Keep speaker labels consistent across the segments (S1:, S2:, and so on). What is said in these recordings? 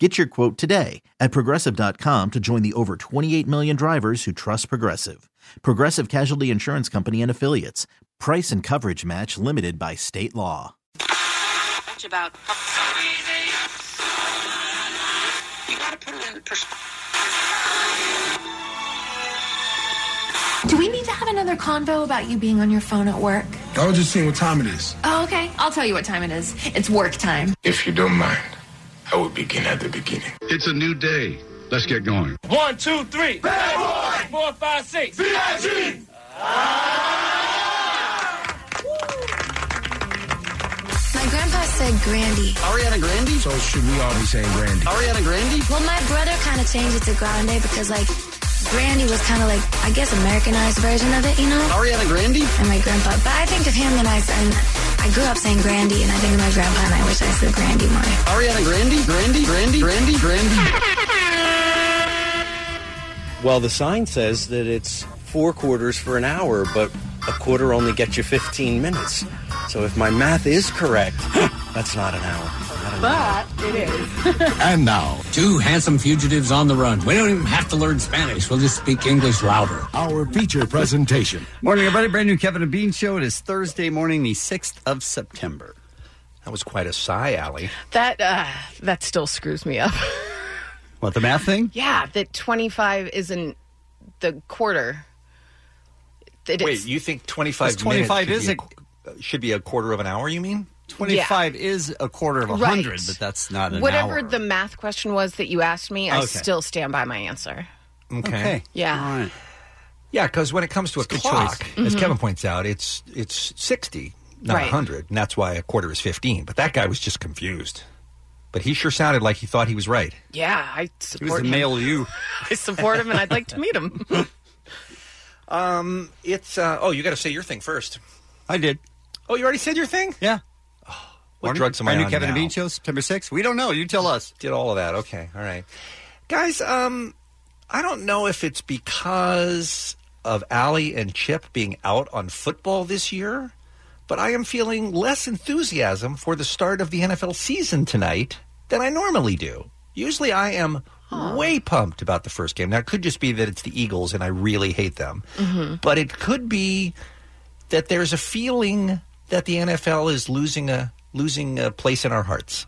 S1: Get your quote today at progressive.com to join the over 28 million drivers who trust Progressive. Progressive Casualty Insurance Company and Affiliates. Price and coverage match limited by state law.
S2: much about. You gotta put it in perspective.
S3: Do we need to have another convo about you being on your phone at work?
S4: I was just seeing what time it is.
S3: Oh, okay. I'll tell you what time it is. It's work time.
S5: If you don't mind, I will begin at the beginning.
S6: It's a new day. Let's get going.
S7: One, two, three. Bad boy. Four, five, six. VIG.
S3: Ah!
S8: My grandpa said Grandy.
S4: Ariana Grande? So should we all be saying Grande? Ariana Grande?
S8: Well, my brother kind of changed it to Grande because, like, Grandy was kind of like, I guess, Americanized version of it, you know?
S4: Ariana Grande?
S8: And my grandpa. But I think of him and I, and I grew up saying Grandy, and I think of my grandpa, and I wish I said Grandy more.
S4: Ariana Grande? Grande? Grande? Grande? Grande?
S9: Well, the sign says that it's four quarters for an hour, but a quarter only gets you 15 minutes. So if my math is correct, that's not an hour.
S6: And now,
S10: Two handsome fugitives on the run. We don't even have to learn Spanish. We'll just speak English louder.
S6: our feature presentation.
S11: Morning, everybody. Brand new Kevin and Bean show. It is Thursday morning, the 6th of September.
S10: That was quite a sigh, Allie.
S12: That uh, that still screws me up.
S11: What, the math thing?
S12: yeah, that twenty five isn't the quarter. It is-
S10: Wait, you think 25
S11: It's 25
S10: minutes should,
S11: is
S10: be a, uh, should be a quarter of an hour, you mean?
S11: 25 is a quarter of a
S12: Right.
S11: hundred, but that's not an
S12: whatever
S11: hour.
S12: the math question was that you asked me, I
S11: Okay.
S12: still stand by my answer.
S10: Okay.
S11: Okay.
S12: Yeah. Mm-hmm.
S11: All right.
S10: Yeah, because when it comes to a
S11: good
S10: clock,
S11: choice.
S10: as Kevin points out, it's it's 60, not a
S12: Right.
S10: 100, and that's why a quarter is 15. But that guy was just confused. But he sure sounded like he thought he was right.
S12: Yeah, I
S11: It was
S12: support
S11: the
S12: him.
S11: male you.
S12: I support him, and I'd like to meet him.
S10: It's, uh, oh, you got to say your thing first.
S11: I did.
S10: Oh, you already said your thing? Oh,
S11: Yeah.
S10: What
S11: Morning.
S10: drugs am
S11: Brand
S10: I
S11: new
S10: on
S11: Kevin and
S10: now?
S11: Bean show, September 6th. We don't know. You tell us.
S10: did all of that. Okay, all right, guys. Um, I don't know if it's because of Allie and Chip being out on football this year, but I am feeling less enthusiasm for the start of the NFL season tonight than I normally do. Usually, I am. Way pumped about the first game. Now, it could just be that it's the Eagles and I really hate them.
S3: Mm-hmm.
S10: But it could be that there's a feeling that the NFL is losing a losing a place in our hearts.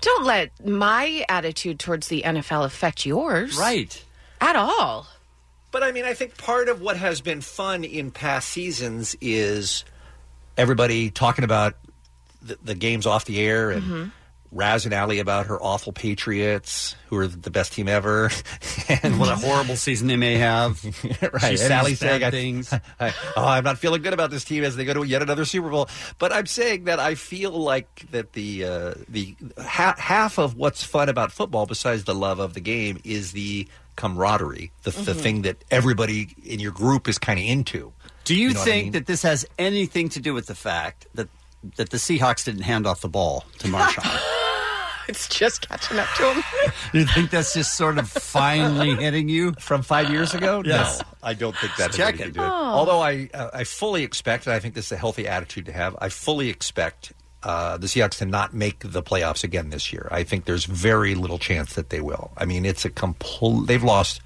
S12: Don't let my attitude towards the NFL affect yours,
S11: Right.
S12: At all.
S10: But I mean, I think part of what has been fun in past seasons is everybody talking about the, the games off the air and razzing Allie about her awful Patriots, who are the best team ever, and what a horrible.
S11: Horrible season they may have.
S10: Right,
S11: She
S10: and
S11: says
S10: Allie
S11: bad
S10: saying, I-
S11: things.
S10: I, "Oh, I'm not feeling good about this team as they go to yet another Super Bowl." But I'm saying that I feel like that the uh, the ha- half of what's fun about football, besides the love of the game, is the camaraderie, the,
S11: Mm-hmm.
S10: the thing that everybody in your group is kind of into.
S11: Do
S10: You
S11: you,
S10: know what I
S11: think
S10: mean?
S11: that this has anything to do with the fact that, that the Seahawks didn't hand off the ball to Marshawn?
S12: It's just catching up to him.
S11: you think that's just sort of finally hitting you?
S10: from five years ago?
S11: Yes.
S10: No, I don't think that's
S11: Check
S10: anything
S11: it.
S10: to do with it. Although I, uh, I fully expect, and I think this is a healthy attitude to have. I fully expect uh, the Seahawks to not make the playoffs again this year. I think there's very little chance that they will. I mean, it's a complete. They've lost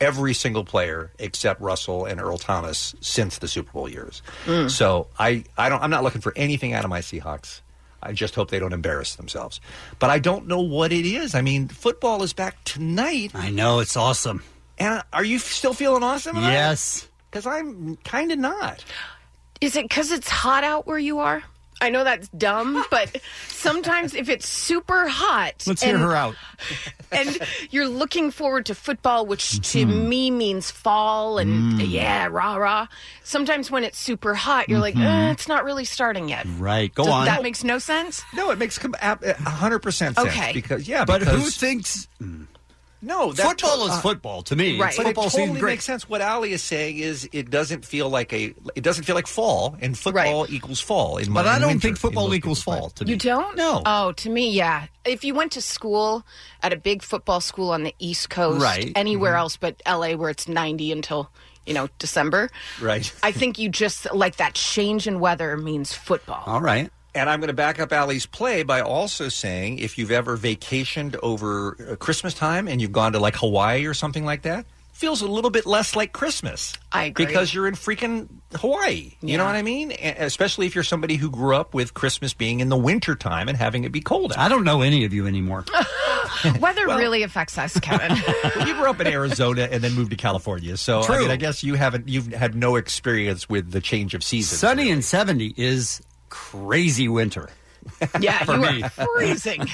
S10: every single player except Russell and Earl Thomas since the Super Bowl years. So I, I don't. I'm not looking for anything out of my Seahawks. I just hope they don't embarrass themselves. But I don't know what it is. I mean, football is back tonight.
S11: I know. It's awesome.
S10: And are you still feeling awesome?
S11: Yes.
S10: Because I'm kind of not.
S12: Is it because it's hot out where you are? I know that's dumb, but sometimes if it's super hot,
S11: Let's hear
S12: and-
S11: her out.
S12: and you're looking forward to football, which to
S11: Mm-hmm.
S12: me means fall and
S11: Mm.
S12: yeah, rah rah. Sometimes when it's super hot, you're like, eh, it's not really starting yet.
S11: Mm-hmm. Right, go
S12: Does-
S11: on.
S12: That makes no sense.
S10: No, it makes com- ab- a hundred percent sense.
S12: Okay.
S10: Because yeah,
S11: But who
S10: because
S11: thinks
S10: No, that
S11: football
S10: to-
S11: is
S10: uh,
S11: football to me.
S10: Right.
S11: It's
S10: But
S11: football
S10: it
S11: season
S10: totally
S11: great.
S10: makes sense. What Ali is saying is it doesn't feel like a it doesn't feel like fall, and football equals fall. In
S11: But
S10: my-
S11: I
S10: in
S11: don't
S10: winter,
S11: think
S10: in
S11: football
S10: most
S11: equals
S10: people's
S11: fall.
S10: minds.
S11: To me.
S12: You don't?
S11: No.
S12: Oh, to me, yeah. If you went to school at a big football school on the East Coast,
S11: Right. Mm-hmm.
S12: anywhere else but LA where it's 90 until, you know, December,
S10: Right.
S12: I think you just like that change in weather means football.
S11: All right.
S10: And I'm going to back up Ali's play by also saying if you've ever vacationed over uh, Christmas time and you've gone to like Hawaii or something like that, feels a little bit less like Christmas.
S12: I agree.
S10: Because you're in freaking Hawaii. You know
S12: Yeah.
S10: what I mean? And especially if you're somebody who grew up with Christmas being in the winter time and having it be cold. I
S11: don't know any of you anymore.
S12: Weather really affects us, Kevin.
S10: you grew up in Arizona and then moved to California. So I
S11: True.
S10: mean I guess you haven't you've had no experience with the change of seasons.
S11: Sunny and 70 is crazy winter.
S12: yeah,
S11: For
S12: you
S11: me.
S12: are freezing.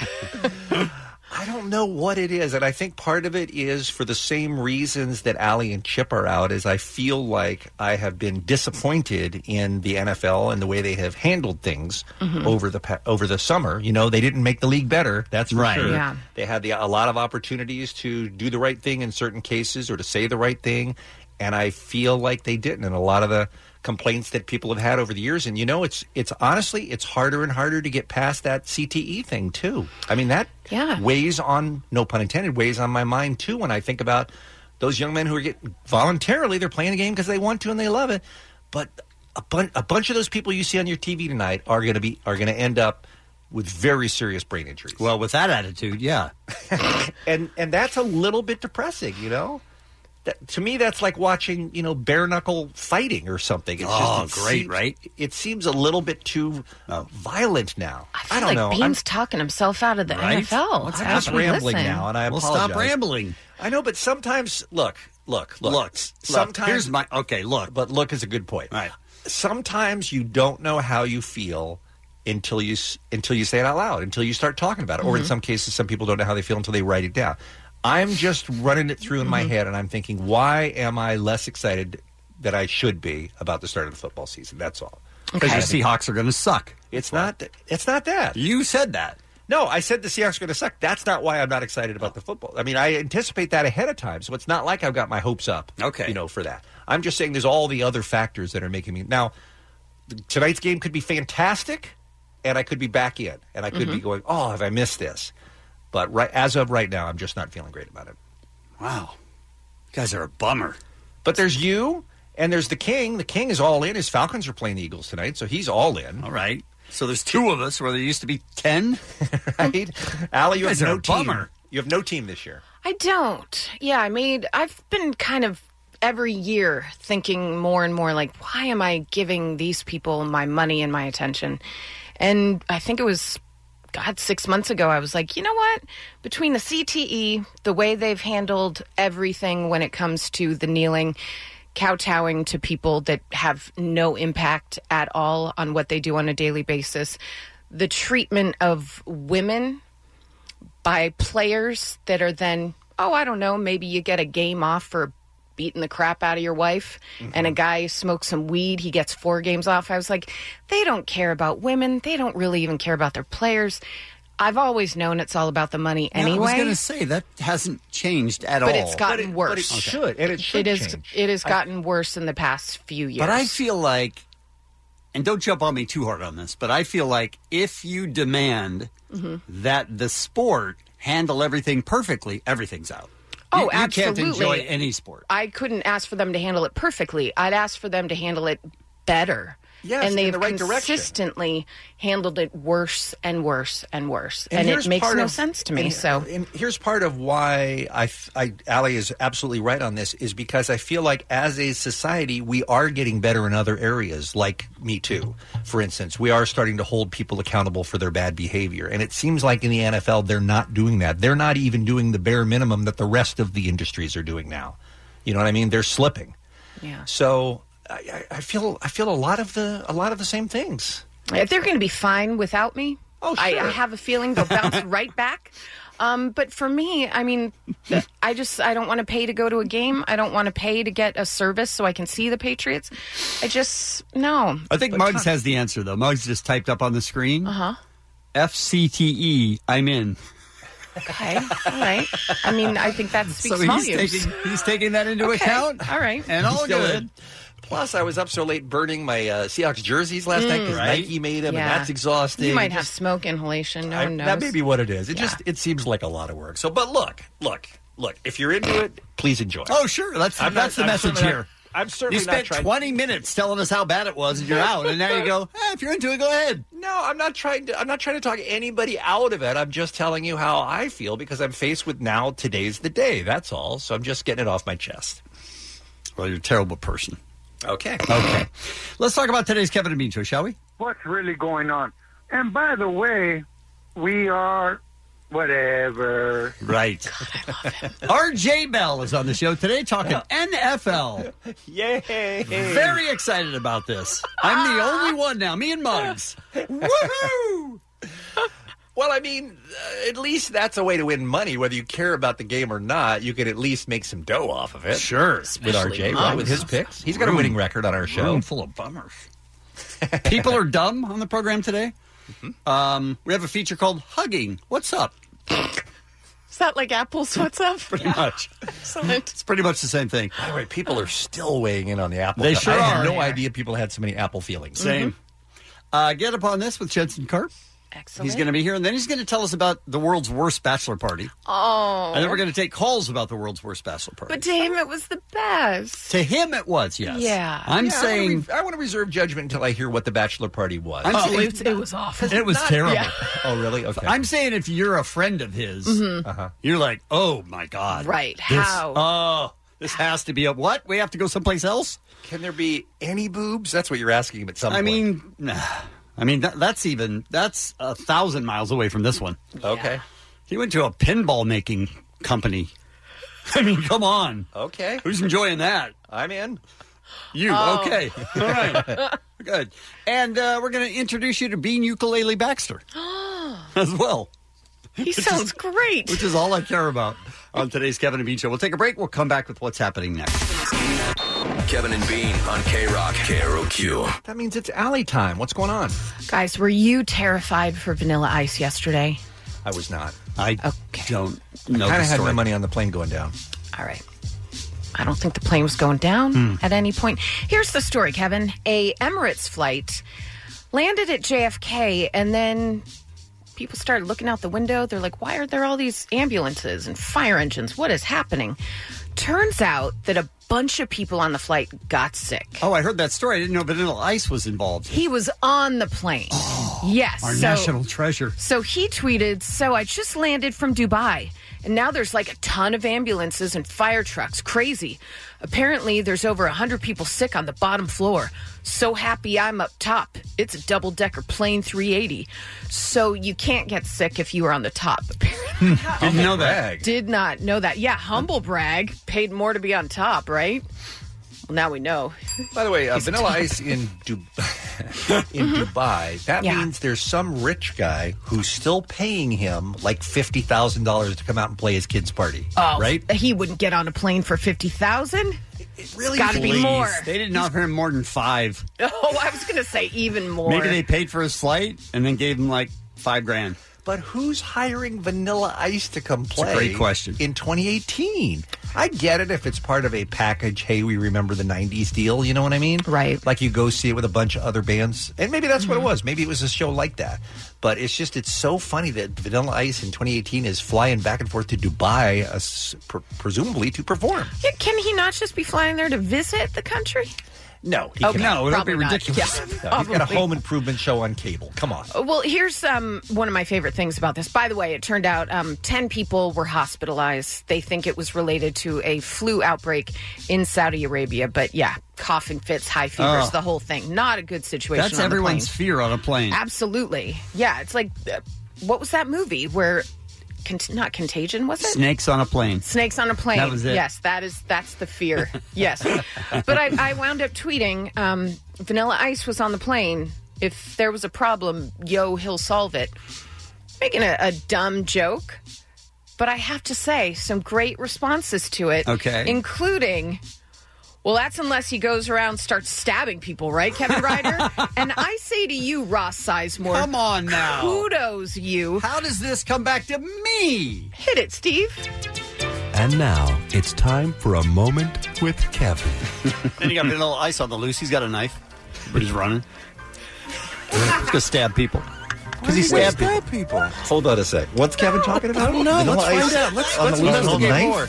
S10: I don't know what it is, and I think part of it is for the same reasons that Ali and Chip are out. Is I feel like I have been disappointed in the NFL and the way they have handled things
S13: Mhm.
S10: over the pa- over the summer. You know, they didn't make the league better. That's for
S13: Right.
S10: sure.
S13: Yeah.
S10: They had the, a lot of opportunities to do the right thing in certain cases or to say the right thing, and I feel like they didn't. And a lot of the complaints that people have had over the years, and you know, it's it's honestly it's harder and harder to get past that CTE thing too. I mean that
S12: Yeah.
S10: weighs on no pun intended weighs on my mind too when I think about those young men who are getting voluntarily they're playing a game because they want to and they love it, but a, bun- a bunch of those people you see on your TV tonight are going to be are going to end up with very serious brain injuries.
S11: Well, with that attitude, yeah.
S10: and and that's a little bit depressing, you know. That, to me, that's like watching you know bare knuckle fighting or something. It's
S11: Oh,
S10: just, it
S11: great,
S10: seems-
S11: right? Oh.
S10: It seems a little bit too violent now. I,
S12: It's
S10: don't
S12: like
S10: know. I'm-
S12: Bean's talking himself out of the
S10: Right?
S12: NFL.
S10: What's
S12: It's
S10: happening?
S12: actually-
S10: I'm rambling
S12: listen.
S10: now, and I
S11: Well, stop
S10: apologize.
S11: rambling.
S10: I know, but sometimes look, look, look.
S11: Look,
S10: sometimes
S11: here's my- okay. Look,
S10: but look is a good point.
S11: Right.
S10: Sometimes you don't know how you feel until you s- until you say it out loud, until you start talking about it, or in
S12: Mm-hmm.
S11: Mhm.
S10: some cases, some people don't know how they feel until they write it down. I'm just running it through in
S12: Mm-hmm.
S10: my head, and I'm thinking, why am I less excited than I should be about the start of the football season? That's all.
S11: Because your Seahawks are going to suck.
S10: It's not. th- It's not that.
S11: You said that.
S10: No, I said the Seahawks are going to suck. That's not why I'm not excited about the football. I mean, I anticipate that ahead of time, so it's not like I've got my hopes up. Okay, you know, for that. I'm just saying there's all the other factors that are making me now. th- Tonight's game could be fantastic, and I could be back in, and I could be
S11: Mhm.
S10: going, "Oh, have I missed this?" But right as of right now, I'm just not feeling great about it.
S11: Wow, you guys are a bummer.
S10: But there's you, and there's the King. The King is all in. His Falcons are playing the Eagles tonight, so he's all in. All
S11: right. So there's two of us where there used to be ten.
S10: right, Allie, you,
S11: You
S10: have
S11: guys are
S10: no
S11: a
S10: team.
S11: bummer.
S10: You have no team this year.
S12: I don't. Yeah, I made. I've been kind of every year thinking more and more like, why am I giving these people my money and my attention? And I think it was, God, six months ago, I was like, you know what? Between the CTE, the way they've handled everything when it comes to the kneeling, kowtowing to people that have no impact at all on what they do on a daily basis, the treatment of women by players that are then, oh, I don't know, maybe you get a game off for beating the crap out of your wife, and a guy smokes some weed, he gets four games off. I was like, they don't care about women. They don't really even care about their players. I've always known it's all about the money
S11: Now,
S12: anyway.
S11: I was going to say that hasn't changed at all.
S12: but it's gotten worse.
S10: But it should, and it should
S12: It is.
S11: change.
S12: It has
S11: I-
S12: gotten worse in the past few years.
S11: But I feel like, and don't jump on me too hard on this, but I feel like if you demand
S12: Mhm.
S11: that the sport handle everything perfectly, everything's out.
S12: Oh,
S11: you, You can't
S12: absolutely.
S11: enjoy any sport.
S12: I couldn't ask for them to handle it perfectly. I'd ask for them to handle it better.
S11: Yes,
S12: and
S11: in
S12: they've
S11: the right direction.
S12: consistently handled it worse and worse and worse,
S10: And
S12: and, it
S10: here's
S12: makes
S10: part
S12: no
S10: of-
S12: sense to me.
S10: and-
S12: so
S10: and here's part of why I, f- I, Ali is absolutely right on this, is because I feel like as a society we are getting better in other areas, like Me Too, for instance. We are starting to hold people accountable for their bad behavior, and it seems like in the NFL they're not doing that. They're not even doing the bare minimum that the rest of the industries are doing now. You know what I mean? They're slipping.
S12: Yeah.
S10: So I, I- I feel I feel a lot of the a lot of the same things.
S12: if they're going to be fine without me,
S10: Oh,
S12: I,
S10: sure.
S12: I have a feeling they'll bounce right back. Um, but for me, I mean, I just I don't want to pay to go to a game. I don't want to pay to get a service so I can see the Patriots. I just no.
S11: I think
S12: But
S11: Muggs
S12: Tom-
S11: has the answer, though. Muggs just typed up on the screen. Uh huh. FCTE, I'm E, in.
S12: Okay. All right. I mean, I think that speaks
S11: So he's
S12: volumes.
S11: taking, he's taking that into
S12: Okay.
S11: account.
S12: All right.
S11: And all
S10: Still
S11: good.
S10: in. Plus, I was up so late burning my uh, Seahawks jerseys last night because
S12: Mm.
S10: Nike made them,
S12: Yeah.
S10: and that's exhausting.
S12: You might have smoke inhalation. No
S10: I-
S12: one knows.
S10: that may be what it is. It just it seems like a lot of work. So, but look, look, look. If you're into it, please enjoy.
S11: Oh, sure. That's
S10: I'm not-
S11: that's the
S10: I'm
S11: message
S10: certainly
S11: here.
S10: not- I'm certainly
S11: you spent
S10: not trying-
S11: 20 minutes telling us how bad it was, and you're out. And now you go. "Eh, if you're into it, go ahead.
S10: No, I'm not trying to. I'm not trying to talk anybody out of it. I'm just telling you how I feel because I'm faced with now. Today's the day. That's all. So I'm just getting it off my chest.
S11: Well, you're a terrible person.
S10: Okay.
S11: Okay. Let's talk about today's Kevin and Bean show, shall we?
S13: what's really going on. And by the way, we are whatever.
S11: Right. RJ Bell is on the show today talking NFL.
S10: Yay!
S11: Very excited about this. I'm the only one now. Me and Muggs. Woohoo!
S10: Well, I mean, uh, at least that's a way to win money, whether you care about the game or not. You can at least make some dough off of it.
S11: Sure,
S10: with RJ, right? With his picks, he's got a winning record on our show.
S11: Room full of bummers. People are dumb on the program today.
S10: Mm-hmm.
S11: Um, we have a feature called Hugging. What's up?
S12: Is that like apples? What's up?
S11: Pretty much.
S12: Excellent.
S11: It's pretty much the same thing.
S10: By the way, people are still weighing in on the apple.
S11: They
S10: cup.
S11: sure
S10: I
S11: are.
S10: had
S11: They
S10: no
S11: are.
S10: idea people had so many apple feelings.
S11: Same. Uh, get up on this with Jensen Karp.
S12: Mm-hmm. Excellent.
S11: He's going to be here, and then he's going to tell us about the world's worst bachelor party.
S12: Oh.
S11: And then we're going to take calls about the world's worst bachelor party.
S12: But to him, it was the best.
S11: to him, it was yes.
S12: Yeah.
S11: I'm
S12: Yeah, I
S11: saying
S10: I want to reserve judgment until I hear what the bachelor party was.
S11: I'm
S12: Oh,
S11: saying-
S12: it, it was awful.
S11: It was terrible.
S10: Oh, really? Okay.
S11: I'm saying if you're a friend of his,
S12: Mhm.
S10: Uh-huh.
S11: you're like, oh my god,
S12: Right.
S11: This,
S12: How?
S11: Oh, this has to be a what? We have to go someplace else.
S10: Can there be any boobs? That's what you're asking him at some
S11: I
S10: point.
S11: mean, nah. I mean that, that's even that's a thousand miles away from this one.
S10: Okay.
S11: He went to a pinball making company. I mean, come on.
S10: Okay.
S11: Who's enjoying that?
S10: I'm in.
S11: You
S10: Oh.
S11: okay? All right, good. And uh, we're going to introduce you to Bean Ukulele Baxter as well.
S12: He sounds great.
S11: Which is all I care about on today's Kevin and Bean show. We'll take a break. We'll come back with what's happening next.
S4: Kevin and Bean on K Rock KROQ.
S10: That means it's alley time. What's going on?
S12: Guys, were you terrified for Vanilla Ice yesterday?
S10: I was not.
S11: I don't know.
S10: I kind
S12: the
S10: of had my
S12: story.
S10: money on the plane going down.
S12: All right. I don't think the plane was going down
S10: Hmm.
S12: at any point. Here's the story, Kevin. A Emirates flight landed at JFK and then people started looking out the window. They're like, "Why are there all these ambulances and fire engines? What is happening?" Turns out that a bunch of people on the flight got sick.
S11: Oh, I heard that story. I didn't know Vanilla Ice was involved.
S12: He was on the plane. yes.
S11: Our
S12: so-
S11: national treasure.
S12: so he tweeted, So I just landed from Dubai, and now there's like a ton of ambulances and fire trucks. Crazy. Apparently, there's over 100 people sick on the bottom floor. So happy I'm up top. It's a double decker plane 380. So you can't get sick if you are on the top.
S10: Oh,
S11: Didn't know that.
S12: Did not know that. Yeah, humble brag. Paid more to be on top, right? Well, now we know.
S10: By the way, uh,
S12: He's
S10: Vanilla
S12: top.
S10: Ice in du- in Dubai. That
S12: Yeah.
S10: means there's some rich guy who's still paying him like fifty thousand dollars to come out and play his kid's party.
S12: Oh,
S10: right?
S12: He wouldn't get on a plane for 50000 It's got to be
S11: Please.
S12: more.
S11: They didn't offer him more than five.
S12: Oh, I was going to say even more.
S11: Maybe they paid for his flight and then gave him like five grand.
S10: But who's hiring Vanilla Ice to come
S11: a
S10: play?
S11: great question.
S10: In 2018, I get it if it's part of a package. Hey, we remember the 90s deal. You know what I mean?
S12: Right.
S10: Like you go see it with a bunch of other bands, and maybe that's
S11: Mm-hmm.
S10: what it was. Maybe it was a show like that. But it's just it's so funny that Vanilla Ice in 2018 is flying back and forth to Dubai, uh, s- pre- presumably to perform.
S12: Yeah, can he not just be flying there to visit the country?
S10: No, he
S11: Oh,
S12: Okay.
S10: cannot.
S12: No, that'd be Probably not. ridiculous. Yeah,
S10: No, he's got a
S12: probably.
S10: home improvement show on cable. Come on.
S11: Oh.
S12: Uh, Well, here's um, one of my favorite things about this. By the way, it turned out um, 10 people were hospitalized. They think it was related to a flu outbreak in Saudi Arabia. But yeah, coughing fits, high fevers,
S11: Oh.
S12: the whole thing. Not a good situation.
S11: That's
S12: on the plane.
S11: everyone's fear on a plane.
S12: Absolutely. Yeah, it's like, uh, what was that movie where, cont- not Contagion, was it?
S11: Snakes on a plane.
S12: Snakes on a plane.
S11: That was it.
S12: Yes, that is that's the fear. yes, but I, I wound up tweeting. Um, Vanilla Ice was on the plane. If there was a problem, yo, he'll solve it. Making a, a dumb joke, but I have to say some great responses to it.
S11: Okay.
S12: including. Well, that's unless he goes around starts stabbing people, right, Kevin Ryder? and I say to you, Ross Sizemore,
S11: Come on now.
S12: kudos you.
S11: How does this come back to me?
S12: Hit it, Steve.
S14: And now it's time for a moment with Kevin.
S11: then you got vanilla ice on the loose. He's got a knife, but he's running. He's gonna stab people. Because he stabbed people.
S10: Hold on a sec. What's Kevin talking about?
S11: I don't know.
S10: Vanilla
S11: Oh, Let's find
S10: Ice
S11: out. Let's-
S10: on
S11: let's
S10: the loose
S11: investigate
S10: knife?
S11: more.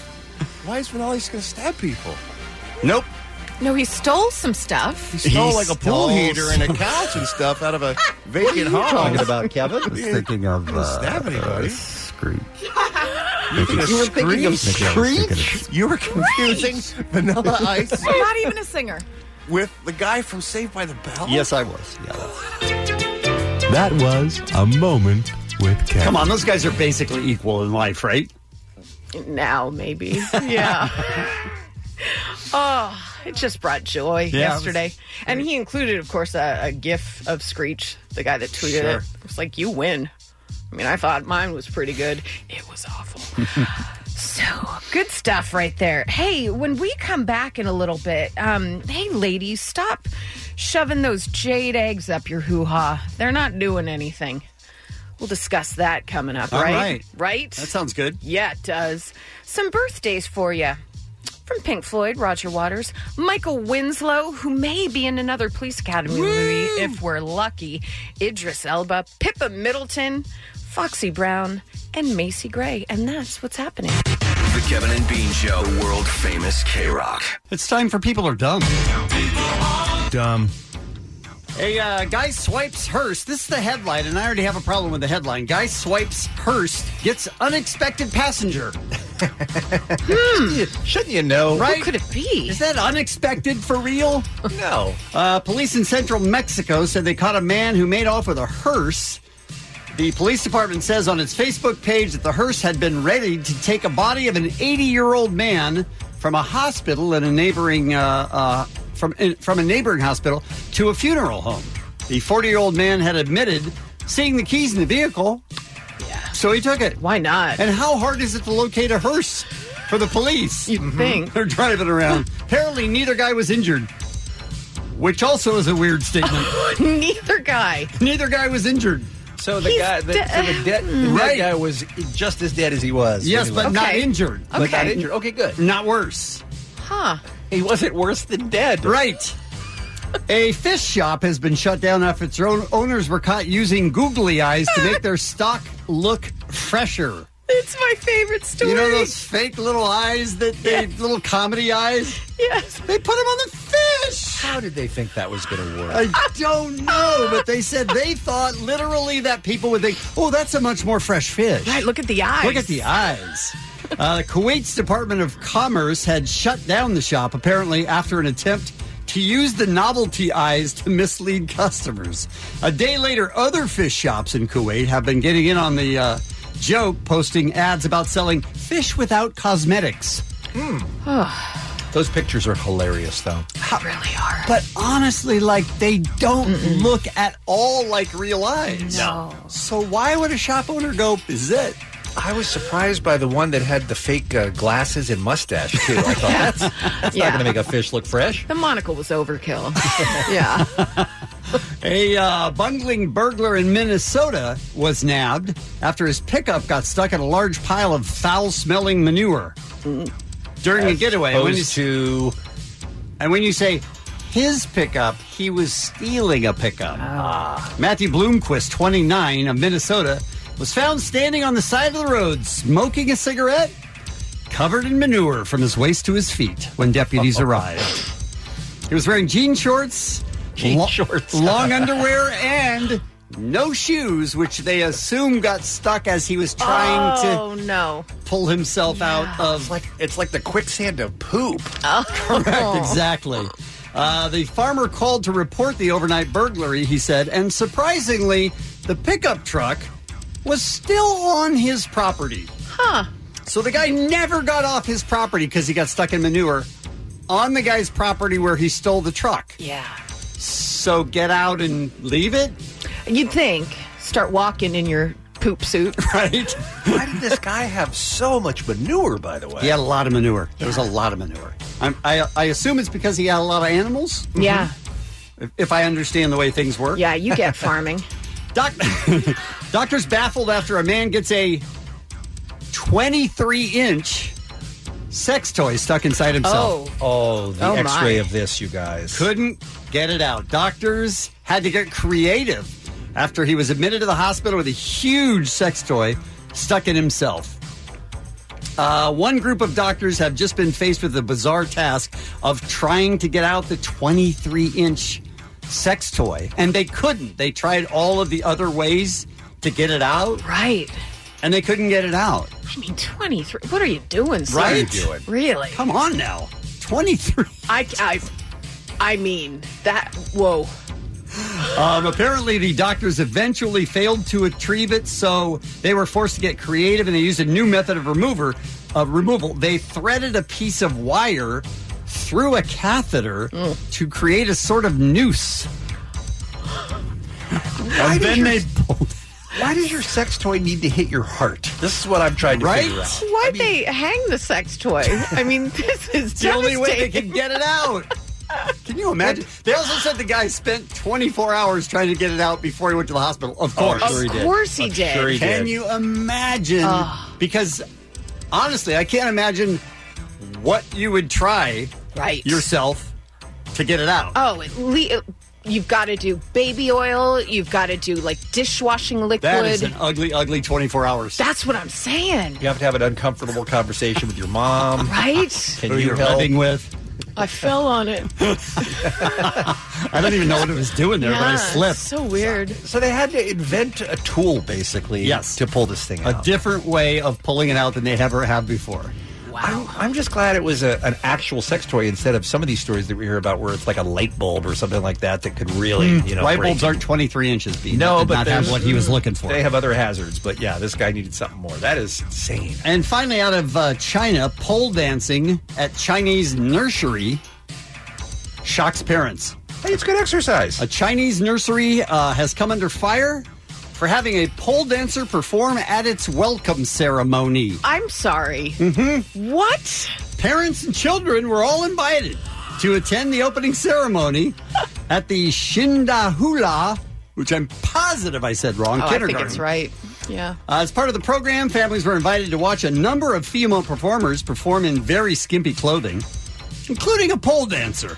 S14: Why is Vinali's going to stab people?
S11: Nope.
S3: No, he stole some stuff.
S14: He stole like a pool heater and a couch and stuff out of a vacant house.
S10: Kevin? I was thinking of uh,
S14: stab anybody.
S10: Screech.
S14: You were thinking of
S10: Screech?
S14: Screech? You were confusing Vanilla Ice
S3: Not even a singer.
S14: with the guy from Saved by the Bell?
S11: Yes, I was. Yeah.
S14: That was a moment with Kevin.
S11: Come on, those guys are basically equal in life, right?
S12: Now, maybe. Yeah. oh, it just brought
S11: Yeah,
S12: joy
S11: it was
S12: yesterday. And he included, of course, a, a gif of Screech, the guy that tweeted
S11: Sure.
S12: it. It was like, you win. I mean, I thought mine was pretty good. It was awful. So good stuff right there. Hey, when we come back in a little bit, um, hey, ladies, stop shoving those jade eggs up your hoo ha. They're not doing anything. We'll discuss that coming up,
S11: All
S12: right?
S11: right.
S12: Right?
S11: That sounds good.
S12: Yeah, it does. Some birthdays for you. From Pink Floyd, Roger Waters, Michael Winslow, who may be in another Police Academy movie if we're lucky, Idris Elba, Pippa Middleton, Foxy Brown, and Macy Gray. And that's what's happening.
S4: The Kevin and Bean Show, the world famous K Rock.
S11: It's time for people are dumb.
S14: Dumb.
S11: A uh, guy swipes hearse. This is the headline, and I already have a problem with the headline. Guy swipes hearse gets unexpected passenger. Hmm.
S14: Shouldn't you know?
S11: Right?
S12: Who could it be?
S11: Is that unexpected for real?
S14: No.
S11: Uh, police in central Mexico said they caught a man who made off with a hearse. The police department says on its Facebook page that the hearse had been ready to take a body of an 80 year old man from a hospital in a neighboring uh, uh, from from a neighboring hospital to a funeral home. The 40 year old man had admitted seeing the keys in the vehicle, so he took it.
S12: Why not?
S11: And how hard is it to locate a hearse for the police? Mm-hmm.
S12: You'd think.
S11: They're driving around. Apparently, neither guy was injured, which also is a weird statement.
S12: Neither guy.
S11: neither guy was injured.
S10: So the
S12: He's
S10: guy, the,
S12: de-
S10: so the dead the dead
S11: Right.
S10: guy was just as dead as he was. when
S11: Yes,
S10: he
S11: but
S10: left.
S11: not
S12: Okay.
S11: injured.
S10: But not
S12: Okay.
S10: injured. Okay, good.
S11: Not worse.
S12: Huh.
S10: He wasn't worse than dead.
S11: Right. A fish shop has been shut down after its own owners were caught using googly eyes to make their stock look fresher.
S12: It's my favorite story.
S11: You know those fake little eyes that they little comedy eyes?
S12: yes.
S11: They put them on the fish.
S10: How did they think that was going to work?
S11: I don't know, but they said they thought literally that people would think, "Oh, that's a much more fresh fish."
S12: Right, look at the eyes.
S11: Look at the eyes. Uh, Kuwait's Department of Commerce had shut down the shop apparently after an attempt to use the novelty eyes to mislead customers. A day later, other fish shops in Kuwait have been getting in on the uh, joke, posting ads about selling fish without cosmetics.
S10: Those pictures are hilarious, though.
S12: They really are.
S11: But honestly, like they don't look at all like real eyes.
S12: No.
S11: So why would a shop owner go? Is it?
S10: I was surprised by the one that had the fake uh, glasses and mustache too. I thought that's, that's
S12: Yeah.
S10: not going to make a fish look fresh.
S12: The monocle was overkill. yeah.
S11: A uh, bungling burglar in Minnesota was nabbed after his pickup got stuck in a large pile of foul-smelling manure during a getaway. And when, you,
S10: Opposed to
S11: and when you say his pickup, he was stealing a pickup.
S10: Ah.
S11: Matthew Bloomquist, 29, of Minnesota, was found standing on the side of the road smoking a cigarette, covered in manure from his waist to his feet when deputies arrived. He was wearing jean shorts,
S10: Jean shorts.
S11: long underwear, and no shoes, which they assume got stuck as he was trying
S12: oh, no.
S11: to pull himself out of.
S10: like it's like the quicksand of poop.
S12: Oh.
S11: Correct, exactly. Uh, the farmer called to report the overnight burglary, he said, and surprisingly, the pickup truck was still on his property.
S12: Huh.
S11: So the guy never got off his property because he got stuck in manure on the guy's property where he stole the truck.
S12: Yeah.
S11: So get out and leave it,
S12: You'd think. Start walking in your poop suit.
S11: right?
S10: Why did this guy have so much manure? By the way,
S11: He had a lot of manure. There was a lot of manure. I'm, I, I assume it's because he had a lot of animals. Mm-hmm.
S12: Yeah.
S11: If, if I understand the way things work.
S12: Yeah, you get farming.
S11: Doc- doctors baffled after a man gets a 23 inch sex toy stuck inside himself.
S10: Oh, the
S11: Oh, my.
S10: x ray of this, you guys.
S11: Couldn't get it out. Doctors had to get creative after he was admitted to the hospital with a huge sex toy stuck in himself. Uh, one group of doctors have just been faced with the bizarre task of trying to get out the 23 inch sex toy, and they couldn't. They tried all of the other ways to get it out.
S12: Right.
S11: And they couldn't get it out.
S12: I mean, 23. What are you doing, son?
S11: Right? What are you doing?
S12: Really?
S11: Come on now. 23.
S12: I, I, I mean, that, whoa.
S11: Um, apparently, the doctors eventually failed to retrieve it, so they were forced to get creative and they used a new method of remover, uh, removal. They threaded a piece of wire through a catheter
S12: Oh.
S11: to create a sort of noose.
S10: Why
S11: and
S10: did
S11: then
S10: your-
S11: they
S10: Why does your sex toy need to hit your heart? This is what I'm trying to
S11: Right?
S10: figure out.
S12: Why'd they hang the sex toy? I mean, this is
S11: It's the only way they
S12: devastating.
S11: could get it out. Can you imagine? They also said the guy spent 24 hours trying to get it out before he went to the hospital. Of course,
S12: sure he Of did. course he Oh, I'm did. sure he
S11: Can
S12: did.
S11: you imagine?
S12: Ugh.
S11: Because honestly, I can't imagine what you would try
S12: Right.
S11: yourself to get it out.
S12: Oh, at le- you've got to do baby oil. You've got to do like dishwashing liquid.
S11: That is an ugly, ugly 24 hours.
S12: That's what I'm saying.
S10: You have to have an uncomfortable conversation with your mom.
S12: Right?
S10: Can
S11: Who
S10: you
S11: you're
S10: help?
S11: living with?
S12: I fell on it.
S11: I don't even know what it was doing there, but I slipped.
S12: So weird.
S10: So they had to invent a tool, basically,
S11: Yes.
S10: to pull this thing
S11: A
S10: out.
S11: different way of pulling it out than they ever have before.
S10: I'm, I'm just glad it was a, an actual sex toy instead of some of these stories that we hear about where it's like a light bulb or something like that that could really, you know,
S11: Hmm. light
S10: break
S11: bulbs
S10: it.
S11: aren't 23 inches. Be
S10: No, but
S11: not have
S10: there's-
S11: what he was looking for.
S10: They have other hazards, but yeah, this guy needed something more. That is insane.
S11: And finally, out of uh, China, pole dancing at Chinese nursery shocks parents.
S10: Hey, it's good exercise.
S11: A Chinese nursery uh, has come under fire for having a pole dancer perform at its welcome ceremony.
S12: I'm sorry.
S10: Mm-hmm.
S12: What?
S11: Parents and children were all invited to attend the opening ceremony at the Shindahula, which I'm positive I said wrong,
S12: Oh, I
S11: kindergarten.
S12: think it's right. Yeah.
S11: Uh, as part of the program, families were invited to watch a number of female performers perform in very skimpy clothing, including a pole dancer.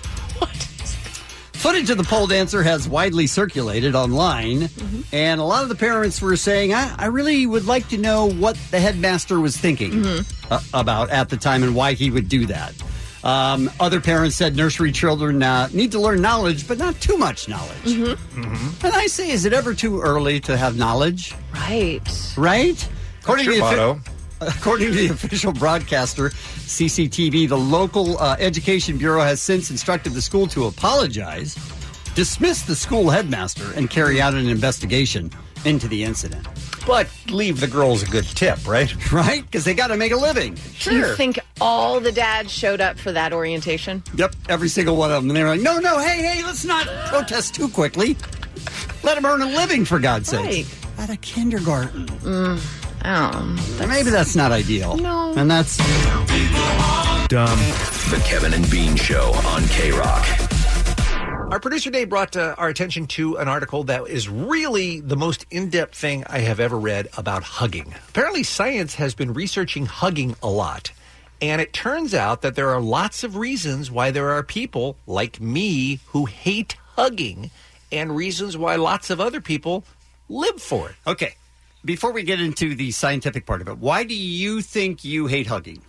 S11: Footage of the pole dancer has widely circulated online, and a lot of the parents were saying, I, I really would like to know what the headmaster was thinking uh, about at the time and why he would do that. Um, other parents said nursery children uh, need to learn knowledge, but not too much knowledge.
S12: Mm-hmm.
S11: And I say, is it ever too early to have knowledge?
S12: Right.
S11: Right? According
S10: your
S11: offi-
S10: motto.
S11: According to the official broadcaster, CCTV, the local uh, education bureau has since instructed the school to apologize, dismiss the school headmaster, and carry out an investigation into the incident.
S10: But leave the girls a good tip, right?
S11: Right? Because they got to make a living.
S12: Do you think all the dads showed up for that orientation?
S11: Yep, every single one of them. And they were like, no, no, hey, hey, let's not protest too quickly. Let them earn a living, for God's sake. At a kindergarten.
S12: Um,
S11: Maybe that's not ideal.
S12: No.
S11: And that's
S14: Dumb.
S4: The Kevin and Bean Show on K Rock.
S10: Our producer Dave brought uh, our attention to an article that is really the most in-depth thing I have ever read about hugging. Apparently, science has been researching hugging a lot, and it turns out that there are lots of reasons why there are people like me who hate hugging, and reasons why lots of other people live for it.
S11: Okay. Before we get into the scientific part of it, why do you think you hate hugging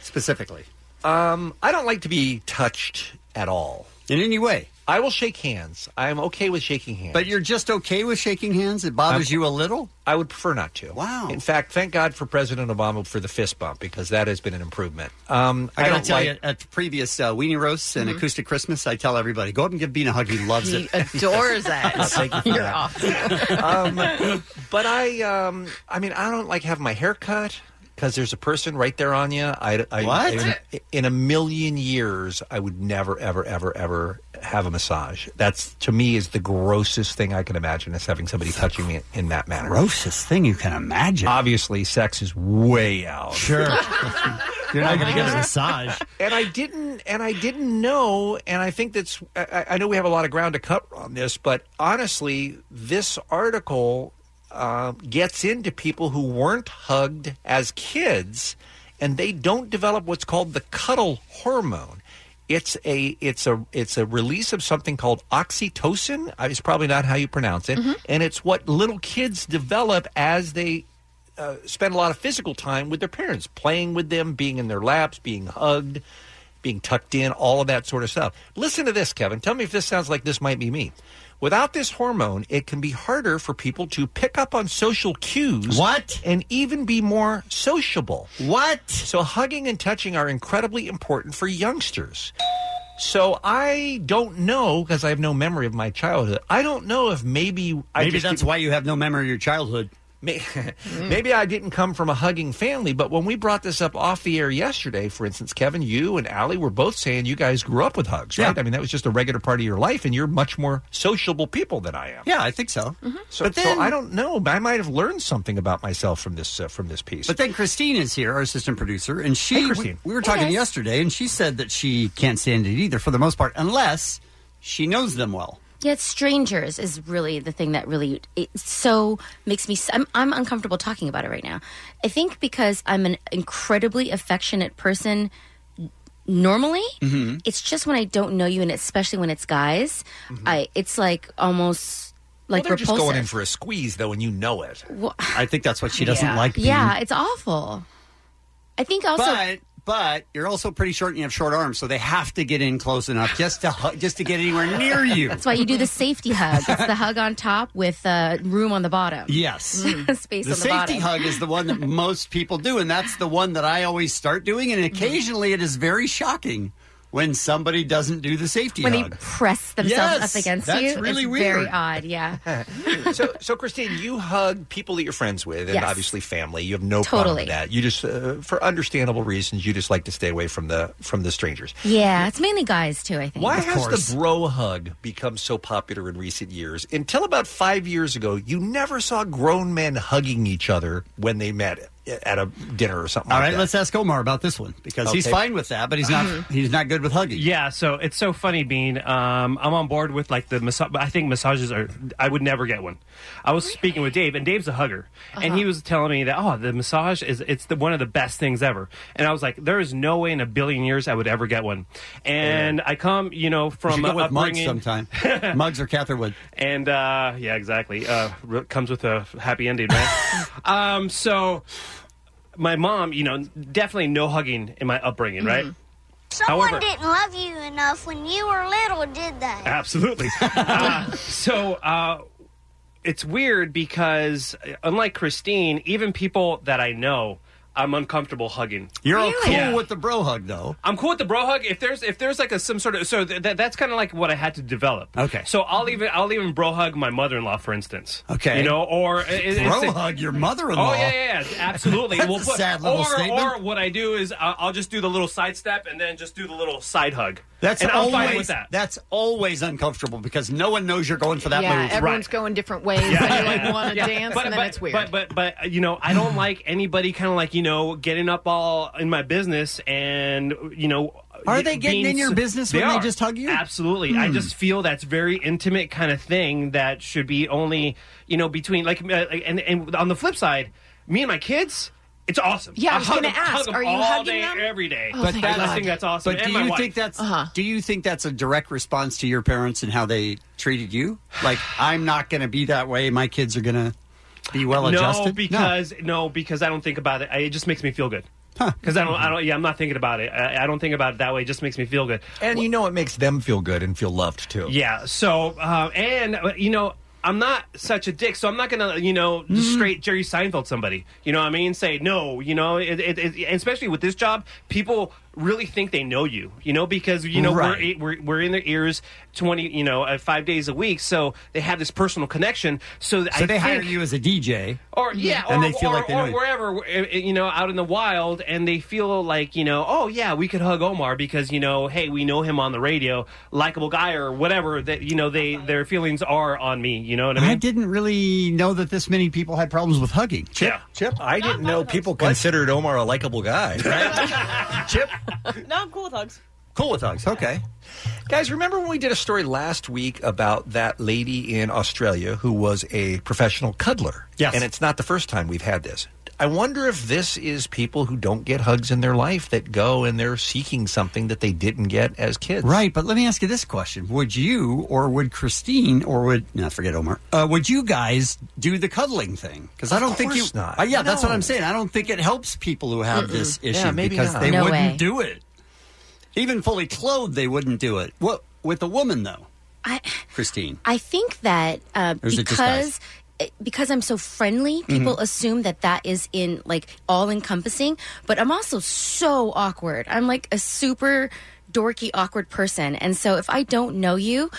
S11: specifically?
S10: Um, I don't like to be touched at all
S11: in any way.
S10: I will shake hands. I am okay with shaking hands. Um,
S11: But you're just okay with shaking hands? It bothers you a little?
S10: I would prefer not to.
S11: Wow.
S10: In fact, thank God for President Obama for the fist bump because that has been an improvement. Um,
S11: I, got
S10: don't
S11: to tell
S10: like-
S11: you, at the previous uh, Weenie Roasts and
S10: Mhm.
S11: Acoustic Christmas, I tell everybody, go up and give Bean a hug. He loves
S12: He
S11: it.
S12: adores that.
S10: I'll take you for
S12: You're
S10: that.
S12: awesome.
S10: um, but I, um, I mean, I don't like have my hair cut because there's a person right there on you. I, I
S11: What?
S10: In, in a million years, I would never, ever, ever, ever have a massage. That's to me is the grossest thing I can imagine is having somebody touching me in that manner.
S11: Grossest thing you can imagine.
S10: Obviously, sex is way out.
S11: Sure.
S15: You're not going to get a massage.
S10: and I didn't, and I didn't know, and I think that's. I- I, I know we have a lot of ground to cover on this, but honestly, this article uh, gets into people who weren't hugged as kids, and they don't develop what's called the cuddle hormone. It's a it's a it's a release of something called oxytocin. Uh, It's probably not how you pronounce it, and it's what little kids develop as they uh, spend a lot of physical time with their parents, playing with them, being in their laps, being hugged, being tucked in, all of that sort of stuff. Listen to this, Kevin. Tell me if this sounds like this might be me. Without this hormone, it can be harder for people to pick up on social cues. What? And even be more sociable.
S11: What?
S10: So, hugging and touching are incredibly important for youngsters. So I don't know because I have no memory of my childhood. I don't know if maybe I
S11: Maybe that's why you have no memory of your childhood.
S10: Maybe I didn't come from a hugging family, but when we brought this up off the air yesterday, for instance, Kevin, you and Allie were both saying you guys grew up with hugs, right? I mean, that was just a regular part of your life, and you're much more sociable people than I am.
S11: Yeah, I think so.
S10: So,
S11: But
S10: so
S11: then-
S10: I don't know. I might have learned something about myself from this uh, from this piece.
S11: But then Christine is here, our assistant producer, and she
S10: Hey, Christine.
S11: We, we were talking
S10: Yes.
S11: yesterday, and she said that she can't stand it either for the most part, unless she knows them well.
S16: Yet strangers is really the thing that really it so makes me. s- I'm, I'm uncomfortable talking about it right now. I think because I'm an incredibly affectionate person n- normally.
S17: Mm-hmm.
S16: It's just when I don't know you, and especially when it's guys, I it's like almost like
S10: well, they're
S16: repulsive.
S10: just going in for a squeeze, though, and you know it.
S16: Well,
S11: I think that's what she
S10: doesn't
S16: yeah.
S10: like being-
S16: Yeah, it's awful. I think also.
S11: but but you're also pretty short, and you have short arms, so they have to get in close enough just to hu- just to get anywhere near you.
S16: That's why you do the safety hug. It's the hug on top with uh, room on the bottom.
S11: Yes.
S16: Space
S11: the
S16: Mm, on the
S11: safety
S16: bottom.
S11: hug is the one that most people do, and that's the one that I always start doing.
S16: Mm.
S11: And occasionally, it is very shocking when somebody doesn't do the safety
S16: when
S11: hug.
S16: they press themselves
S11: Yes,
S16: up against
S11: that's
S16: you.
S11: really
S16: it's Very
S11: weird.
S16: odd, yeah.
S10: so, so Christine, you hug people that you're friends with, and
S16: Mm. Yes.
S10: obviously family. You have no problem with
S16: Totally.
S10: that. You just, uh, for understandable reasons, you just like to stay away from the from the strangers.
S16: Yeah, it's mainly guys too, I think.
S10: Why has the bro hug become so popular in recent years? Until about five years ago, you never saw grown men hugging each other when they met at a dinner or something.
S11: All
S10: like
S11: right,
S10: that.
S11: let's ask Omar about this one because he's
S18: Okay. Mm-hmm.
S11: fine with that, but he's not. he's not good with hugging.
S18: Yeah, so it's so funny, Bean. Um, I'm on board with like the massage. I think massages are. I would never get one. I was speaking with Dave, and Dave's a hugger, and he was telling me that oh, the massage is it's the one of the best things ever. And I was like, there is no way in a billion years I would ever get one. And I come, you know,
S11: You
S18: from
S11: should
S18: a
S11: go with mugs
S18: upbringing.
S11: sometime. mugs or Catherwood.
S18: And uh, yeah, exactly. Uh, re- comes with a happy ending, right? um, so my mom, you know, definitely no hugging in my upbringing, right?
S11: Mm-hmm.
S19: Someone
S18: However-
S19: didn't love you enough when you were little, did they?
S18: Absolutely. uh, so uh, it's weird because, uh, unlike Christine, even people that I know, I'm uncomfortable hugging.
S11: You're all cool
S18: Yeah.
S11: with the bro hug, though.
S18: I'm cool with the bro hug. If there's if there's like a some sort of so th- that that's kind of like what I had to develop.
S11: Okay.
S18: So I'll even I'll even bro hug my mother in law, for instance.
S11: Okay.
S18: You know, or
S11: Bro hug your mother-in-law?
S18: Oh yeah, yeah, yeah absolutely.
S11: That's
S18: We'll
S11: a
S18: put-
S11: sad little
S18: or,
S11: statement.
S18: Or what I do is I'll I'll just do the little side step and then just do the little side hug.
S11: That's
S18: and
S11: always
S18: I'm fine with that.
S11: that's always uncomfortable because no one knows you're going for that
S12: yeah,
S11: move.
S12: everyone's going different ways. and you like want to
S18: Yeah.
S12: dance,
S18: But-
S12: and then
S18: but-
S12: it's weird.
S18: But but but uh, you know, I don't like anybody kind of like you know getting up all in my business and you know.
S11: Are
S18: y-
S11: they getting
S18: being
S11: in your
S18: s-
S11: business when they
S18: are.
S11: just hug you?
S18: Absolutely. I
S11: Hmm.
S18: just feel that's very intimate kind of thing that should be only you know between like uh, like- and and on the flip side, me and my kids. It's awesome.
S12: Yeah, I was
S18: hug
S12: gonna
S18: them- hug
S12: ask,
S18: them
S12: are you
S18: all
S12: hugging
S18: day,
S12: them?
S18: every day?
S12: Oh, thank
S18: I just
S12: God. Uh-huh.
S18: think that's awesome.
S11: But
S18: and
S11: do
S18: my
S11: you
S18: wife.
S11: think that's do you think that's a direct response to your parents and how they treated you? Like I'm not going to be that way. My kids are going to be well
S18: No,
S11: adjusted.
S18: because no. because I don't think about it. I, it just makes me feel good. Because I don't, I don't. Yeah, I'm not thinking about it. I, I don't think about it that way. It just makes me feel good.
S10: and you know it makes them feel good and feel loved too.
S18: Yeah. So, uh, and uh, you know, I'm not such a dick, so I'm not gonna, you know, just straight Jerry Seinfeld somebody. You know what I mean? Say no. You know, it, it, it, especially with this job, people really think they know you, you know, because you know
S15: Right.
S18: we're, we're we're in their ears twenty, you know, uh, five days a week, so they have this personal connection. So,
S15: So
S18: I
S15: they hire
S18: think-
S15: you as a DJ,
S20: Mm.
S18: or yeah,
S15: and
S18: or,
S15: they feel
S18: or,
S15: like they
S18: or
S15: know. you.
S18: wherever uh, you know out in the wild, and they feel like you know, oh yeah, we could hug Omar because you know, hey, we know him on the radio, likable guy or whatever that you know they their feelings are on me. You know what I mean?
S11: I didn't really know that this many people had problems with hugging.
S10: Chip, Chip, I didn't know people considered Omar a likable guy. Chip,
S17: no, I'm cool with hugs.
S10: cool with hugs. Okay, guys, remember when we did a story last week about that lady in Australia who was a professional cuddler? Yes, and it's not the first time we've had this. I wonder if this is people who don't get hugs in their life that go and they're seeking something that they didn't get as kids.
S11: Right, but let me ask you this question: Would you, or would Christine, or would not forget Omar? Uh, would you guys do the cuddling thing? Because I
S10: Of
S11: don't think you.
S10: course not.
S11: Uh, yeah, that's
S10: No.
S11: what I'm saying. I don't think it helps people who have
S10: Mm-mm.
S11: this
S10: Yeah,
S11: issue
S10: maybe
S11: because
S10: not.
S11: they
S10: No
S11: wouldn't
S10: way.
S11: do it. Even fully clothed, they wouldn't do it. What with a woman though?
S16: I-
S11: Christine.
S16: I think that uh,
S11: Or is it just Mm-hmm.
S16: because it- because I'm so friendly, people assume that that is in like all encompassing. But I'm also so awkward. I'm like a super dorky, awkward person, and so if I don't know you.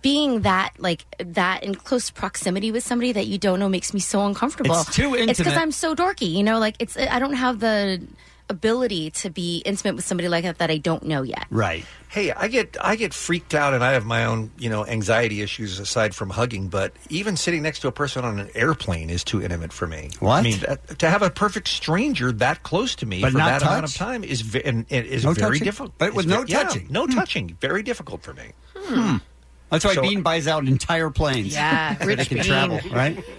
S16: Being that like that in close proximity with somebody that you don't know makes me so uncomfortable.
S11: It's too
S16: It's because
S11: intimate.
S16: I'm so dorky, you know. Like it's I don't have the ability to be intimate with somebody like that that I don't know yet.
S11: Right.
S10: Hey, I get I get freaked out, and I have my own you know anxiety issues aside from hugging. But even sitting next to a person on an airplane is too intimate for me.
S11: What?
S10: I mean, that, to have a perfect stranger that close to me
S11: But
S10: for
S11: not
S10: that amount of
S11: touch?
S10: time is ve- and, and is
S11: No
S10: very
S11: touching?
S10: difficult.
S11: But with
S10: It's
S11: no
S10: yeah,
S11: touching.
S10: no touching, very difficult for me.
S11: Hmm. That's why
S10: So-
S11: Bean buys out entire planes.
S10: Yeah,
S11: so they
S10: rich
S11: can
S10: Bean.
S11: travel, right?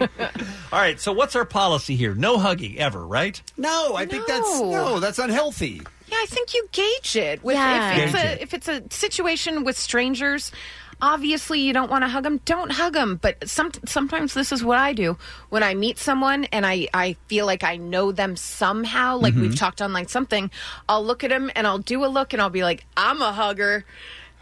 S10: All right, so what's our policy here? No hugging ever, right?
S11: No, I think that's no, Oh, that's unhealthy.
S12: Yeah, I think you gauge it. With,
S10: Yeah.
S12: if, it's
S10: Gauge
S12: a, if it's a situation with strangers, obviously you don't want to hug them. Don't hug them. But some, sometimes this is what I do when I meet someone and I, I feel like I know them somehow, like
S21: Mhm.
S12: we've talked on like something. I'll look at them and I'll do a look and I'll be like, I'm a hugger.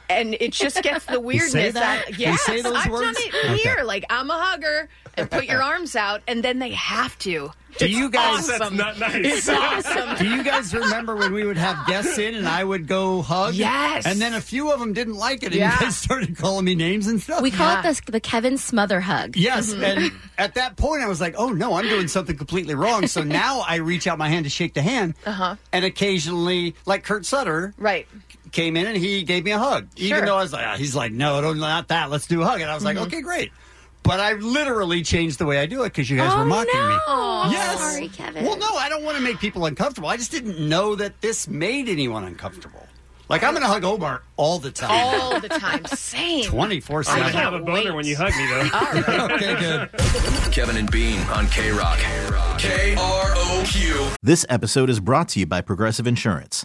S12: And it just gets the weirdness.
S21: that?
S12: out.
S21: You
S12: Yes,
S21: say those
S12: I've
S21: words?
S12: done it here.
S21: Okay.
S12: Like I'm a hugger, and put your arms out, and then they have to.
S11: Do
S12: It's
S11: you guys?
S12: Awesome. It's awesome.
S11: Do you guys remember when we would have guests in and I would go hug?
S16: Yes.
S11: And then a few of them didn't like it, and
S16: Yeah.
S11: you guys started calling me names and stuff.
S16: We call it the, the Kevin smother hug. Mm-hmm.
S11: Yes,
S12: Mm-hmm.
S11: and at that point I was like, "Oh no, I'm doing something completely wrong." So now I reach out my hand to shake the hand,
S12: Uh-huh.
S11: and occasionally, like Kurt Sutter,
S12: right,
S11: came in and he gave me a hug, even
S12: Sure.
S11: though I was like, ah, "He's like, no, don't, not that. Let's do a hug." And I was like,
S12: Mhm.
S11: "Okay, great." But I've literally changed the way I do it because you guys
S16: Oh,
S11: were mocking me.
S16: no. I'm
S11: yes.
S16: sorry, Kevin.
S11: Well, no, I don't want to make people uncomfortable. I just didn't know that this made anyone uncomfortable. Like I'm going to hug Omar all the time.
S12: all the time. Same.
S11: 24
S18: I'm
S11: 7.
S18: gonna have a boner when you hug me though.
S4: Kevin and Bean on K Rock. K R O Q.
S1: This episode is brought to you by Progressive Insurance.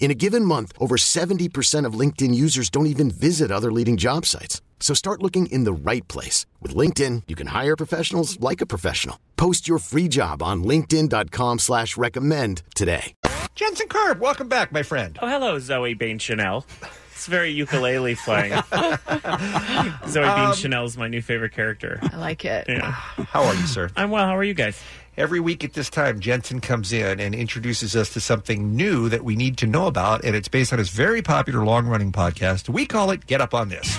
S22: In a given month, over 70% of LinkedIn users don't even visit other leading job sites. So start looking in the right place. With LinkedIn, you can hire professionals like a professional. Post your free job on linkedin.com slash recommend today.
S10: Jensen Carp, welcome back, my friend.
S20: Oh, hello, Zoe Bain Chanel. It's very ukulele playing. Zoe Bean
S10: Um,
S20: Chanel is my new favorite character.
S12: I like it.
S20: Yeah.
S10: How are you, sir?
S20: I'm well. How are you guys?
S10: Every week at this time, Jensen comes in and introduces us to something new that we need to know about, and it's based on his very popular long running podcast. We call it Get Up on This.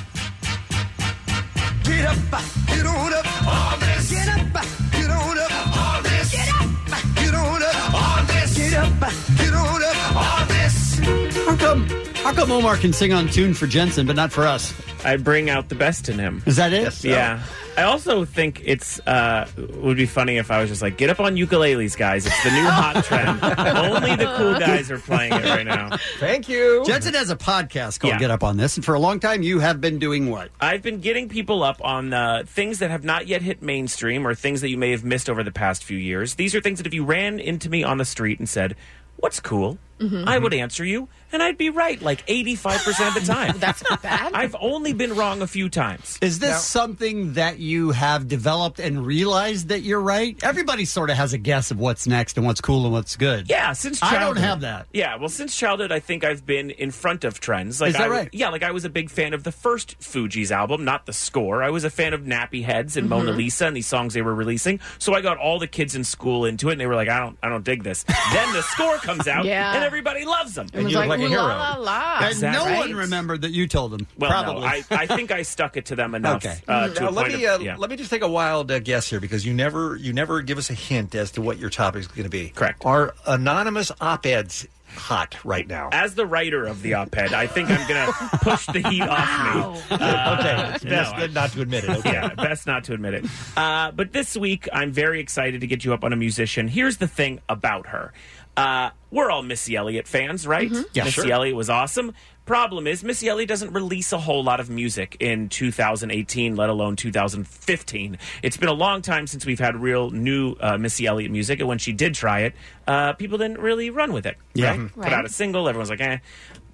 S4: Get up, get on up on this. Get up, get on up on this. Get up, get on up on this. Get up, get on up on this.
S11: How come? How How come Omar can sing on tune for Jensen, but not for us?
S20: I bring out the best in him.
S11: Is that it?
S20: Yeah. I also think it's uh, would be funny if I was just like, get up on ukuleles, guys. It's the new hot trend. Only the cool guys are playing it right now.
S11: Thank you. Jensen has a podcast called
S20: Yeah.
S11: Get Up on This, and for a long time you have been doing what?
S20: I've been getting people up on uh, things that have not yet hit mainstream or things that you may have missed over the past few years. These are things that if you ran into me on the street and said, What's cool?
S7: Mhm.
S20: I would answer you, and I'd be right like 85% of the time. That's not bad. I've only been wrong a few times.
S11: Is this something that you have developed and realized that you're right? Everybody sort of has a guess of what's next and what's cool and what's good.
S20: Yeah, since
S11: I
S20: childhood.
S11: don't have that.
S20: Yeah, well, since childhood, I think I've been in front of trends. Like
S11: Is that
S20: I w-
S11: right?
S20: Yeah, like I was a big fan of the first Fuji's album, not the score. I was a fan of Nappy Heads and Mona
S15: Mhm.
S20: Lisa and these songs they were releasing. So I got all the kids in school into it, and they were like, "I don't, I don't dig this." then the score comes out,
S15: Yeah.
S20: and everybody loves them,
S11: And And was you look like, like a "Ooh, la, hero." la, la. And no one
S20: remembered
S11: that you told them.
S20: Well,
S11: Probably.
S20: no, I, I think I stuck it to them enough. Uh,
S11: Mm,
S20: to a
S10: Now, let
S20: point
S10: me
S20: of-
S10: uh,
S20: yeah.
S10: let me just take a wild uh, guess here because you never you never give us a hint as to what your topic is going to be. Correct. Are anonymous op-eds hot right now?
S20: As the writer of the op-ed, I think I'm going to push the heat off me. okay,
S10: it's best
S20: not to admit it. Yeah, best not to admit it. Uh, but this week, I'm very excited to get you up on a musician. Here's the thing about her: uh, we're all Missy Elliott fans, right?
S17: Yeah,
S20: Missy
S17: sure.
S20: Elliott was awesome. Problem is, Missy Elliott doesn't release a whole lot of music in 2018, let alone 2015. It's been a long time since we've had real new uh, Missy Elliott music, and when she did try it, uh, people didn't really run with it.
S11: Yeah.
S20: right?
S11: Mhm.
S10: Mm-hmm.
S20: put out a
S11: Right.
S20: single. Everyone's like, eh.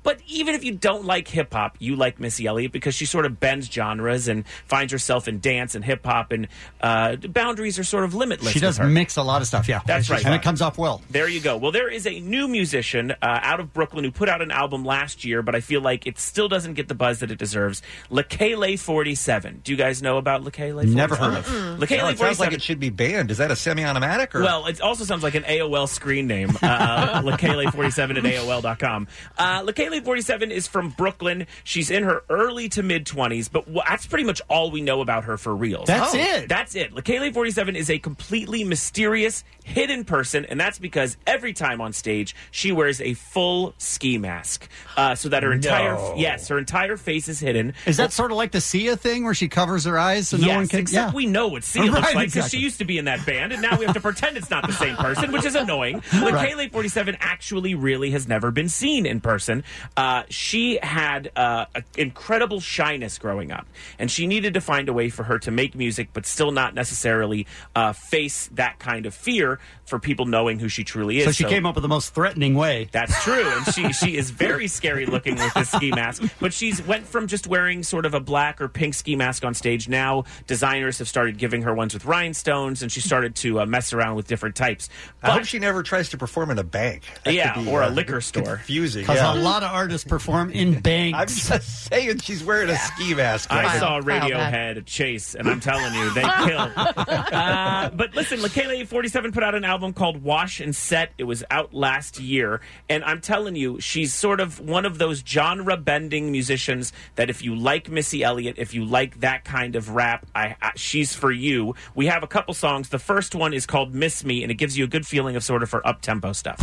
S20: But even if you don't like hip hop, you like Missy Elliott because she sort of bends genres and finds herself in dance and hip hop, and uh, boundaries are sort of limitless.
S11: She
S20: with
S11: does
S20: her.
S11: mix a lot of stuff. Yeah,
S20: That's right.
S11: and it comes off well.
S20: There you go. Well, there is a new musician uh, out of Brooklyn who put out an album last year, but I feel like it still doesn't get the buzz that it deserves. Lekele 47. Do you guys know about Lekele 47?
S10: Never heard of.
S20: Lekele
S10: Well, it
S20: 47.
S10: sounds like it should be banned. Is that a semi-automatic or
S20: E Well, it also sounds like an AOL screen name. Uh, Lekele47 at AOL.com. Uh, Lekele47 is from Brooklyn. She's in her early to mid 20s, but wh- that's pretty much all we know about her for real.
S11: That's Oh. it.
S20: That's it. Lekele47 is a completely mysterious, hidden person, and that's because every time on stage, she wears a full ski mask uh, so that her entire,
S11: No.
S20: yes, her entire face is hidden.
S11: Is that sort of like the Sia thing where she covers her eyes so no
S20: yes,
S11: one can?
S20: except
S11: yeah.
S20: we know what Sia looks like
S11: Right,
S20: because
S11: exactly.
S20: she used to be in that band, and now we have to pretend it's not the same person, which is annoying. But
S11: Right.
S20: Kaylee 47 actually really has never been seen in person. Uh, she had uh, a- incredible shyness growing up, and she needed to find a way for her to make music, but still not necessarily uh, face that kind of fear for people knowing who she truly is.
S11: So she came up with the most threatening way.
S20: That's true, and she she is very scary looking with this ski mask. But she's went from just wearing sort of a black or pink ski mask on stage. Now designers have started giving her ones with rhinestones, and she started to uh, mess around with different types.
S10: I hope she never tries to perform in a bank. That
S20: yeah,
S10: could be,
S20: or a
S10: uh,
S20: liquor store.
S10: Confusing.
S20: Because
S11: Because a lot of artists perform in banks. I'm
S10: just saying she's wearing a ski mask.
S20: I
S10: right
S20: saw
S10: now.
S20: Radiohead at Chase, and I'm telling you, they killed. Uh, but listen, Lekele 47 put out an album called Wash and Set. It was out last year, and I'm telling you, she's sort of one of those genre bending musicians that if you like Missy Elliott, if you like that kind of rap, I, I, she's for you. We have a couple songs. The first one is called Miss Me, and it gives you a good feeling of sort of her up tempo stuff.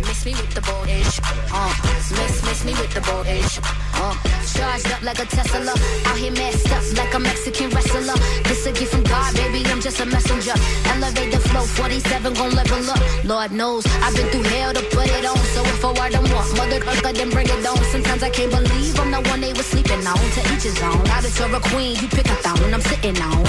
S21: Miss me with the bullish. Uh, miss, miss me with the bullish. Uh, charged up like a Tesla. Out here messed up like a Mexican wrestler. This a gift from God, baby. I'm just a messenger. Elevate the flow. 47 gon' level up. Lord knows I've been through hell to put it on. So if I were to want motherfucker, then bring it on. Sometimes I can't believe I'm the one they was sleeping on. To each his own. Now that you're a queen, you pick a thong I'm sitting on.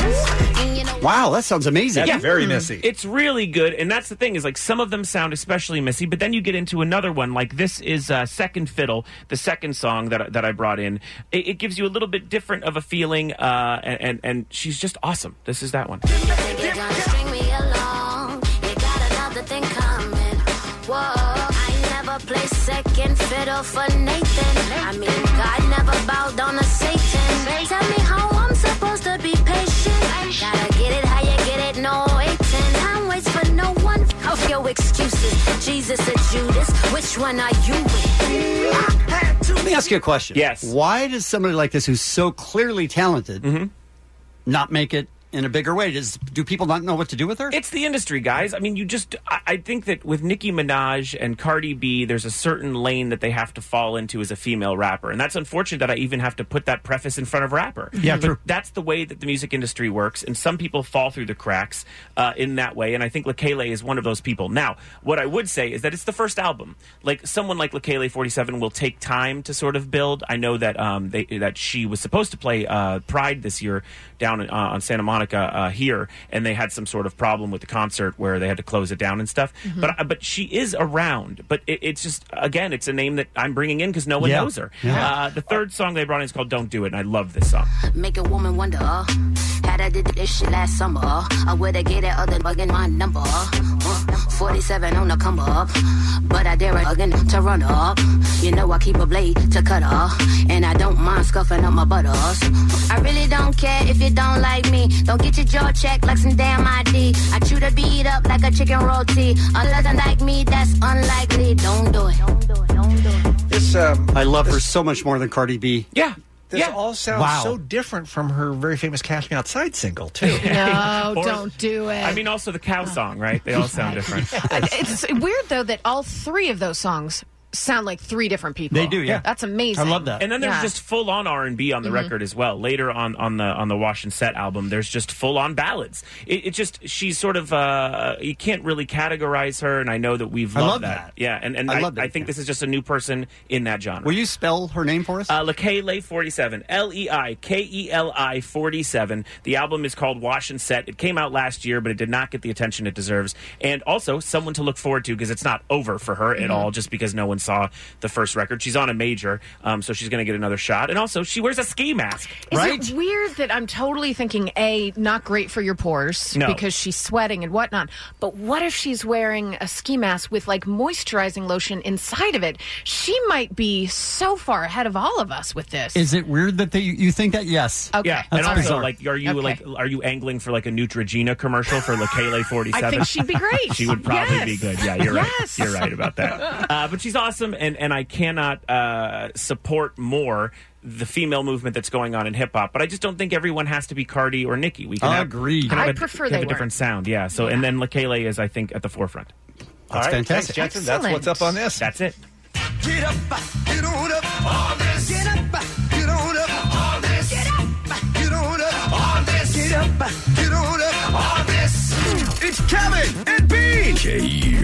S21: And you know
S11: Wow, that sounds amazing.
S20: Yeah. Mm. It's really good, and that's the thing is like some of them sound especially messy, but then you get into another one like this is uh, Second Fiddle, the second song that that I brought in. It, it gives you a little bit different of a feeling, uh, and, and and she's just awesome. This is that one.
S21: think you're gonna string me along. You got another thing coming. Whoa, I never play second fiddle for Nathan. I mean, God never bowed down to Satan. Tell me how I'm supposed to be patient. Gotta get it how you get it, no waiting. Time waits for no one. Of your excuses, Jesus or Judas, which one are you with?
S11: Let me ask you a
S20: Mm-hmm.
S11: question. Yes. Why does somebody like this, who's so clearly talented, not make it in a bigger way? Does, do people not know what to do with her?
S20: It's the industry, guys. I mean, you just, I I think that with Nicki Minaj and Cardi B, there's a certain lane that they have to fall into as a female rapper. And that's unfortunate that I even have to put that preface in front of rapper.
S11: Yeah,
S20: but that's the way that the music industry works. And some people fall through the cracks uh, in that way. And I think Lekele is one of those people. Now, what I would say is that it's the first album. Like, someone like Lekele 47 will take time to sort of build. I know that, um, they, that she was supposed to play uh, Pride this year down uh, on Santa Monica uh, here, and they had some sort of problem with the concert where they had to close it down and stuff.
S15: Mhm.
S20: But uh, but she is around. But it, it's just again, it's a name that I'm bringing in because no one
S15: Yeah.
S20: knows her.
S15: Yeah.
S20: Uh, the third song they brought in is called "Don't Do It," and I love this song.
S15: Make a woman wonder, uh, had I did this shit last summer, uh, I would've get that other bug in my number, uh, uh, 47 on the come up, but I dare a again to run up, you know I keep a blade to cut off, and I don't mind scuffing up my butters,
S19: I really don't care if you don't like me. Don't get your jaw checked like some damn ID. I chew the beat up like a chicken roti. Unless like me, that's unlikely. Don't do it.
S10: This um,
S11: I love her so much more than Cardi B.
S20: Yeah.
S10: This all sounds
S11: Wow.
S10: so different from her very famous Cash Me Outside single, too.
S15: No,
S20: Or-
S15: don't do it.
S20: I mean, also the
S12: Oh.
S20: cow song, right? They all sound different.
S15: it's
S12: weird though that all three of those songs sound like three different people. That's amazing.
S20: And then there's
S12: Yeah.
S20: just full on R and B on the
S12: Mhm.
S20: record as well. Later on on the on the Wash and Set album, there's just full on ballads. It, it just she's sort of uh, you can't really categorize her, and I know that we've
S11: I
S20: loved
S11: love that.
S20: Yeah, and and
S11: I
S20: I,
S11: love that,
S20: I think this is just a new person in that genre.
S11: Will you spell her name for us?
S20: Uh, Lekele 47. L E I K E L I 47. The album is called Wash and Set. It came out last year, but it did not get the attention it deserves. And also, someone to look forward to because it's not over for her at
S11: Mm-hmm.
S15: Mhm.
S20: all just because no one saw the first record. She's on a major, um, so she's going to get another shot. And also, she wears a ski mask.
S12: Is it weird that I'm totally thinking a not great for your pores
S20: No.
S12: because she's sweating and whatnot? But what if she's wearing a ski mask with like moisturizing lotion inside of it? She might be so far ahead of all of us with this.
S11: Is it weird that they, you think that? Yes.
S12: Okay.
S20: Yeah, and
S11: That's
S20: also,
S11: bizarre.
S20: like, are you like,
S12: Okay.
S20: are you angling for like a Neutrogena commercial for Lekele Forty Seven?
S12: I think she'd be great.
S20: she would probably
S12: Yes.
S20: be good. Yeah, you're right.
S12: Yes.
S20: You're right about that. Uh, but she's awesome, and and I cannot uh, support more the female movement that's going on in hip hop. But I just don't think everyone has to be Cardi or Nicki. We can
S11: Agreed.
S20: Have, can have
S11: I
S20: a-
S11: prefer
S20: can
S11: they
S20: have a different
S11: weren't.
S20: sound. Yeah. So and then Lekele is I think at the forefront.
S11: That's
S20: All right,
S11: fantastic.
S20: thanks, Jensen. That's what's up on this. That's it.
S7: Get up, get on up, all this. Get up, get on up, all this. Get up, get on up, all this. Get up, get on up, all this. It's Kevin and Bean.
S4: K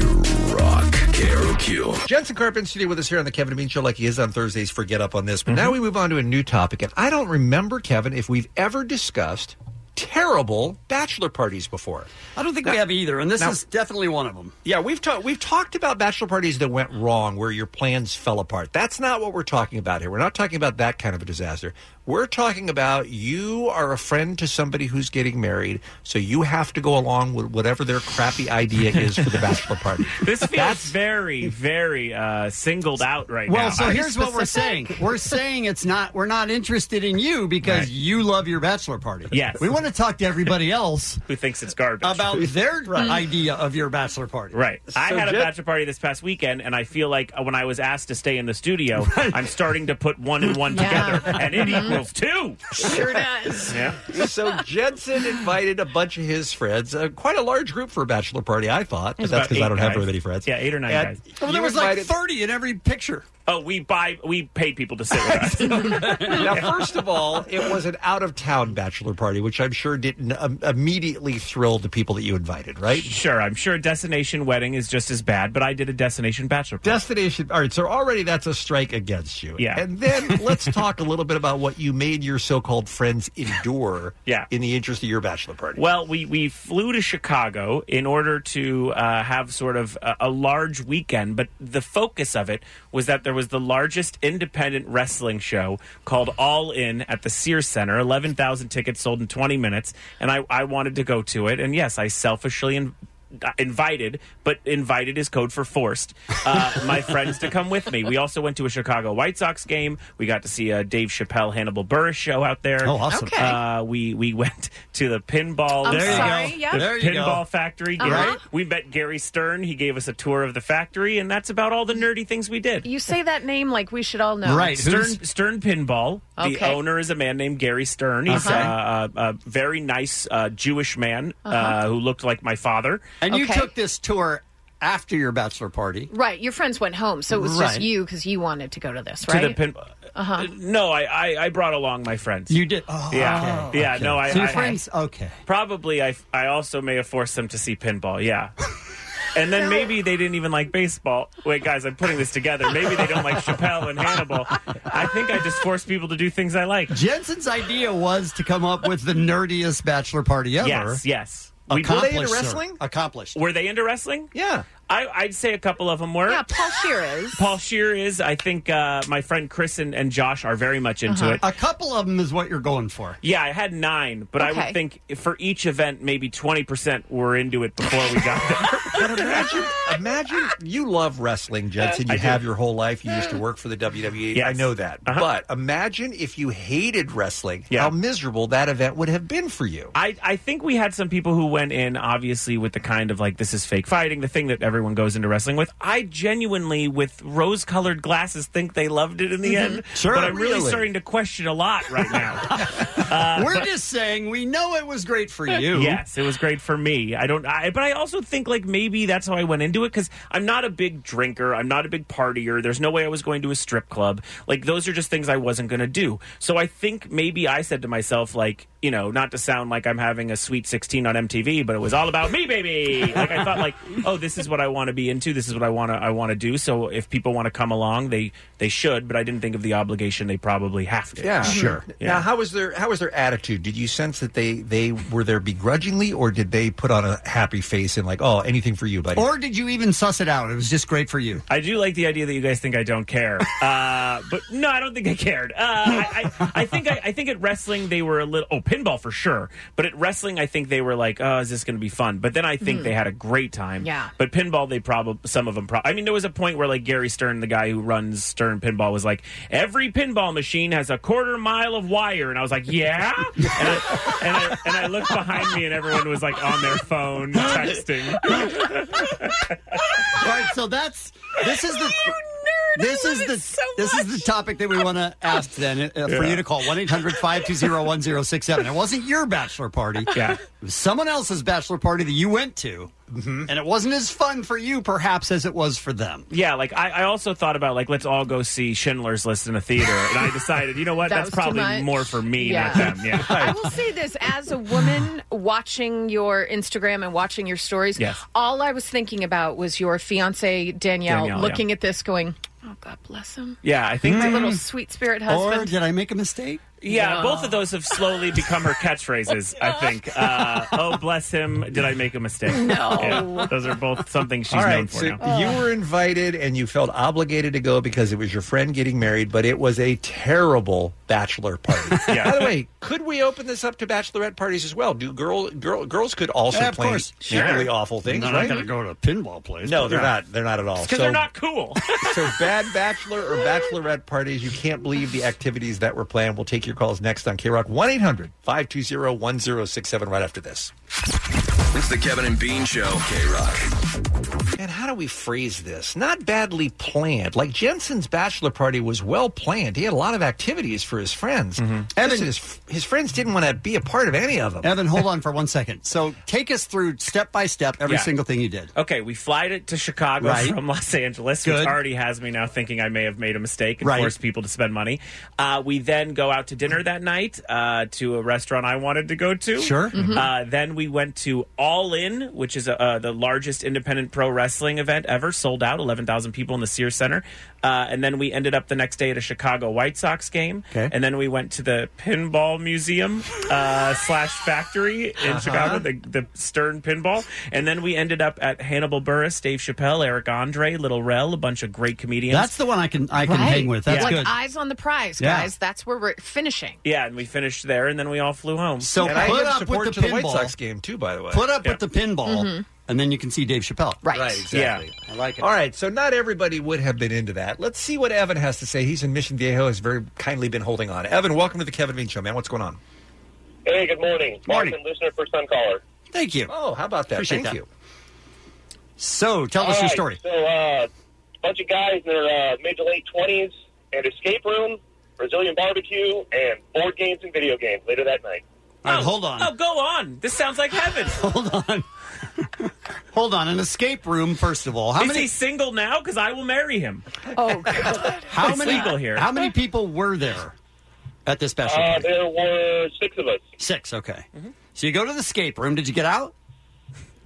S4: Rock. KROQ.
S10: Jensen Carp in studio with us here on the Kevin and Bean Show, like he is on Thursdays for Get Up on This. But now we move on to a new topic. And I don't remember, Kevin, if we've ever discussed terrible bachelor parties before.
S11: I don't think we have either, and this
S10: Now-
S11: is definitely one of them.
S10: Yeah, we've talked we've talked about bachelor parties that went wrong where your plans fell apart. That's not what we're talking about here. We're not talking about that kind of a disaster. We're talking about you are a friend to somebody who's getting married, so you have to go along with whatever their crappy idea is for the bachelor party.
S20: This feels very, very uh, singled out right now.
S11: Well, so
S20: I-
S11: here's what we're saying. We're saying it's not we're not interested in you because
S20: Right.
S11: you love your bachelor party.
S20: Yes.
S11: We want to talk to everybody else
S20: Who thinks it's garbage
S11: about their idea of your bachelor party.
S20: Right. I
S11: So
S20: had a
S11: Jen-
S20: bachelor party this past weekend, and I feel like uh, when I was asked to stay in the studio, I'm starting to put one and one together, and it equals two.
S10: Sure does. so Jensen invited a bunch of his friends, uh, quite a large group for a bachelor party, I thought, but
S20: There's
S10: that's
S20: about
S10: because I
S20: eight
S10: don't have very
S20: guys.
S10: many friends.
S20: Yeah, eight or nine
S10: And
S20: guys.
S11: Well, there
S10: you
S11: was
S10: invited-
S11: like 30 in every picture.
S20: Oh, we buy we paid people to sit with us.
S10: now, first of all, it was an out of town bachelor party, which I'm sure didn't um, immediately thrill the people that you invited, right?
S20: Sure, I'm sure a destination wedding is just as bad, but I did a destination bachelor party.
S10: Destination. All right, so already that's a strike against you.
S20: Yeah.
S10: And then let's talk a little bit about what you made your so called friends endure
S20: Yeah.
S10: in the interest of your bachelor party.
S20: Well, we, we flew to Chicago in order to uh, have sort of a, a large weekend, but the focus of it was that there was the largest independent wrestling show called All In at the Sears Center. 11,000 tickets sold in 20 minutes, and I, I wanted to go to it. And yes, I selfishly in, uh, invited, but invited is code for forced, uh, my friends to come with me. We also went to a Chicago White Sox game. We got to see a Dave Chappelle Hannibal Burris show out there.
S7: Oh, awesome. Okay.
S20: Uh, we, we went to the pinball.
S7: I'm There you sorry,
S20: The
S7: go. yeah. There you go.
S20: pinball factory.
S12: Uh-huh.
S20: Gary- We met Gary Stern. He gave us a tour of the factory, and that's about all the nerdy things we did.
S12: You say that name like we should all know.
S20: Stern, Stern Pinball. The
S12: Okay.
S20: owner is a man named Gary Stern. He's
S12: Okay.
S20: uh, a, a very nice uh, Jewish man uh
S12: Uh-huh.
S20: who looked like my father.
S11: And you
S12: Okay.
S11: took this tour after your bachelor party.
S12: Right. Your friends went home, so it was
S20: Right.
S12: just you because you wanted to go to this,
S20: To the
S12: right?
S20: pin-
S12: uh huh.
S20: No, I, I, I brought along my friends.
S11: You did? Oh,
S20: yeah.
S11: okay.
S20: Yeah,
S11: Okay.
S20: no, I.
S11: So your
S20: I-
S11: friends- okay.
S20: Probably I, I also may have forced them to see pinball, yeah. And then maybe they didn't even like baseball. Wait, guys, I'm putting this together. Maybe they don't like Chappelle and Hannibal. I think I just forced people to do things I like.
S11: Jensen's idea was to come up with the nerdiest bachelor party ever.
S20: Yes, yes.
S11: Accomplished,
S20: Were they into
S11: sir.
S20: wrestling?
S11: Accomplished.
S20: Were they into wrestling? Yeah. I, I'd say a couple of them were. Yeah,
S12: Paul Shear is.
S20: Paul Shear is. I think uh, my friend Chris and, and Josh are very much into it.
S11: A couple of them is what you're going for.
S20: Yeah, I had nine, but I
S11: Okay.
S20: would think for each event, maybe 20% were into it before we got there.
S10: But imagine, imagine you love wrestling, Jensen. You
S20: Uh, I do. Uh-huh.
S10: have your whole life. You used to work for the WWE. I
S20: Yes. Uh-huh.
S10: know that. But imagine if you hated wrestling, how miserable that event would have been for you.
S20: I, I think we had some people who went in, obviously, with the kind of like, this is fake fighting, the thing that everyone goes into wrestling with. I genuinely, with rose colored glasses, think they loved it in the
S11: Mhm.
S20: end.
S11: Sure,
S20: But I'm really
S11: really.
S20: starting to question a lot right now.
S11: We're just saying we know it was great for you.
S20: Uh, Yes, it was great for me. I don't, I, but I also think like maybe that's how I went into it because I'm not a big drinker. I'm not a big partier. There's no way I was going to a strip club. Like those are just things I wasn't going to do. So I think maybe I said to myself, like, you know, not to sound like I'm having a sweet 16 on MTV, but it was all about me, baby. Like I thought, like, oh, this is what I want to be into. This is what I want to, I want to do. So if people want to come along, they, they should, but I didn't think of the obligation they probably have to.
S10: Yeah, Mm-hmm. Now, how was their how was their attitude? Did you sense that they they were there begrudgingly, or did they put on a happy face and like, oh, anything for you, buddy?
S11: Or did you even suss it out? It was just great for you.
S20: I do like the idea that you guys think I don't care, uh, but no, I don't think I cared. Uh, I, I, I think I, I think at wrestling they were a little oh pinball for sure, but at wrestling I think they were like, oh, is this going to be fun? But then I think
S7: Hmm.
S20: they had a great time.
S7: Yeah.
S20: But pinball, they probably some of them. Pro- I mean, there was a point where like Gary Stern, the guy who runs Stern Pinball, was like, every pinball machine has a quarter mile of wire, and I was like, yeah. and, I, and I and I looked behind me, and everyone was like on their phone texting.
S11: All right, so that's this is the this is the this is the topic that we want to ask then uh, for
S7: Yeah.
S11: you to call 1-800-520-1067. It wasn't your bachelor party.
S20: Yeah.
S11: It was someone else's bachelor party that you went to.
S20: Mm-hmm.
S11: And it wasn't as fun for you perhaps as it was for them.
S20: Yeah, like I, I also thought about like let's all go see Schindler's List in a theater, and I decided, you know what,
S12: That
S20: that's
S12: was too
S20: probably
S12: much.
S20: more for me,
S12: Yeah.
S20: not them. Yeah,
S12: I will say this as a woman watching your Instagram and watching your stories,
S20: Yes.
S12: all I was thinking about was your fiance Danielle,
S11: Danielle,
S12: looking at this going, Oh God bless him.
S20: yeah, I think
S12: My
S20: they-
S12: little sweet spirit
S11: Or
S12: husband.
S11: did I make a mistake?
S20: Yeah, both of those have slowly become her catchphrases. I think. Uh, oh, bless him! Did I make a mistake?
S10: No.
S20: Yeah, those are both something she's
S10: All
S20: known
S10: right,
S20: for
S10: so
S20: now.
S10: you were invited and you felt obligated to go because it was your friend getting married, but it was a terrible bachelor party.
S20: Yeah.
S10: By the way, could we open this up to bachelorette parties as well? Do girl, girl girls could also
S11: Yeah, of
S10: play
S11: course.
S10: equally
S11: Sure.
S10: awful things?
S11: They're not
S10: right?
S11: gonna go to a pinball place.
S10: No, they're
S11: Yeah.
S10: not. They're not at all.
S20: Because
S10: So-
S20: they're not cool.
S10: so bad bachelor or bachelorette parties, you can't believe the activities that were planned. We'll take your calls next on K Rock 1 800 520 1067 right after this.
S4: It's the Kevin and Bean Show. K Rock.
S10: And how do we phrase this? Not badly planned. Like Jensen's bachelor party was well planned. He had a lot of activities for his friends. And his, his friends didn't want to be a part of any of them.
S11: Evan, hold on for one second. So take us through step by step every
S20: Yeah.
S11: single thing you did.
S20: Okay, we fly it to Chicago
S11: Right.
S20: from Los Angeles,
S11: Good.
S20: which already has me now thinking I may have made a mistake and
S11: Right.
S20: forced people to spend money. Uh, we then go out to dinner that night uh, to a restaurant I wanted to go to.
S11: Sure. Mhm.
S20: Uh, then we went to All In, which is uh, the largest independent pro wrestling event ever, sold out, 11,000 people in the Sears Center. Uh, and then we ended up the next day at a Chicago White Sox game.
S7: Okay.
S20: And then we went to the Pinball Museum uh, slash factory in
S7: Uh-huh.
S20: Chicago, the, the Stern Pinball. And then we ended up at Hannibal Burris, Dave Chappelle, Eric Andre, Little Rel, a bunch of great comedians.
S11: That's the one I can I can
S20: Right.
S11: hang with. That's
S20: Yeah.
S12: like
S11: good.
S12: eyes on the prize,
S20: Yeah.
S12: guys. That's where we're finishing.
S20: yeah, and we finished there, and then we all flew home.
S11: So
S10: And
S20: I
S10: I
S20: give
S10: give
S20: support
S10: support
S20: to
S10: to the White Sox game too, by the way.
S12: Mm-hmm.
S11: Put up with the pinball. and then you can see Dave Chappelle.
S10: Right. exactly.
S11: Yeah. I like it.
S10: All right, so not everybody would have been into that. Let's see what Evan has to say. He's in Mission Viejo, has very kindly been holding on. Evan, welcome to the Kevin Bean Show, man. What's going on?
S2: Hey, good morning.
S10: Morning.
S2: Awesome listener, first time caller.
S10: Thank you. Oh, how about that? Thank you.
S11: So, tell us
S2: All
S11: your
S2: right,
S11: story.
S2: So, uh, a bunch of guys in their uh, mid to late 20s and escape room, Brazilian barbecue, and board games and video games later that night.
S11: All right, hold on.
S20: Oh, go on. This sounds like heaven.
S11: Hold on. hold on. An escape room, first of all. How
S20: Is
S11: many?
S20: he single now? Because I will marry him.
S12: Oh,
S11: How
S20: it's
S11: many?
S20: legal here.
S11: How many people were there at this special?
S2: Uh,
S11: party?
S2: there were six of us.
S11: Six. Okay.
S20: Mm-hmm.
S11: So you go to the escape room. Did you get out?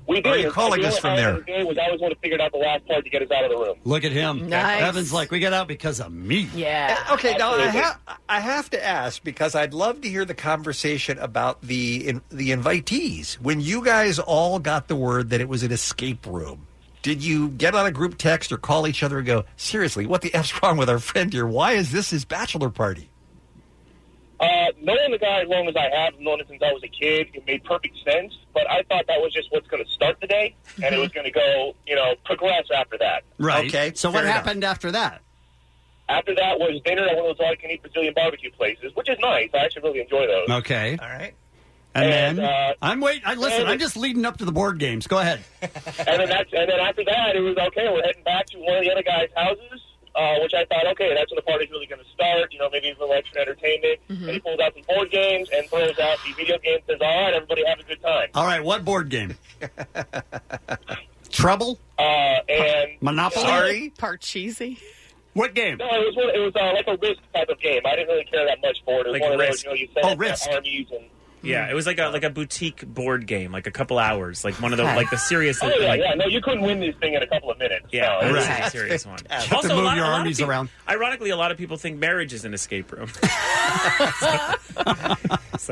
S2: We did.
S11: Oh, you're
S2: it.
S11: calling
S2: The
S11: us
S2: only
S11: from
S2: hour
S11: there.
S2: of the game was I was the one who figured out the last part to get us out of the room.
S11: Look at him.
S2: Nice.
S11: Evan's like, we got out because of me.
S12: Yeah.
S11: Uh,
S10: Okay, now I,
S2: Absolutely.
S10: ha- I have to ask because I'd love to hear the conversation about the in- the invitees. When you guys all got the word that it was an escape room, did you get on a group text or call each other and go, seriously, what the F's wrong with our friend here? Why is this his bachelor party?
S2: Uh, knowing the guy as long as I have, known him since I was a kid, it made perfect sense. But I thought that was just what's going to start the day, and it was going to go, you know, progress after that.
S11: Right. Okay. So what happened after that?
S2: After that was dinner at one of those all-you-can-eat Brazilian barbecue places, which is nice. I actually really enjoy those.
S11: Okay. All
S10: right.
S11: And,
S2: And,
S11: then
S2: uh,
S11: I'm wait. I listen.
S2: and-
S11: I'm just leading up to the board games. Go ahead.
S2: and then that's, and then after that, it was okay. We're heading back to one of the other guys' houses, uh, which I thought, okay, that's when the party's really going to start. You know, maybe a little extra entertainment. And he pulls out some board games and throws out the video game. Says, "All right, everybody, have a good time."
S11: All right. What board game? Trouble.
S2: Uh, and
S11: Monopoly?
S12: Sorry? Parcheesi.
S11: What game?
S2: No, it was one, it was uh, like a risk type of game. I didn't really care that much for it. It was
S20: Like
S2: one of
S20: Risk.
S2: those, you know, you set
S20: Oh,
S2: up your
S20: Risk.
S2: armies and
S20: Yeah, it was like a like a boutique board game, like a couple hours, like one of the
S2: Okay.
S20: like the serious.
S2: Oh, yeah,
S20: like,
S2: yeah. No, you couldn't win this thing in a couple of minutes.
S20: Yeah,
S2: so it
S20: it
S2: was-
S20: was a serious one.
S11: You have to move your armies
S20: people,
S11: around.
S20: Ironically, a lot of people think marriage is an escape room. so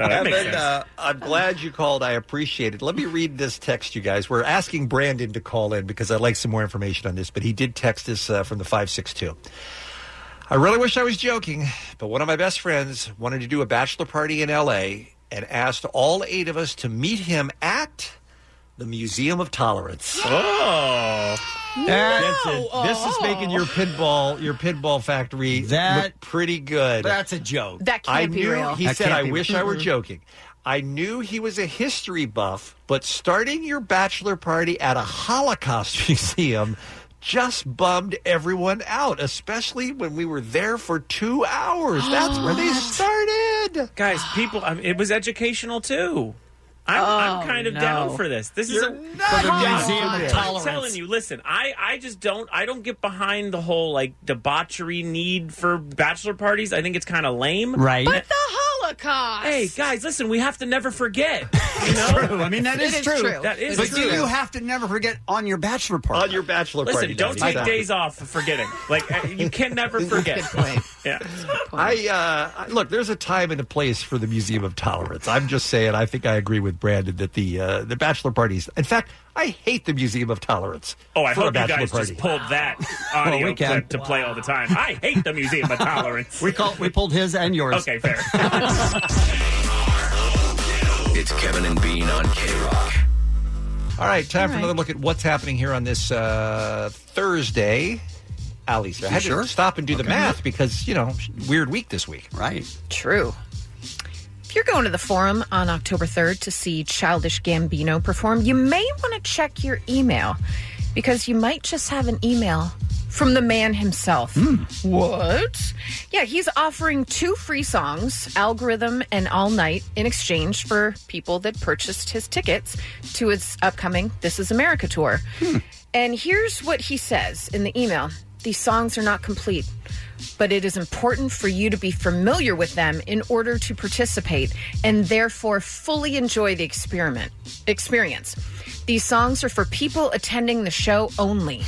S20: that makes
S10: Evan,
S20: sense.
S10: uh, I'm glad you called. I appreciate it. Let me read this text, you guys. We're asking Brandon to call in because I'd like some more information on this, but he did text us uh, from the 562. I really wish I was joking, but one of my best friends wanted to do a bachelor party in LA and asked all eight of us to meet him at the Museum of Tolerance.
S20: Oh.
S10: That's it. This is making
S11: Oh.
S10: your pinball your pinball factory look pretty good.
S11: That's a joke.
S12: That can't
S10: I
S12: be
S10: knew,
S12: real.
S10: He
S12: That
S10: said,
S12: can't
S10: "I
S12: be-
S10: wish I were
S20: Mm-hmm.
S12: Mhm.
S10: joking." I knew he was a history buff, but starting your bachelor party at a Holocaust museum just bummed everyone out, especially when we were there for two hours. Oh, That's where they started.
S20: Guys, people, I mean, it was educational too. I'm, I'm
S10: Oh,
S20: kind of
S10: no.
S20: down for this. This
S10: You're
S20: is a
S10: not For the down Museum for of this.
S20: I'm
S10: Tolerance.
S20: telling you, listen, I, I just don't I don't get behind the whole like debauchery need for bachelor parties. I think it's kind of lame.
S11: Right.
S12: But the Holocaust.
S20: hey guys, listen, we have to never forget. You know?
S11: True. I mean, that is, true.
S20: That is
S11: but
S20: true.
S11: do you have to never forget on your bachelor party?
S10: On your bachelor
S20: Listen, don't take days off for forgetting. Like uh, you can never forget. yeah.
S10: I uh, I- look. There's a time and a place for the Museum of Tolerance. I'm just saying. I think I agree with Brandon that the uh, the bachelor parties. In fact, I hate the Museum of Tolerance.
S20: Oh, I
S10: for a
S20: hope you
S10: bachelor
S20: guys
S10: party.
S20: just pulled that audio
S10: we can.
S20: clip to play all the time. I hate the Museum of Tolerance.
S11: We call we pulled his and yours.
S20: Okay, fair.
S4: It's Kevin and Bean on K Rock.
S10: All right, time
S4: All
S10: for
S4: right.
S10: another look at what's happening here on this uh, Thursday. Ali, so I
S11: You
S10: had
S11: sure?
S10: to stop and do the
S11: Okay.
S10: math because you know weird week this week.
S11: Right.
S12: True. If you're going to the forum on October 3rd to see Childish Gambino perform, you may want to check your email because you might just have an email from the man himself. What? Yeah, he's offering two free songs, Algorithm and All Night, in exchange for people that purchased his tickets to his upcoming This Is America tour. And here's what he says in the email These songs are not complete, but it is important for you to be familiar with them in order to participate and therefore fully enjoy the experiment experience. These songs are for people attending the show only.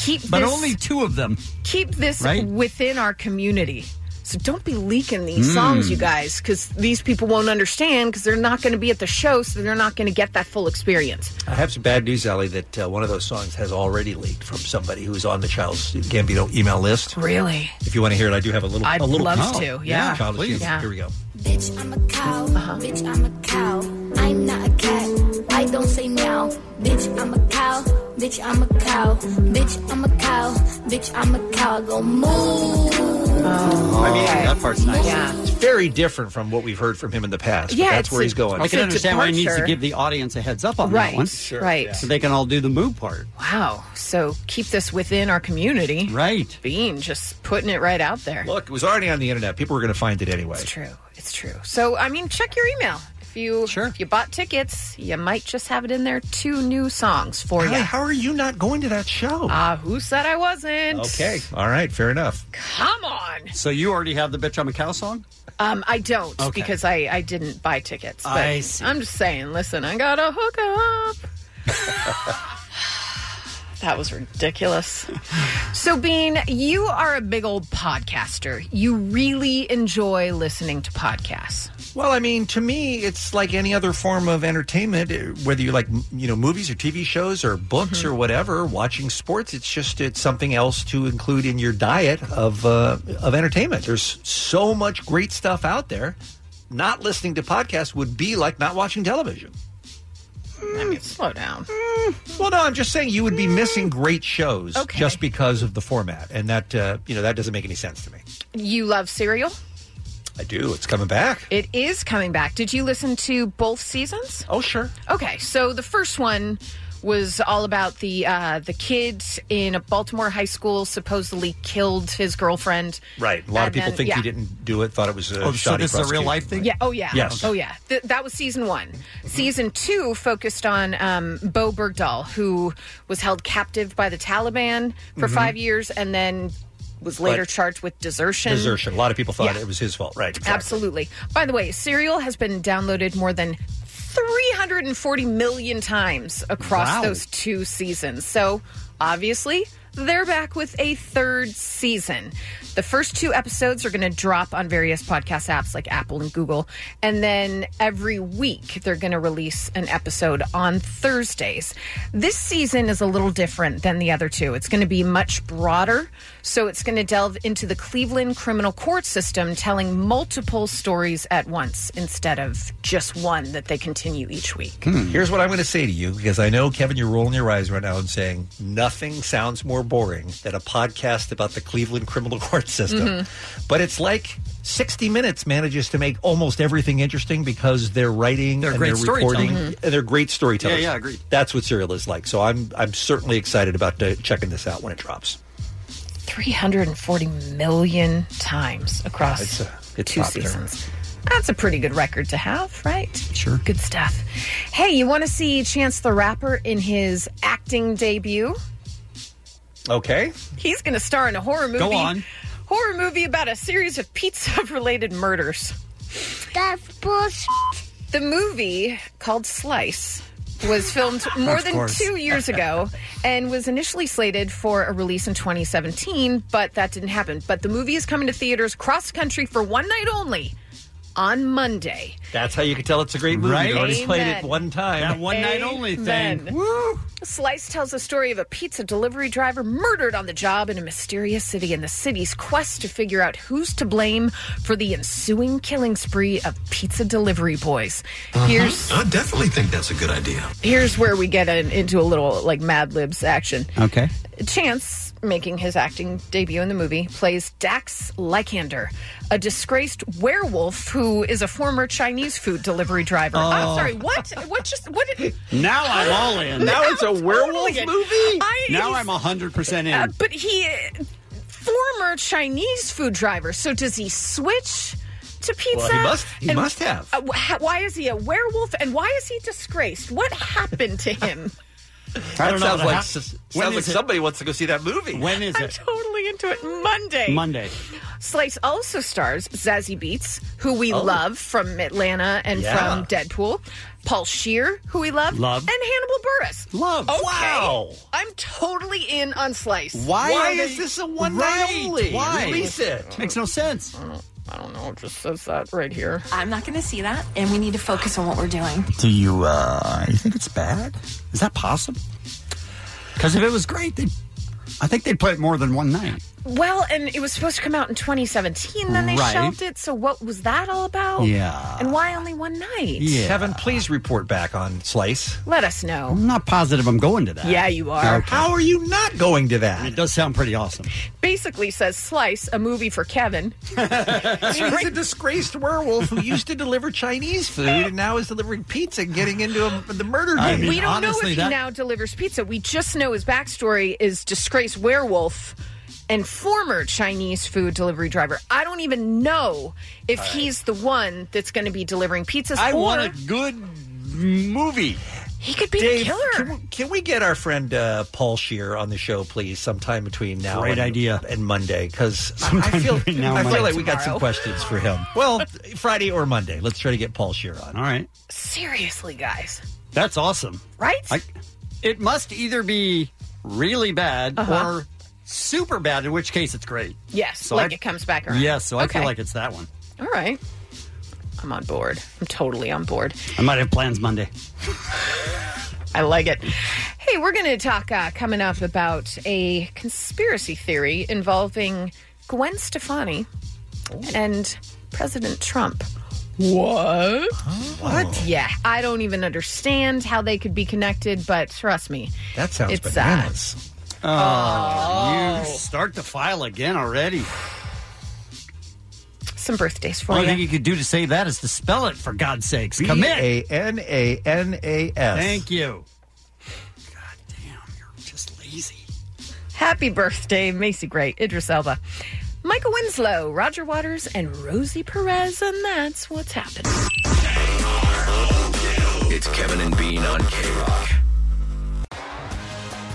S12: Keep
S11: But
S12: this,
S11: only two of them.
S12: keep this
S11: Right.
S12: within our community. So don't be leaking these
S11: Mm.
S12: songs, you guys, because these people won't understand because they're not going to be at the show, so they're not going to get that full experience.
S10: I have some bad news, Ali. That uh, one of those songs has already leaked from somebody who's on the Child's Gambino email list.
S12: Really?
S10: If you want to hear it, I do have a little.
S12: I'd
S10: a little
S12: love
S10: piece.
S12: to, yeah.
S10: Childish Gambino.
S12: Please. Yeah. Uh-huh.
S10: Here we go.
S19: Bitch, I'm a cow. Bitch, I'm a cow. I'm not a cat. I don't say meow. cow. Bitch, I'm a cow. Bitch, I'm a cow. Bitch, I'm a cow. Bitch, I'm a cow. Go move.
S12: Oh,
S10: I mean,
S11: that part's nice.
S10: Yeah. It's very different from what we've heard from him in the past. but that's where he's going.
S11: I can understand why he needs to give the audience a heads up on
S12: Right,
S11: that one.
S12: Sure, right. yeah.
S11: So they can all do the move part.
S12: Wow. So keep this within our community.
S11: Right.
S12: Bean just putting it right out there.
S10: Look, it was already on the internet. People were going to find it anyway. It's
S12: true. It's true. So I mean, check your email. If you if you bought tickets, you might just have it in there. Two new songs for you.
S10: How are you not going to that show?
S12: Ah, who said I wasn't?
S10: Okay. All right. Fair enough.
S12: Come on.
S11: So you already have the Bitch I'm a Cow song?
S12: Um, I don't
S11: Okay.
S12: because I, I didn't buy tickets. But
S11: I see.
S12: I'm just saying. Listen, I got a hook up. that was ridiculous. So, Bean, you are a big old podcaster. You really enjoy listening to podcasts.
S10: Well, I mean, to me, it's like any other form of entertainment, eh, whether you like, m- you know, movies or TV shows or books
S12: Mm-hmm.
S10: or whatever, watching sports, it's just it's something else to include in your diet of uh, of entertainment. There's so much great stuff out there. Not listening to podcasts would be like not watching television.
S12: I mean, slow down.
S10: Well, no, I'm just saying you would be missing great shows
S12: Mm-hmm. Okay.
S10: just because of the format, and that uh, you know that doesn't make any sense to me.
S12: You love cereal.
S10: I do. It's coming back.
S12: It is coming back. Did you listen to both seasons?
S10: Oh, sure.
S12: Okay, so the first one was all about the uh, the kid in a Baltimore high school supposedly killed his girlfriend.
S10: Right. A lot of
S12: And
S10: people
S12: then-
S10: think
S12: yeah.
S10: he didn't do it. Thought it was a
S11: Oh, so
S10: shoddy
S11: this is a real
S10: prosecution.
S11: life thing?
S12: Yeah. Oh, yeah.
S10: Yes.
S12: Oh, yeah. Th- that was season one. Season two focused on um, Bo Bergdahl, who was held captive by the Taliban for
S10: Mhm.
S12: five years and then was later
S10: Right.
S12: charged with desertion.
S10: Desertion. A lot of people thought
S12: Yeah.
S10: it was his fault. Right. Exactly.
S12: Absolutely. By the way, Serial has been downloaded more than 340 million times across
S10: Wow.
S12: those two seasons. So, obviously, they're back with a third season. The first two episodes are going to drop on various podcast apps like Apple and Google. And then every week, they're going to release an episode on Thursdays. This season is a little different than the other two. It's going to be much broader. So it's going to delve into the Cleveland criminal court system, telling multiple stories at once instead of just one that they continue each week.
S10: Hmm. Here's what I'm going to say to you because I know, Kevin, you're rolling your eyes right now and saying nothing sounds more boring than a podcast about the Cleveland criminal court system.
S7: Mhm.
S12: Mm-hmm.
S10: But it's like 60 Minutes manages to make almost everything interesting because they're writing and
S11: great
S10: they're recording
S11: storytelling. Mhm.
S12: Mm-hmm.
S10: and they're great storytellers.
S11: Yeah, yeah, agreed.
S10: That's what Serial is like. So I'm I'm certainly excited about uh, checking this out when it drops.
S12: 340 million times across.
S10: It's, uh, it's
S12: two
S10: popular.
S12: seasons. That's a pretty good record to have, right?
S10: Sure.
S12: Good stuff. Hey, you want to see Chance the Rapper in his acting debut?
S10: Okay.
S12: He's going to star in a horror movie.
S10: Go on.
S12: Horror movie about a series of pizza-related murders. That's bullshit. The movie called Slice was filmed more
S7: Of
S12: than
S7: course.
S12: two years ago and was initially slated for a release in 2017, but that didn't happen. But the movie is coming to theaters cross country for one night only on Monday.
S10: That's how you can tell it's a great movie.
S12: Right?
S10: You already played it
S12: Amen.
S10: one time.
S12: Amen. Slice tells the story of a pizza delivery driver murdered on the job in a mysterious city and the city's quest to figure out who's to blame for the ensuing killing spree of pizza delivery boys.
S13: Uh-huh.
S12: Here's
S5: Uh-huh. I definitely think that's a good idea.
S12: here's where we get in, into a little like Mad Libs action.
S11: Okay.
S12: Chance, making his acting debut in the movie, plays Dax Lykander, a disgraced werewolf who is a former Chinese food delivery driver. I'm
S11: Oh.
S12: sorry, what? What just? What? Did,
S11: Now I'm all in. Now it's a werewolf
S12: movie. I,
S11: now
S12: he's-
S11: I'm 100% in.
S12: uh, but he, former Chinese food driver. So does he switch to pizza?
S11: Well, he must- he must have.
S12: uh, wh- ha- why is he a werewolf? And why is he disgraced? What happened to him?
S10: That
S11: don't know
S10: sounds
S11: what
S10: like
S11: hap-
S10: sounds
S11: When
S10: like
S11: is it?
S10: somebody wants to go see that movie.
S11: When is
S12: I'm totally into it. Monday.
S11: Monday.
S12: Slice also stars Zazie Beats, who we
S11: Oh.
S12: love from Atlanta and
S11: Yeah.
S12: from Deadpool. Paul Shear, who we love,
S11: Love.
S12: and Hannibal Burris.
S11: Love.
S12: Okay.
S11: Wow.
S12: I'm totally in on Slice.
S11: Why, are they- Right. Why? Makes no sense.
S12: I don't know. It just says that right here.
S3: I'm not going to see that, and we need to focus on what we're doing.
S11: Do you uh you think it's bad? Is that possible? Because if it was great, they I think they'd play it more than one night.
S12: Well, and it was supposed to come out in 2017, then they
S10: Right.
S12: shelved it. So what was that all
S10: Oh.
S12: about?
S10: Yeah.
S12: And why only one night?
S10: Kevin, please report back on Slice.
S12: Let us know.
S11: I'm not positive I'm going to that.
S12: Yeah, you are.
S10: How are you not going to that?
S11: It does sound pretty awesome.
S12: Basically says Slice, a movie for Kevin.
S10: He's a disgraced werewolf who used to deliver Chinese food and now is delivering pizza and getting into a, the murder game.
S12: we don't know if he now delivers pizza. We just know his backstory is disgraced werewolf and former Chinese food delivery driver. I don't even know if he's the one that's going to be delivering pizzas.
S10: I
S12: or
S10: want a good movie.
S12: He could be the
S10: Dave,
S12: killer.
S10: Can we, can we get our friend uh, Paul Shear on the show, please, sometime between now
S11: Great
S10: and, idea. and Monday? Because I feel,
S11: between now
S10: I
S11: and
S10: feel
S11: Monday.
S10: like we got some
S11: Tomorrow.
S10: questions for him. Well, Friday or Monday. Let's try to get Paul Shear on.
S11: All right.
S12: Seriously, guys.
S11: That's awesome.
S12: Right?
S11: I, it must either be really bad
S12: Uh-huh.
S11: or super bad, in which case it's great.
S12: Yes,
S11: So
S12: like
S11: I-
S12: it comes back around.
S11: Yes, so I
S12: Okay.
S11: feel like it's that one.
S12: All right. I'm on board. I'm totally on board.
S11: I might have plans Monday.
S12: I like it. Hey, we're going to talk uh, coming up about a conspiracy theory involving Gwen Stefani and President Trump. What? What? Yeah, I don't even understand how they could be connected, but trust me.
S10: That sounds
S12: it's, uh, Oh.
S10: bananas.
S11: Oh, you start the file again already.
S12: Some birthdays for
S11: Only
S12: you.
S11: thing you could do to say that is to spell it, for God's sakes.
S10: B
S11: Come in.
S10: A N A N A S.
S11: Thank you.
S12: Happy birthday, Macy Gray, Idris Elba, Michael Winslow, Roger Waters, and Rosie Perez, and that's what's happening.
S4: It's Kevin and Bean on K Rock.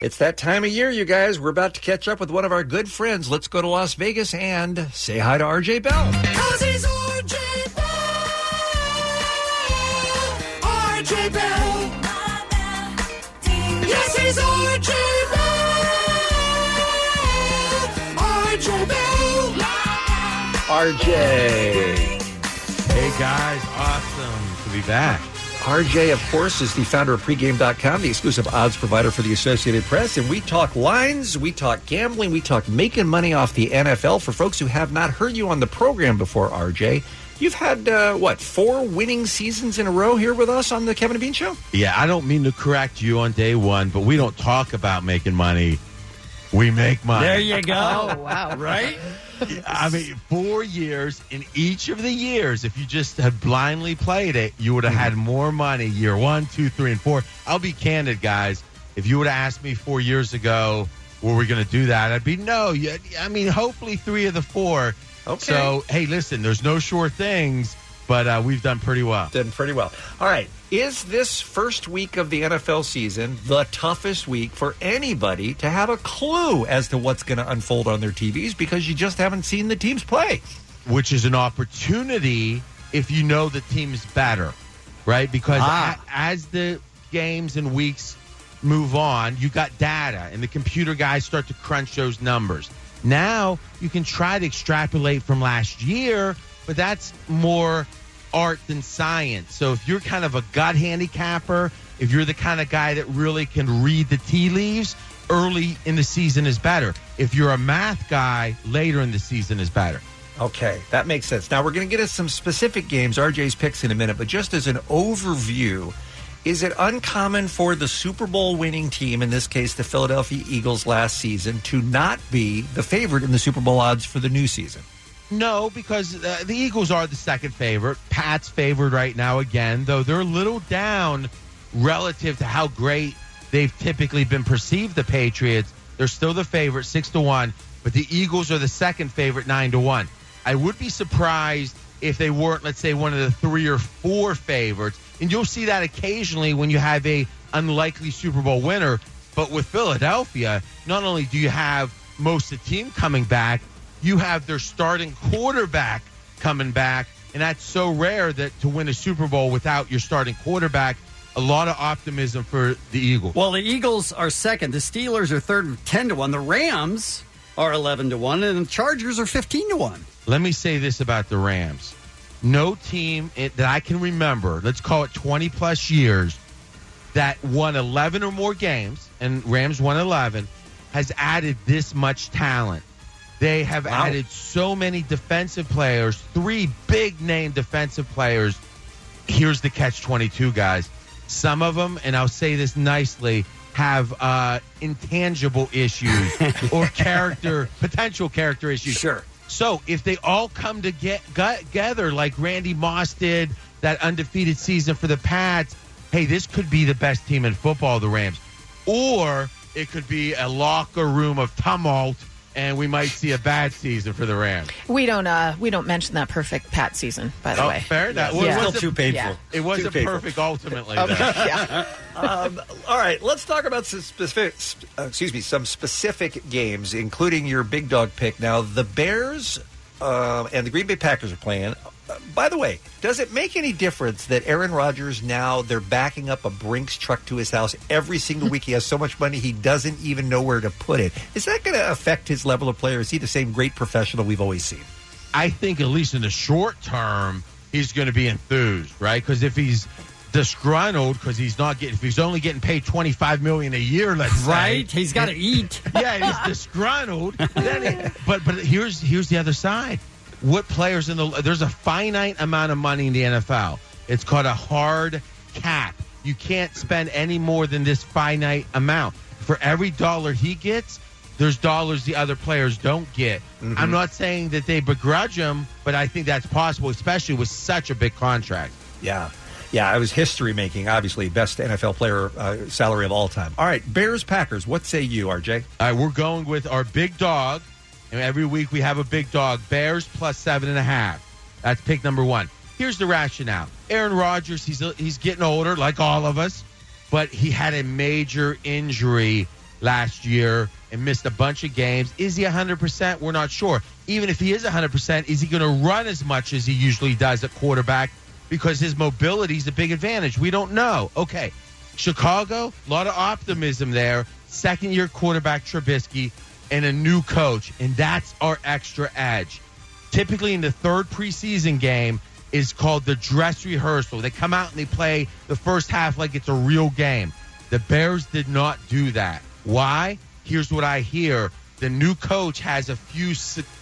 S10: It's that time of year, you guys. We're about to catch up with one of our good friends. Let's go to Las Vegas and say hi to RJ Bell.
S7: Cause he's RJ Bell. RJ Bell. Yes, he's RJ Bell. RJ Bell.
S10: RJ.
S23: Hey guys, awesome to be back.
S10: RJ, of course, is the founder of pregame.com, the exclusive odds provider for the Associated Press. And we talk lines, we talk gambling, we talk making money off the NFL. For folks who have not heard you on the program before, RJ, you've had, uh, what, four winning seasons in a row here with us on the Kevin and Bean Show?
S23: Yeah, I don't mean to correct you on day one, but we don't talk about making money. We make money.
S11: There you go.
S12: Oh, wow.
S11: right?
S23: I mean, four years in each of the years, if you just had blindly played it, you would have had
S11: Mm-hmm.
S23: more money year one, two, three, and four. I'll be candid, guys. If you would have asked me four years ago, were we going to do that? I'd be no. You- I mean, hopefully three of the four. Okay. So, hey, listen, there's no sure things, but uh, we've done pretty well.
S10: Done pretty well. All right. Is this first week of the NFL season the toughest week for anybody to have a clue as to what's going to unfold on their TVs because you just haven't seen the teams play?
S23: Which is an opportunity if you know the team's better, right? Because
S10: Ah.
S23: a- as the games and weeks move on, you got data, and the computer guys start to crunch those numbers. Now you can try to extrapolate from last year, but that's more art than science. So if you're kind of a gut handicapper, if you're the kind of guy that really can read the tea leaves, early in the season is better. If you're a math guy, later in the season is better.
S10: Okay, that makes sense. Now we're going to get into some specific games, RJ's picks in a minute, but just as an overview, Is it uncommon for the Super Bowl winning team, in this case the Philadelphia Eagles last season, to not be the favorite in the Super Bowl odds for the new season?
S23: No, because uh, the Eagles are the second favorite. Pat's favored right now again, though they're a little down relative to how great they've typically been perceived. The Patriots, they're still the favorite, six to one, but the Eagles are the second favorite, nine to one. I would be surprised if they weren't, let's say, one of the three or four favorites, and you'll see that occasionally when you have a unlikely Super Bowl winner. But with Philadelphia, not only do you have most of the team coming back, you have their starting quarterback coming back. And that's so rare that to win a Super Bowl without your starting quarterback, a lot of optimism for the Eagles.
S11: Well, the Eagles are second. The Steelers are third, ten to one. The Rams are eleven to one, and the Chargers are fifteen to one.
S23: Let me say this about the Rams. No team it- that I can remember, let's call it 20 plus years, that won 11 or more games, and Rams won 11, has added this much talent. They have added so many defensive players, three big name defensive players. Here's the catch 22, guys. Some of them, and I'll say this nicely, have uh, intangible issues or character, potential character issues. Sure. So if they all come to get, gut- together like Randy Moss did that undefeated season for the Pats, hey, this could be the best team in football, the Rams. Or it could be a locker room of tumult, and we might see a bad season for the Rams.
S12: We don't uh we don't mention that perfect Pat season, by the
S23: Oh,
S12: way.
S23: fair enough.
S12: Yeah.
S23: Well, it
S12: Yeah.
S23: wasn't-
S12: Yeah.
S23: It wasn't
S10: painful.
S23: perfect ultimately.
S10: Um,
S23: though.
S10: um, all right, let's talk about some specific. sp- uh, excuse me, some specific games, including your big dog pick. Now, the Bears uh, and the Green Bay Packers are playing. Uh, by the way, does it make any difference that Aaron Rodgers now they're backing up a Brinks truck to his house every single week? he has so much money he doesn't even know where to put it. Is that going to affect his level of play, or is he the same great professional we've always seen?
S23: I think at least in the short term, he's going to be enthused, right? Because if he's disgruntled because he's not getting, if he's only getting paid twenty five million a year, let's say,
S11: Right? He's gotta eat.
S23: yeah, he's disgruntled. then he- but but here's here's the other side. What players in the there's a finite amount of money in the NFL. It's called a hard cap. You can't spend any more than this finite amount. For every dollar he gets, there's dollars the other players don't get. I'm not saying that they begrudge him, but I think that's possible, especially with such a big contract.
S10: Yeah. Yeah, it was history making, obviously. Best NFL player uh, salary of all time. All right, Bears, Packers. What say you, RJ?
S23: All right, we're going with our big dog. And every week we have a big dog. Bears plus seven and a half. That's pick number one. Here's the rationale: Aaron Rodgers, he's he's getting older, like all of us, but he had a major injury last year and missed a bunch of games. Is he 100%? We're not sure. Even if he is 100%, is he going to run as much as he usually does at quarterback because his mobility is a big advantage? We don't know. Okay. Chicago, a lot of optimism there. Second year quarterback Trubisky and a new coach, and that's our extra edge. Typically, in the third preseason game, is called the dress rehearsal. They come out and they play the first half like it's a real game. The Bears did not do that. Why? Here's what I hear the new coach has a few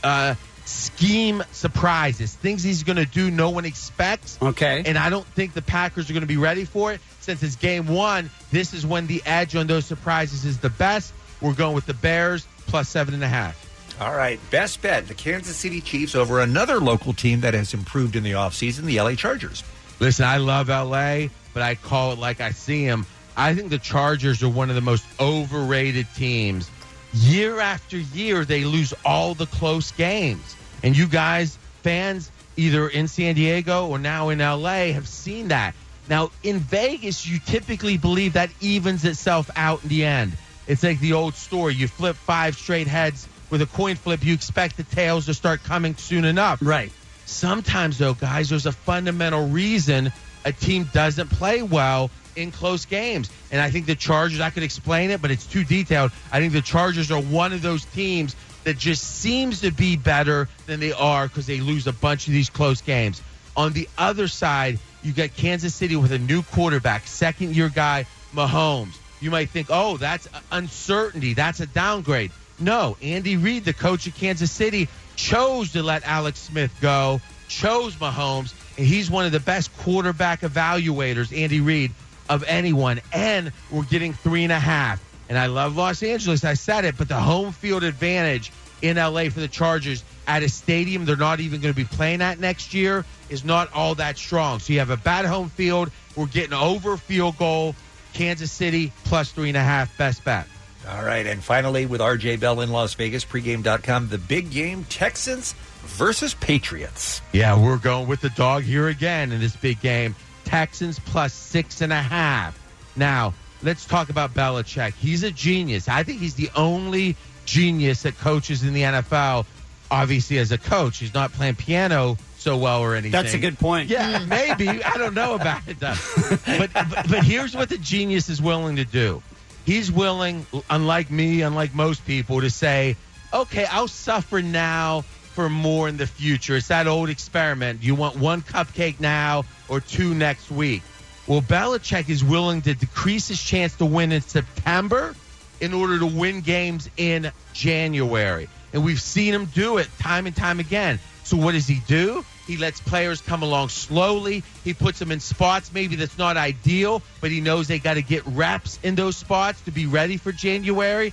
S23: uh, scheme surprises, things he's going to do no one expects.
S11: Okay.
S23: And I don't think the Packers are going to be ready for it since it's game one. This is when the edge on those surprises is the best. We're going with the Bears plus seven and a half.
S10: All right, best bet the Kansas City Chiefs over another local team that has improved in the offseason, the LA Chargers.
S23: Listen, I love LA, but I call it like I see them. I think the Chargers are one of the most overrated teams. Year after year, they lose all the close games. And you guys, fans, either in San Diego or now in LA, have seen that. Now, in Vegas, you typically believe that evens itself out in the end. It's like the old story you flip five straight heads with a coin flip, you expect the tails to start coming soon enough.
S11: Right.
S23: Sometimes, though, guys, there's a fundamental reason a team doesn't play well in close games. And I think the Chargers, I could explain it, but it's too detailed. I think the Chargers are one of those teams that just seems to be better than they are because they lose a bunch of these close games. On the other side, you got Kansas City with a new quarterback, second year guy, Mahomes. You might think, oh, that's uncertainty. That's a downgrade. No, Andy Reid, the coach of Kansas City, chose to let Alex Smith go, chose Mahomes, and he's one of the best quarterback evaluators, Andy Reid, of anyone, and we're getting three and a half. And I love Los Angeles. I said it, but the home field advantage in LA for the Chargers at a stadium they're not even going to be playing at next year is not all that strong. So you have a bad home field. We're getting over field goal. Kansas City plus three and a half. Best bet.
S10: All right. And finally, with RJ Bell in Las Vegas, pregame.com, the big game Texans versus Patriots.
S23: Yeah, we're going with the dog here again in this big game. Texans plus six and a half. Now, let's talk about Belichick. He's a genius. I think he's the only genius that coaches in the NFL. Obviously, as a coach, he's not playing piano so well or anything.
S11: That's a good point.
S23: Yeah,
S11: Mm.
S23: maybe. I don't know about it, though. But, but, but here's what the genius is willing to do he's willing, unlike me, unlike most people, to say, okay, I'll suffer now for more in the future. It's that old experiment. You want one cupcake now or two next week. Well, Belichick is willing to decrease his chance to win in September in order to win games in January. And we've seen him do it time and time again. So what does he do? He lets players come along slowly. He puts them in spots maybe that's not ideal, but he knows they got to get reps in those spots to be ready for January.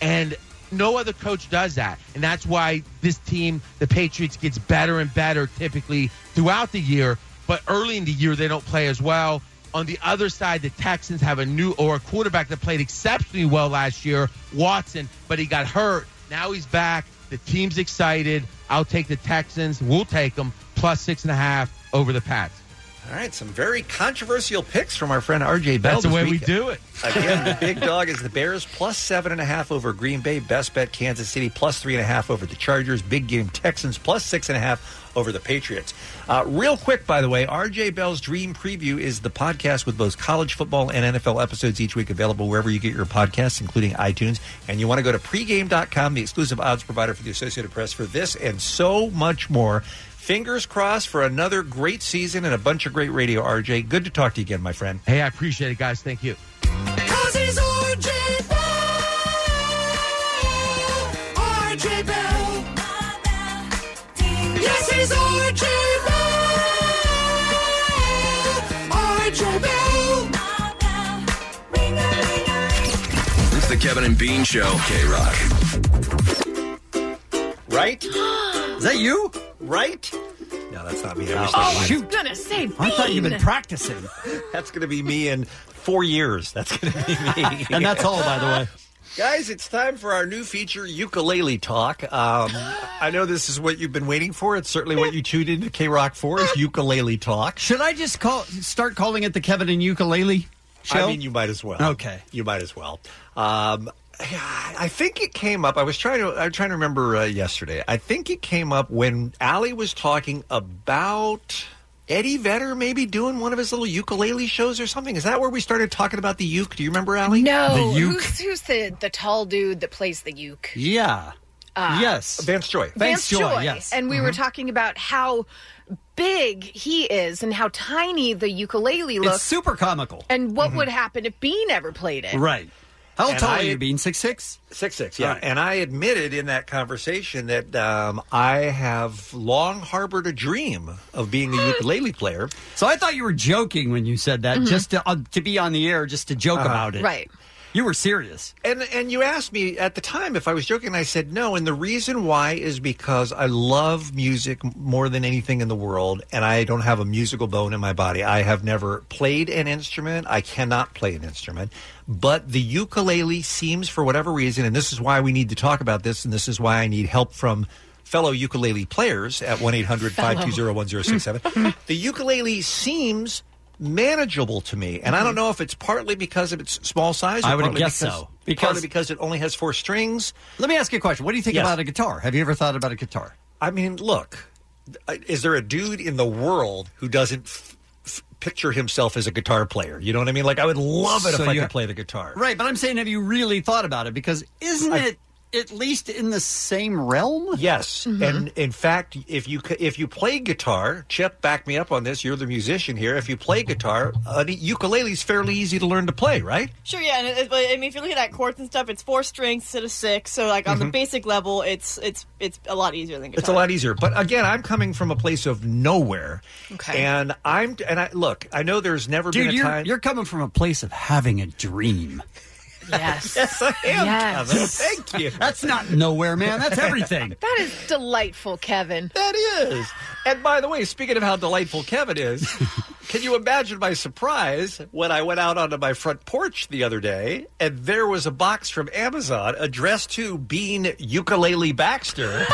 S23: And no other coach does that. And that's why this team, the Patriots, gets better and better typically throughout the year. But early in the year, they don't play as well. On the other side, the Texans have a new or a quarterback that played exceptionally well last year, Watson, but he got hurt. Now he's back. The team's excited. I'll take the Texans. We'll take them plus six and a half over the Pats.
S10: All right, some very controversial picks from our friend RJ Bell.
S23: That's the
S10: this
S23: way we
S10: weekend.
S23: do it.
S10: Again, the big dog is the Bears plus seven and a half over Green Bay. Best bet Kansas City plus three and a half over the Chargers. Big game Texans plus six and a half over the Patriots. Uh, real quick, by the way, RJ Bell's Dream Preview is the podcast with both college football and NFL episodes each week available wherever you get your podcasts, including iTunes. And you want to go to pregame.com, the exclusive odds provider for the Associated Press, for this and so much more. Fingers crossed for another great season and a bunch of great radio, RJ. Good to talk to you again, my friend.
S23: Hey, I appreciate it, guys. Thank you.
S7: Cause he's RJ Bell. RJ Bell. Yes, he's RJ Bell. RJ Bell.
S4: It's the Kevin and Bean Show. K Rock.
S10: Right? Is that you? Right? No, that's not me. That was
S12: oh,
S10: the
S12: I
S10: line.
S12: was gonna say, Bean.
S10: practicing. that's going to be me in four years. That's going to be me.
S11: And that's all, by the way.
S10: Guys, it's time for our new feature, Ukulele Talk. Um, I know this is what you've been waiting for. It's certainly what you tuned into K Rock for is Ukulele Talk.
S11: Should I just call start calling it the Kevin and Ukulele show?
S10: I mean, you might as well.
S11: Okay.
S10: you might as well. Um, I think it came up. I was trying to. I'm trying to remember uh, yesterday. I think it came up when Allie was talking about Eddie Vedder maybe doing one of his little ukulele shows or something. Is that where we started talking about the uke? Do you remember Allie?
S12: No, who's, who's the, the tall dude that plays the uke?
S10: Yeah.
S12: Uh,
S11: yes.
S10: Vance Joy. Mm-hmm.
S12: Vance Joy, and we were talking about how big he is and how tiny the ukulele looks.
S11: It's super comical.
S12: And what would happen if Bean ever played it?
S11: Right. How
S10: Mm-hmm. And
S11: tall
S10: I-
S11: are you, Bean? Six six?
S10: Six six, yeah. And I admitted in that conversation that um, I have long harbored a dream of being a ukulele player.
S11: So I thought you were joking when you said that,
S12: Mm-hmm.
S10: Mhm.
S11: just to, uh, to be on the air, just to joke
S10: Uh-huh.
S11: about it.
S10: Right.
S11: You were serious.
S10: And and you asked me at the time if I was joking. and I said no, and the reason why is because I love music more than anything in the world, and I don't have a musical bone in my body. I have never played an instrument. I cannot play an instrument, but the ukulele seems, for whatever reason, and this is why we need to talk about this, and this is why I need help from fellow ukulele players at 1-800-520-1067 the ukulele seems manageable to me and i don't know if it's partly because of its small size or
S11: I would have
S10: partly
S11: guessed
S10: because-
S11: so.
S10: partly because it only has four strings.
S11: Let me ask you a question. What do you think
S10: Yes.
S11: about a guitar? Have you ever thought about a guitar?
S10: I mean, look, I- is there a dude in the world who doesn't f- f- picture himself as a guitar player? You know what I mean? Like, I would love it
S11: So
S10: if I
S11: you-
S10: could play the guitar.
S11: Right, but I'm saying, have you really thought about it? Because isn't
S10: I-
S11: it at least in the same realm? Mm-hmm.
S10: Yes, and in fact, if you c- if you play guitar, Chip, back me up on this. You're the musician here. If you play guitar, uh, the ukulele's fairly easy to learn to play, right?
S6: Sure, yeah, and it, it- but I mean, if you're looking at chords and stuff, it's four strings instead of six. So, like on the
S10: Mhm.
S6: basic level, it's it's it's a lot easier than guitar.
S10: It's a lot easier. But again, I'm coming from a place of nowhere, and I'm and I look. I know there's never
S11: Dude,
S10: been a
S11: you're,
S10: time.
S11: you're coming from a place of having a dream.
S12: Yes.
S10: yes, I am,
S12: Yes.
S10: Kevin. Thank you.
S11: That's not nowhere, man. That's everything.
S12: That is delightful, Kevin.
S10: That is. And by the way, speaking of how delightful Kevin is, can you imagine my surprise when I went out onto my front porch the other day and there was a box from Amazon addressed to Bean Ukulele Baxter?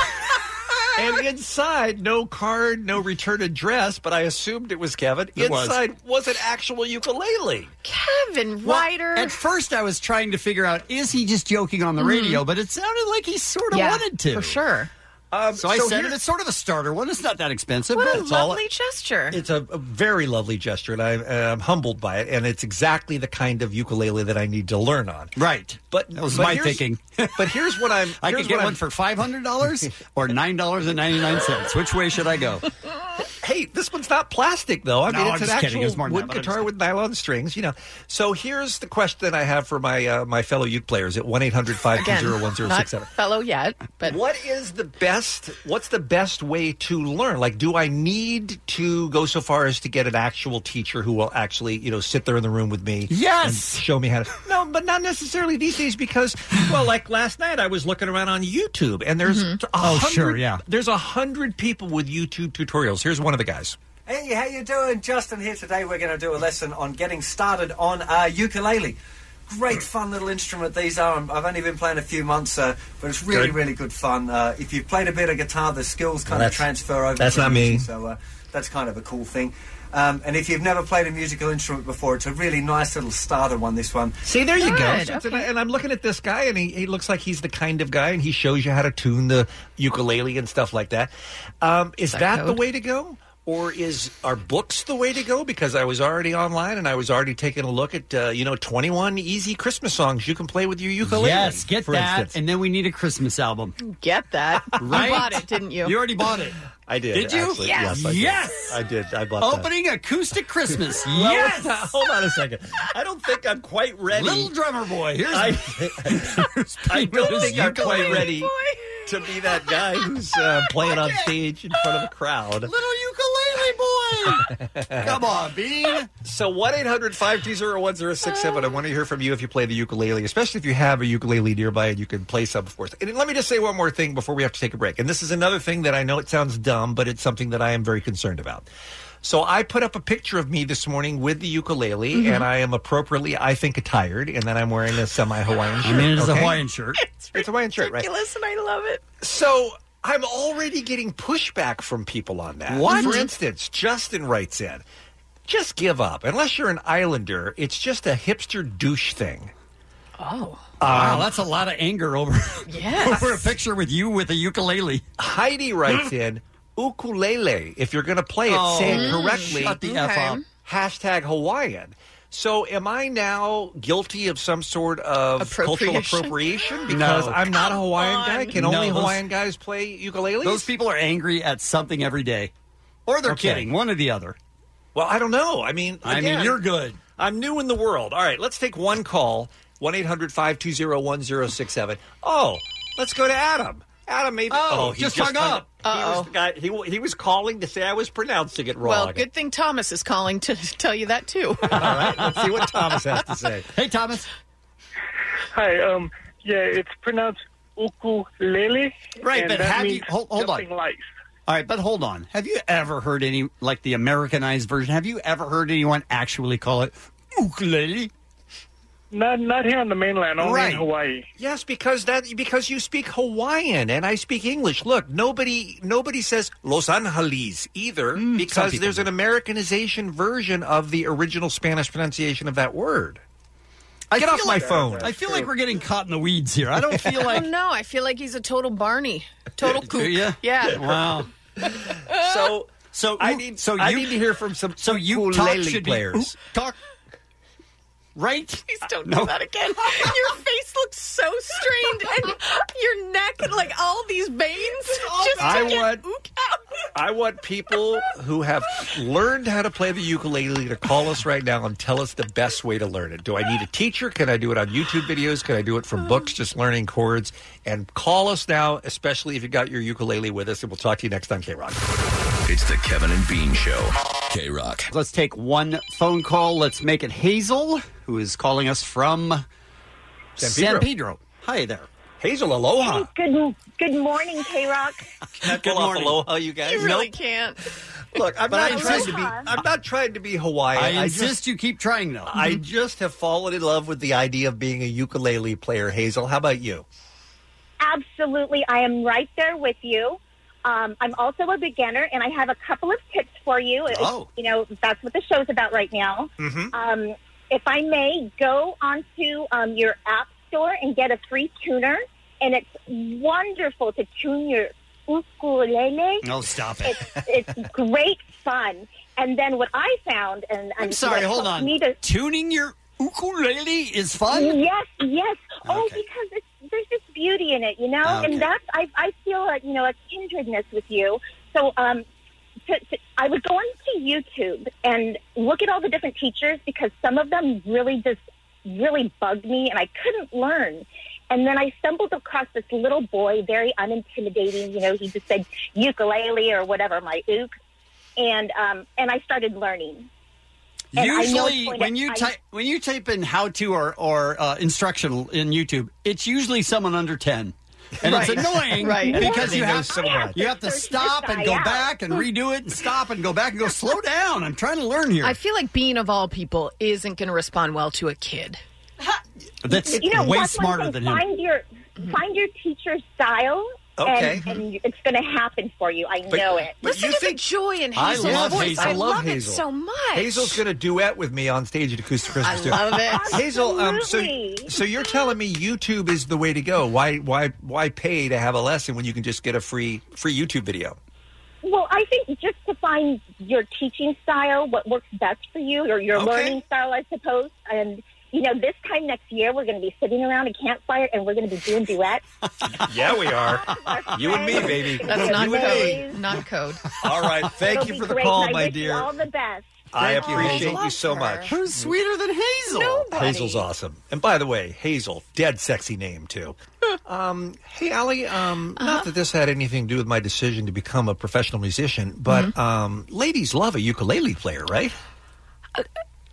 S10: And inside, no card, no return address, but I assumed it was Kevin.
S11: It was.
S10: inside was. an actual ukulele.
S12: Kevin
S11: Well,
S12: Ryder.
S11: at first, I was trying to figure out is he just joking on the
S12: Mhm.
S10: Mm-hmm.
S11: radio, but it sounded like he sort of
S12: Yeah,
S11: wanted to.
S12: for sure.
S11: so I
S10: Um, so
S11: said
S10: here-
S11: it. It's sort of a starter one. It's not that expensive,
S12: What
S11: but
S12: a
S11: it's all.
S12: lovely gesture.
S10: It's a, a very lovely gesture, and I, uh, I'm humbled by it. And it's exactly the kind of ukulele that I need to learn on.
S11: Right.
S10: But
S11: That was
S10: but
S11: my
S10: here's-
S11: thinking.
S10: But here's what I'm.
S11: I
S10: here's
S11: could get
S10: what
S11: one
S10: I'm-
S11: for five hundred dollars or nine dollars and ninety nine cents. Which way should I go?
S10: Hey, this one's not plastic though. I
S11: No,
S10: mean,
S11: I'm
S10: it's an
S11: just kidding.
S10: actual
S11: It was more than
S10: wooden
S11: that, but I'm
S10: guitar with nylon strings. You know. So here's the question that I have for my uh, my fellow uke players at one 800 520 1067
S12: not fellow yet, but
S10: what is the best? What's the best way to learn? Like, do I need to go so far as to get an actual teacher who will actually, you know, sit there in the room with me?
S11: Yes.
S10: and show me how to. No, but not necessarily these days because, well, like last night I was looking around on YouTube and there's
S11: Mhm.
S10: a
S11: Oh,
S10: hundred-
S11: sure, yeah.
S10: there's a hundred people with YouTube tutorials. Here's one of the guys.
S9: Hey, how you doing? Justin here. Today we're going to do a lesson on getting started on uh, ukulele. Great fun little instrument these are. I'm- I've only been playing a few months, uh, but it's really,
S10: Good.
S9: really good fun. Uh, if you've played a bit of guitar, the skills kind of
S10: that's-
S9: transfer over.
S10: that's
S9: to
S10: not
S9: music,
S10: me.
S9: So uh, that's kind of a cool thing. Um, and if you've never played a musical instrument before, it's a really nice little starter one. This one.
S10: See, there you go. So it's an- And I'm looking at this guy, and he, he looks like he's the kind of guy, and he shows you how to tune the ukulele and stuff like that. Um, is
S9: Is that
S10: that the
S9: code?
S10: way to go? Or is are books the way to go? Because I was already online and I was already taking a look at uh, you know twenty one easy Christmas songs you can play with your ukulele.
S11: Yes, get
S10: for
S11: that,
S10: instance.
S11: and then we need a Christmas album.
S12: Get that.
S11: Right?
S12: You bought it, didn't you?
S11: You already bought it.
S10: I did.
S11: Did you?
S10: actually.
S11: Yes.
S10: Yes. I did.
S11: Yes.
S10: I did. I bought that.
S11: Opening acoustic Christmas.
S10: Well,
S11: yes.
S10: Hold on a second. I don't think I'm quite ready.
S11: Little drummer boy. Here's
S10: I, I don't think I'm quite ready to be that guy who's uh, playing on stage in front of a crowd.
S11: little ukulele boy. Come on, Bean.
S10: So 1 800 520 1067. I want to hear from you if you play the ukulele, especially if you have a ukulele nearby and you can play some for us. And let me just say one more thing before we have to take a break. And this is another thing that I know it sounds dumb, but it's something that I am very concerned about. So I put up a picture of me this morning with the ukulele,
S11: Mhm.
S10: and I am appropriately, I think, attired, and then I'm wearing a semi Hawaiian
S11: I
S10: shirt.
S11: mean, it is a
S10: okay?
S11: Hawaiian shirt.
S10: It's a Hawaiian shirt, right?
S6: Listen, I love it.
S10: So I'm already getting pushback from people on that.
S6: What?
S10: For instance, Justin writes in, just give up. Unless you're an islander, it's just a hipster douche thing.
S12: Oh.
S11: wow,
S10: Um,
S11: that's a lot of anger over,
S12: Yes.
S11: over a picture with you with a ukulele.
S10: Heidi writes in, ukulele. If you're going to play it, say it
S11: Oh,
S10: correctly.
S11: shut the F Okay. up.
S10: Hashtag Hawaiian. So am I now guilty of some sort of cultural
S11: Appropriation.
S10: appropriation because
S11: No.
S10: I'm not a Hawaiian guy? Can
S11: No,
S10: only
S11: those-
S10: Hawaiian guys play ukuleles?
S11: Those people are angry at something every day, or they're
S10: Okay.
S11: kidding. One or the other.
S10: Well, I don't know. I mean,
S11: I mean,
S10: again,
S11: you're good.
S10: I'm new in the world. All right, let's take one call 1 800 520 1067. Oh, let's go to Adam. Adam, maybe.
S12: Oh,
S10: he
S12: just hung up.
S10: He
S12: Uh-oh.
S10: was, the guy, he, wa- he was calling to say I was pronouncing it wrong.
S12: Well, good thing Thomas is calling to tell you that too.
S10: All right, let's see what Thomas has to say.
S11: Hey, Thomas.
S13: Hi. Um. Yeah, it's pronounced ukulele.
S11: Right,
S13: and
S11: but
S13: that
S11: have you-
S13: means
S11: hold- hold on.
S13: jumping lights.
S11: All right, but hold on. Have you ever heard any like the Americanized version? Have you ever heard anyone actually call it ukulele?
S13: Not not here on the mainland. Only
S10: Right.
S13: in Hawaii.
S10: Yes, because that because you speak Hawaiian and I speak English. Look, nobody nobody says Los Angeles either because
S11: Hmm, people
S10: there's an Americanization version of the original Spanish pronunciation of that word. Get
S11: feel
S10: off my
S11: like-
S10: phone.
S11: I feel like we're getting caught in the weeds here. I don't feel like.
S12: oh, no, I feel like he's a total Barney, total
S11: Do
S12: kook.
S11: you?
S12: Yeah.
S11: Wow.
S10: so
S11: so
S10: I need
S11: so
S10: I
S11: you-
S10: need to hear from some
S11: so you
S10: ukulele
S11: talk should
S10: players.
S11: be talk. Right?
S12: Please don't do that again. Your face looks so strained, and your neck, like all these veins, just
S10: I
S12: to get
S10: want- I want people who have learned how to play the ukulele to call us right now and tell us the best way to learn it. Do I need a teacher? Can I do it on YouTube videos? Can I do it from books, just learning chords? And call us now, especially if you got your ukulele with us, and we'll talk to you next on K Rock.
S4: It's the Kevin and Bean Show. K Rock.
S11: Let's take one phone call. Let's make it Hazel, who is calling us from
S10: San
S11: San
S10: Pedro.
S11: Pedro. Hi there.
S10: Hazel, aloha.
S24: Good good morning, K Rock.
S10: Good morning. Aloha, you guys. Nope.
S24: can't.
S10: Look, I'm
S24: But
S10: not trying
S24: I
S10: to
S24: insist-
S10: be. I'm not trying to be Hawaiian.
S11: I insist
S10: you keep trying though. I just have fallen in love with the idea of being a ukulele player. Hazel, how about you?
S24: Absolutely, I am right there with you. Um, I'm also a beginner, and I have a couple of tips for you. If-
S25: Oh.
S24: you know that's what the show's about right now.
S25: Mhm.
S24: Um, if I may, go onto um, your app store and get a free tuner, and it's wonderful to tune your ukulele.
S11: No, stop it.
S24: It's, it's great fun. And then what I found, and, and
S11: I'm sorry,
S24: what
S11: hold
S24: helped
S11: on.
S24: me to-
S11: Tuning your ukulele is fun?
S24: Yes, yes. Oh, because it's, there's this beauty in it, you know.
S11: Ah, Okay.
S24: And that's I, I feel like you know a kindredness with you. So um, to, to, I would go onto YouTube and look at all the different teachers because some of them really just really bugged me, and I couldn't learn. And then I stumbled across this little boy, very unintimidating. You know, he just said ukulele or whatever, my ook, and um, and I started learning. And I know it's
S11: Usually,
S24: going to-
S11: when you
S24: I-
S11: type when you type in how to or or uh, instructional in YouTube, it's usually someone under ten, and
S13: Right.
S11: it's annoying,
S13: Right.
S11: Because
S13: They
S11: you
S13: know
S11: have
S13: so much.
S11: you have to
S13: There's
S11: stop
S12: this
S11: and
S12: guy
S11: go
S12: out.
S11: back and redo it, and stop and go back and go slow down. I'm trying to learn here.
S12: I feel like Bean of all people isn't going to respond well to a kid.
S11: That's
S24: you know,
S11: way
S24: that's one
S11: smarter
S24: thing.
S11: than him.
S24: Find your find your teacher's style,
S11: Okay.
S24: and, and it's going to happen for you. I
S10: But-
S24: know it.
S10: but Listen you to the think-
S12: joy in
S10: I
S12: Hazel's
S10: love
S12: voice.
S10: Hazel.
S12: I love it so much.
S10: Hazel's going to duet with me on stage at Acoustic Christmas.
S12: I
S10: too.
S12: love it.
S10: Hazel, um, so so you're telling me YouTube is the way to go? Why why why pay to have a lesson when you can just get a free free YouTube video?
S24: Well, I think just to find your teaching style, what works best for you, or your
S10: Okay.
S24: learning style, I suppose. And you know, this time next year, we're going to be sitting around a campfire and we're going to be doing duets.
S10: Yeah, we are. you and me, baby.
S12: That's not
S10: you and me.
S12: code. Not code.
S10: All right. Thank
S24: It'll
S10: you
S24: be
S10: for the
S24: great,
S10: call,
S24: and I
S10: my
S24: wish you
S10: dear.
S24: all the best.
S10: I
S24: Thank you,
S10: appreciate
S24: Hazel.
S10: you so much.
S11: Who's sweeter than Hazel?
S10: Hazel's awesome. And by the way, Hazel, dead sexy name too. um, hey, Allie, um, Not that this had anything to do with my decision to become a professional musician, but
S11: Mm-hmm.
S10: um, ladies love a ukulele player, right?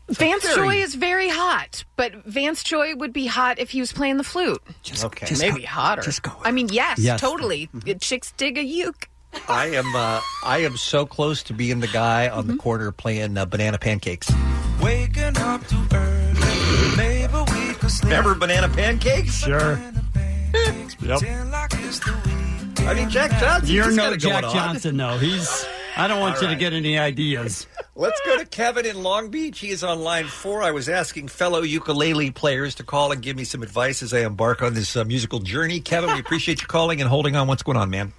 S12: Vance
S10: Very-
S12: Joy is very hot, but Vance Joy would be hot if he was playing the flute.
S10: okay,
S12: Maybe hotter. I mean, yes,
S10: Yes. Mm-hmm.
S12: totally. Chicks dig a uke.
S10: I am. Uh, I am so close to being the guy on
S11: Mm-hmm.
S10: the corner playing uh, banana pancakes.
S13: Waking up too early. Maybe we could sleep.
S10: Remember banana pancakes? Sure.
S11: Yep.
S10: I mean, Jack Johnson.
S11: You're
S10: he's got
S11: no
S10: it
S11: Jack
S10: going on.
S11: Johnson, though. He's. I don't want
S10: All
S11: you
S10: right.
S11: to get any ideas.
S10: Let's go to Kevin in Long Beach. He is on line four. I was asking fellow ukulele players to call and give me some advice as I embark on this uh, musical journey. Kevin, we appreciate you calling and holding on. What's going on, man?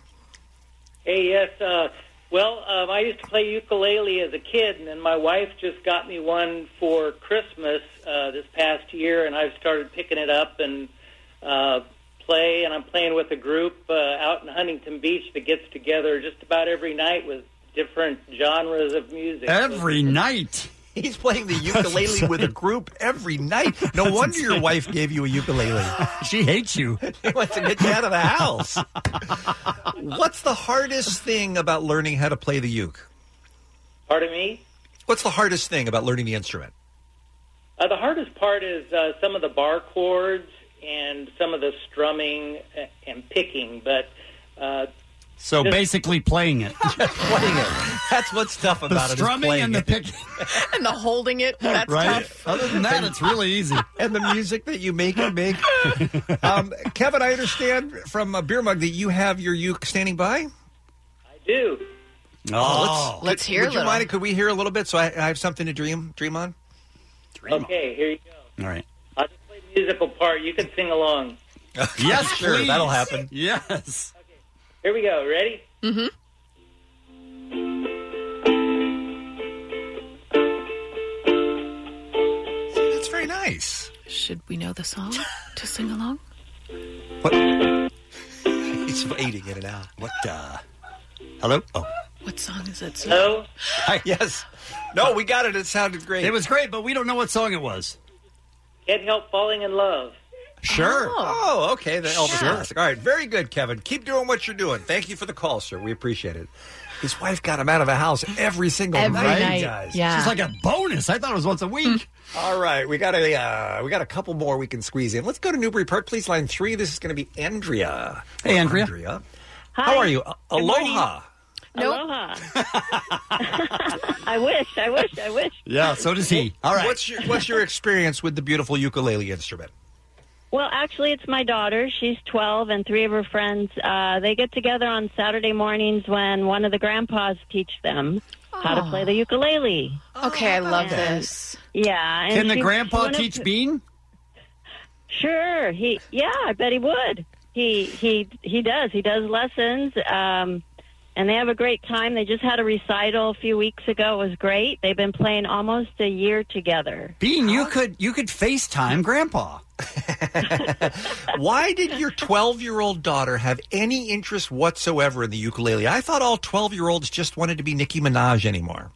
S26: Hey, yes. Uh, well, um, I used to play ukulele as a kid, and then my wife just got me one for Christmas uh, this past year, and I've started picking it up and uh, play. And I'm playing with a group uh, out in Huntington Beach that gets together just about every night with different genres of music.
S11: Every night.
S10: He's playing the ukulele with a group every night. No
S11: That's
S10: wonder your
S11: insane.
S10: wife gave you a ukulele.
S11: She hates you.
S10: She wants to get you out of the house. What's the hardest thing about learning how to play the uke?
S26: Pardon me.
S10: What's the hardest thing about learning the instrument?
S26: Uh, the hardest part is uh, some of the bar chords and some of the strumming uh, and picking, but. Uh,
S11: So basically, playing it.
S10: playing it. That's what's tough
S11: the
S10: about it. is
S11: strumming
S10: playing
S11: and the
S10: it.
S11: picking.
S12: And the holding it, that's
S10: right?
S12: tough.
S11: Other than that, it's really easy.
S10: And the music that you make it make. Um, Kevin, I understand from a beer mug that you have your uke standing by. I
S26: do.
S10: Oh,
S26: Oh. Let's hear a
S10: Would you
S26: little.
S10: mind? it? Could we hear a little bit so I, I have something to dream dream on?
S26: okay, here you go.
S11: All right.
S26: I'll just play the musical part. You can sing along.
S10: yes, sure.
S26: please.
S10: That'll happen.
S11: Yes.
S26: Here we go. Ready? Mm-hmm.
S10: That's very nice. Nice.
S12: Should we know the song to sing along?
S10: He's fading in and out. What? Uh, hello. Oh.
S12: What song is that? sir?
S10: Hello. Hi. Yes. No, we got it. It sounded great.
S11: It was great, but we don't know what song it was.
S16: Can't help falling in love.
S10: Sure. Oh, okay. The Elvis
S16: Sure.
S10: classic. All right. Very good, Kevin. Keep doing what you're doing. Thank you for the call, sir. We appreciate it. His wife got him out of the house every single
S11: Every
S10: night,
S11: night.
S10: guys.
S11: Yeah. Hmm. She's like a
S10: bonus. I thought it was once a week. All right, we got a uh, we got a couple more we can squeeze in. Let's go to Newburyport, please. Line three. This is going to be Andrea. Hey, Andrea. Andrea. How are you? A-
S14: Good morning.
S10: Aloha.
S14: Aloha. I wish, I wish, I wish.
S10: Yeah, so does he.
S14: All right.
S10: What's your What's your experience with the beautiful ukulele instrument?
S14: Well, actually, it's my daughter. She's 12, and three of her friends. Uh, they get together on Saturday mornings when one of the grandpas teach them how to
S12: Aw.
S14: play the ukulele.
S12: Okay, I love
S14: Okay.
S12: this.
S14: Yeah. and
S11: Can the
S14: she-
S11: grandpa
S14: she went up
S11: teach
S14: to-
S11: Bean?
S14: Sure. He. Yeah, I bet he would. He. He. He does. He does lessons. Um, and they have a great time. They just had a recital a few weeks ago. It was great. They've been playing almost a year together.
S11: Bean, you could you could FaceTime Grandpa.
S10: Why did your 12 year old daughter have any interest whatsoever in the ukulele? I thought all 12 year olds just wanted to be Nicki Minaj anymore.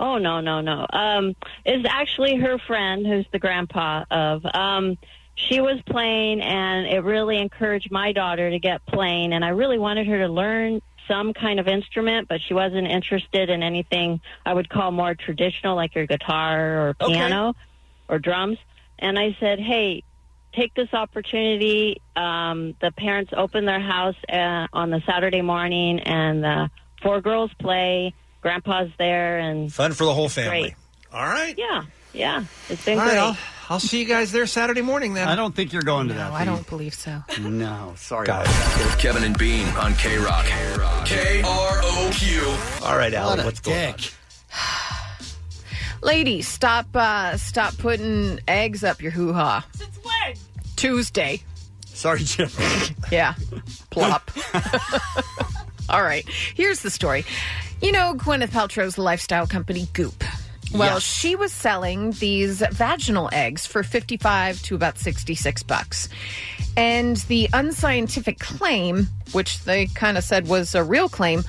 S14: Oh no, no, no. Um, it's actually her friend who's the grandpa of. Um, she was playing, and it really encouraged my daughter to get playing. And I really wanted her to learn some kind of instrument, but she wasn't interested in anything I would call more traditional, like your guitar or
S18: Okay.
S14: piano or drums. And I said, hey. Take this opportunity. Um, the parents open their house uh, on the Saturday morning, and the four girls play. Grandpa's there, and
S10: Fun for the whole family.
S14: Great.
S10: All right.
S14: Yeah. Yeah. It's been
S10: All right,
S14: great.
S10: I'll, I'll see you guys there Saturday morning then.
S11: I don't think you're going to that. I don't
S12: believe so.
S11: No, sorry.
S4: Kevin and Bean on K Rock. K R O Q.
S10: All right,
S4: Alan,
S11: What a
S4: what's going on?
S12: Ladies, stop uh, stop putting eggs up your hoo ha. Since when? Tuesday.
S11: Sorry, Jim.
S12: Yeah. Plop. All right. Here's the story. You know Gwyneth Paltrow's lifestyle company Goop. Well,
S21: Yes.
S12: she was selling these vaginal eggs for 55 to about 66 bucks. And the unscientific claim, which they kind of said was a real claim,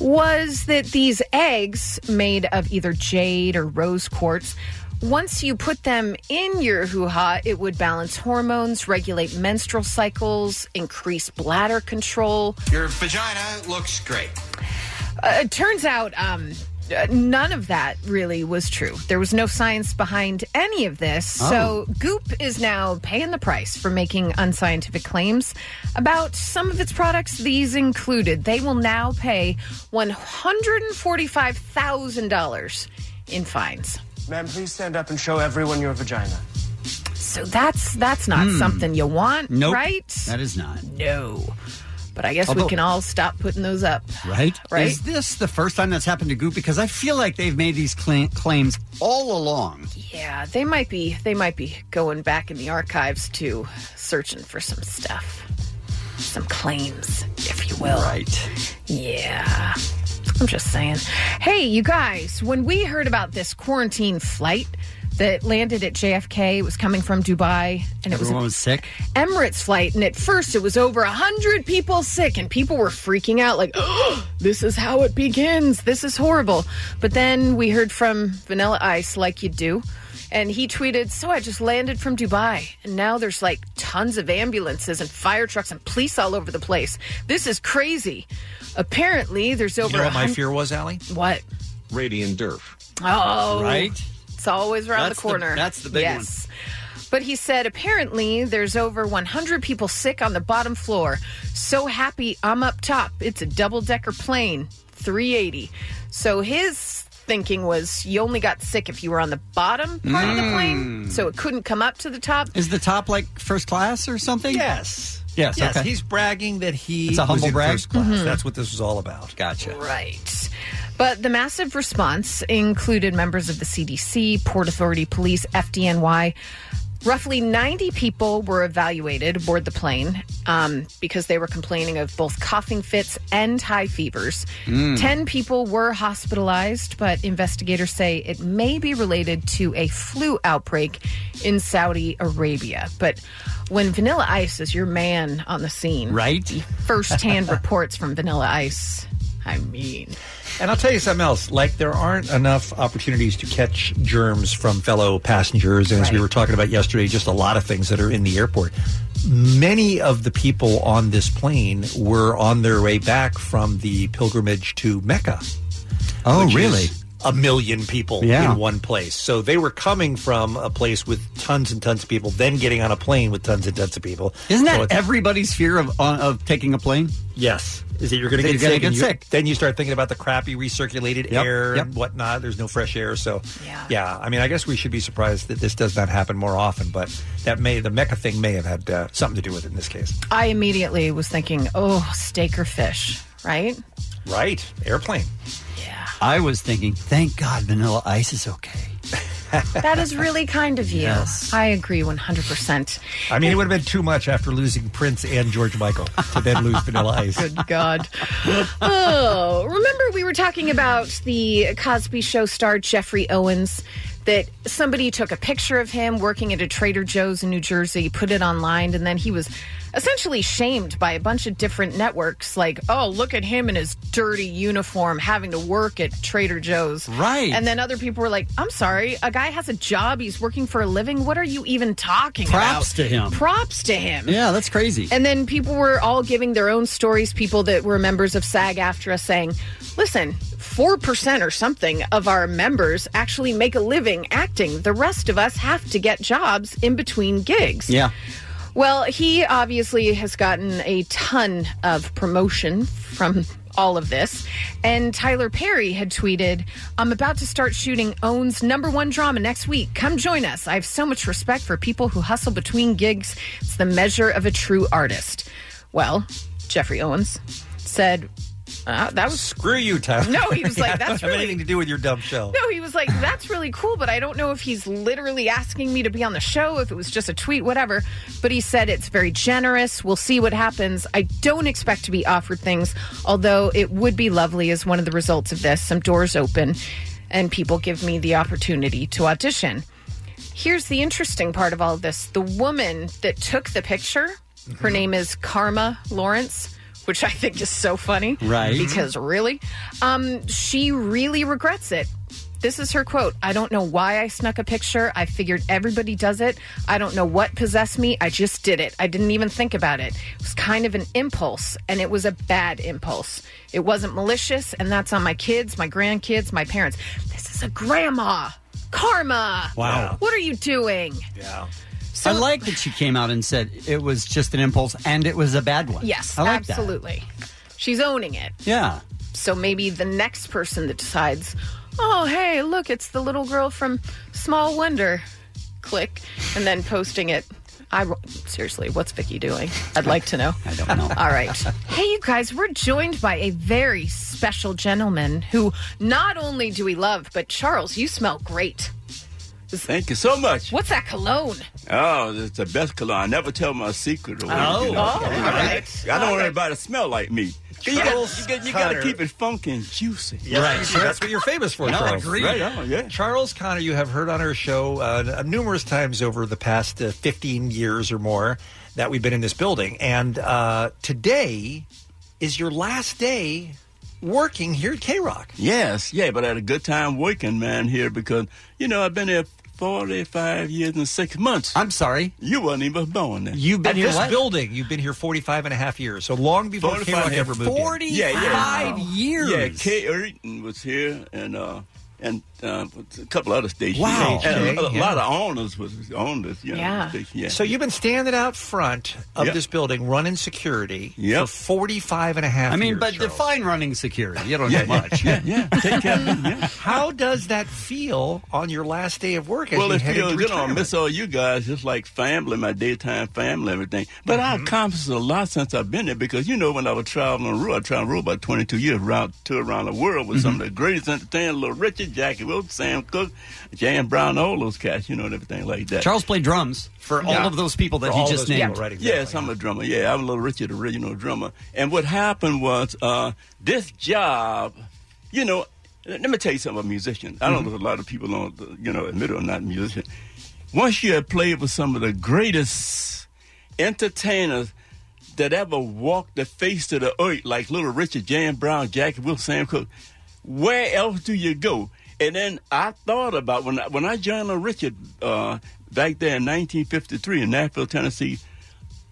S12: was that these eggs made of either jade or rose quartz once you put them in your hoo ha, it would balance hormones, regulate menstrual cycles, increase bladder control.
S22: Your vagina looks great.
S12: Uh, it turns out um, uh, none of that really was true. There was no science behind any of this.
S27: Oh.
S12: So Goop is now paying the price for making unscientific claims about some of its products, these included. They will now pay $145,000 in fines.
S28: Ma'am, please stand up and show everyone your vagina.
S12: So that's that's not
S28: Hmm.
S12: something you want,
S28: Nope.
S12: right?
S11: That is not.
S12: No. But I guess
S11: Although-
S12: we can all stop putting those up.
S11: Right?
S12: Right.
S11: Is this the first time that's happened to Goop? Because I feel like they've made these cla- claims all along.
S12: Yeah, they might be they might be going back in the archives to searching for some stuff. Some claims, if you will.
S11: Right.
S12: Yeah. I'm just saying. Hey, you guys, when we heard about this quarantine flight that landed at JFK, it was coming from Dubai and it was
S11: Everyone
S12: an
S11: was sick.
S12: Emirates flight, and at first it was over 100 people sick, and people were freaking out like, oh, this is how it begins. This is horrible. But then we heard from Vanilla Ice, like you do, and he tweeted, So I just landed from Dubai, and now there's like tons of ambulances and fire trucks and police all over the place. This is crazy. Apparently, there's over.
S10: You know what my
S12: 100
S10: fear was, Allie?
S12: What?
S10: Radiant Durf.
S12: Oh,
S10: Right?
S12: It's always around
S10: That's the-
S12: the corner.
S10: that's the big
S12: yes. But he said apparently there's over 100 people sick on the bottom floor. So happy I'm up top. It's a double decker plane, 380. So his thinking was you only got sick if you were on the bottom part of the
S10: Hmm.
S12: plane,
S11: Mm.
S12: so it couldn't come up to the top.
S11: Is the top like first class or something?
S10: Yes.
S11: Yes,
S10: Yes,
S11: okay.
S10: he's bragging that he
S11: It's a humble
S10: was in
S11: brag?
S10: first class.
S12: Mhm.
S10: That's what this was all about. Gotcha.
S12: Right. But the massive response included members of the CDC, Port Authority, police, FDNY. Roughly 90 people were evaluated aboard the plane um, because they were complaining of both coughing fits and high fevers.
S2: Mm.
S12: 10 people were hospitalized, but investigators say it may be related to a flu outbreak in Saudi Arabia. But when Vanilla Ice is your man on the scene,
S10: Right?
S12: firsthand reports from Vanilla Ice, I mean.
S10: And I'll tell you something else. Like there aren't enough opportunities to catch germs from fellow passengers, and as we were talking about yesterday, just a lot of things that are in the airport. Many of the people on this plane were on their way back from the pilgrimage to Mecca.
S11: Oh,
S10: which is
S11: really?
S10: a million people
S11: Yeah.
S10: in one place. So they were coming from a place with tons and tons of people, then getting on a plane with tons and tons of people.
S11: Isn't
S10: So
S11: that
S10: it's-
S11: everybody's fear of on, of taking a plane?
S10: Yes. Is that you're going to
S11: That
S10: get
S11: you're gonna
S10: sick? and
S11: get
S10: you-
S11: sick.
S10: Then you start thinking about the crappy recirculated
S11: Yep,
S10: air
S11: yep.
S10: and whatnot. There's no fresh air, so yeah. I mean, I guess we should be surprised that this does not happen more often. But that may the Mecca thing may have had uh, something to do with it in this case,
S12: I immediately was thinking, oh, steak or fish, right?
S10: right? Airplane.
S11: I was thinking, thank God Vanilla Ice is okay.
S12: That is really kind of you.
S10: Yes.
S12: I agree 100%.
S10: I mean, it would have been too much after losing Prince and George Michael to then lose Vanilla Ice.
S12: Good God. oh, remember we were talking about the Cosby Show star Jeffrey Owens. That somebody took a picture of him working at a Trader Joe's in New Jersey, put it online, and then he was essentially shamed by a bunch of different networks like, oh, look at him in his dirty uniform having to work at Trader Joe's.
S11: Right.
S12: And then other people were like, I'm sorry, a guy has a job, he's working for a living. What are you even talking
S11: Props
S12: about?
S11: to him.
S12: Props to him.
S11: Yeah, that's crazy.
S12: And then people were all giving their own stories, people that were members of SAG after us saying, listen, 4% or something of our members actually make a living acting. The rest of us have to get jobs in between gigs.
S11: Yeah.
S12: Well, he obviously has gotten a ton of promotion from all of this. And Tyler Perry had tweeted, I'm about to start shooting Own's number one drama next week. Come join us. I have so much respect for people who hustle between gigs. It's the measure of a true artist. Well, Jeffrey Owens said, uh, that was
S10: Screw you, Tyler.
S12: No, he was like,
S10: I
S12: that's
S10: don't
S12: really-
S10: have anything to do with your dumb show.
S12: no, he was like, that's really cool, but I don't know if he's literally asking me to be on the show, if it was just a tweet, whatever. But he said it's very generous. We'll see what happens. I don't expect to be offered things, although it would be lovely as one of the results of this. Some doors open and people give me the opportunity to audition. Here's the interesting part of all of this the woman that took the picture, her name is Karma Lawrence. Which I think is so funny.
S11: Right.
S12: Because really? Um, she really regrets it. This is her quote I don't know why I snuck a picture. I figured everybody does it. I don't know what possessed me. I just did it. I didn't even think about it. It was kind of an impulse, and it was a bad impulse. It wasn't malicious, and that's on my kids, my grandkids, my parents. This is a grandma. Karma.
S11: Wow.
S12: What are you doing?
S10: Yeah.
S11: I like that she came out and said it was just an impulse and it was a bad one.
S12: Yes,
S11: I like
S12: absolutely. She's owning it.
S11: That. Yeah.
S12: So maybe the next person that decides, oh, hey, look, it's the little girl from Small Wonder. Click, and then posting it. I seriously, what's Vicky doing? eh? I'd like to know. I
S11: don't know.
S12: All right. Hey, you guys, we're joined by a very special gentleman who not only do we love, but Charles, you smell great.
S15: Thank you so much.
S12: What's that cologne?
S15: Oh, it's the best cologne. I never tell my secret away.
S12: Oh,
S15: you know.
S12: all
S15: I don't want everybody to smell like me. You got, you got, you got to keep it funky and juicy.
S10: Right, so that's what you're famous for,
S15: No,
S10: Charles.
S15: agreed. Right on, yeah.
S10: Charles Connor, you have heard on our show uh, numerous times over the past uh, 15 years or more that we've been in this building, and uh, today is your last day working here at K Rock.
S15: Yes, yeah, but I had a good time working, man, here because, you know, I've been here 45 years and six months.
S11: I'm sorry?
S15: You weren't even born then.
S10: You've been in this building. You've been here 45 and a half years, so long before K Rock ever moved. in.
S15: Yeah, yeah.
S11: years.
S15: Yeah, Kay Erton was here, and uh, and uh, a couple other stations.
S10: Wow.
S15: and a,
S10: Okay,
S15: a
S10: yeah.
S15: lot of owners was on this. You know,
S10: Yeah.
S15: station, yeah.
S10: So you've been standing out front of
S15: Yep.
S10: this building running security
S15: Yep.
S10: for 45 and a half
S11: I mean,
S10: years,
S11: but
S10: Charles.
S11: define running security. You don't
S10: Yeah,
S11: know much.
S15: Yeah, yeah.
S10: How does that feel on your last day of work? As
S15: Well,
S10: you
S15: it
S10: head
S15: feels
S10: into
S15: good. I
S10: retirement?
S15: miss all you guys, just like family, my daytime family, everything. But
S10: Mm-hmm.
S15: I accomplished a lot since I've been there because you know when
S10: Mm-hmm.
S15: I was traveling the road, I traveled the road about twenty two years, round tour around the world with some of the greatest entertainers, Little Richard, Jackie Wilson, Sam Cooke, Jan Brown, all those cats, you know, and everything like that.
S11: Charles played drums for all
S15: Yeah.
S11: of those people that
S15: For
S11: he
S15: all
S11: just
S15: those people,
S11: named.
S15: right, exactly. Yes, I'm a drummer. Yeah, I'm a little Richard, original drummer. And what happened was uh, this job, you know, let let me tell you something about musicians. I
S11: Mm-hmm.
S15: don't know if a lot of people don't, you know, admit it or not, musician. Once you have played with some of the greatest entertainers that ever walked the face of the earth, like Little Richard, Jan Brown, Jackie Wilson, Sam Cooke, where else do you go? And then I thought about when I, when I joined Little Richard uh, back there in 1953 in Nashville, Tennessee,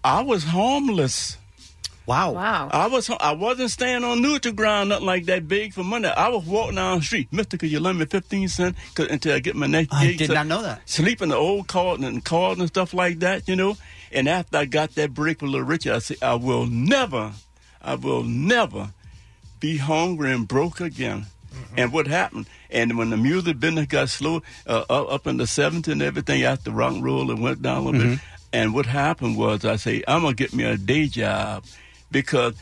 S15: I was homeless.
S11: Wow.
S12: Wow.
S15: I was ho- I wasn't staying on neutral ground, nothing like that big for money. I was walking down the street. Mister, could you lend me fifteen cents until I get my next
S11: I
S15: gig?
S11: did not know that.
S15: Sleep in the old carton and carton and stuff like that, you know. And after I got that break with Little Richard, I said, I will never, I will never be hungry and broke again.
S11: Mm-hmm.
S15: And what happened? And when the music business got slow uh, up up in the 70s and everything after rock and roll, it went down a little
S11: Mm-hmm.
S15: bit. And what happened was I say, I'm going to get me a day job because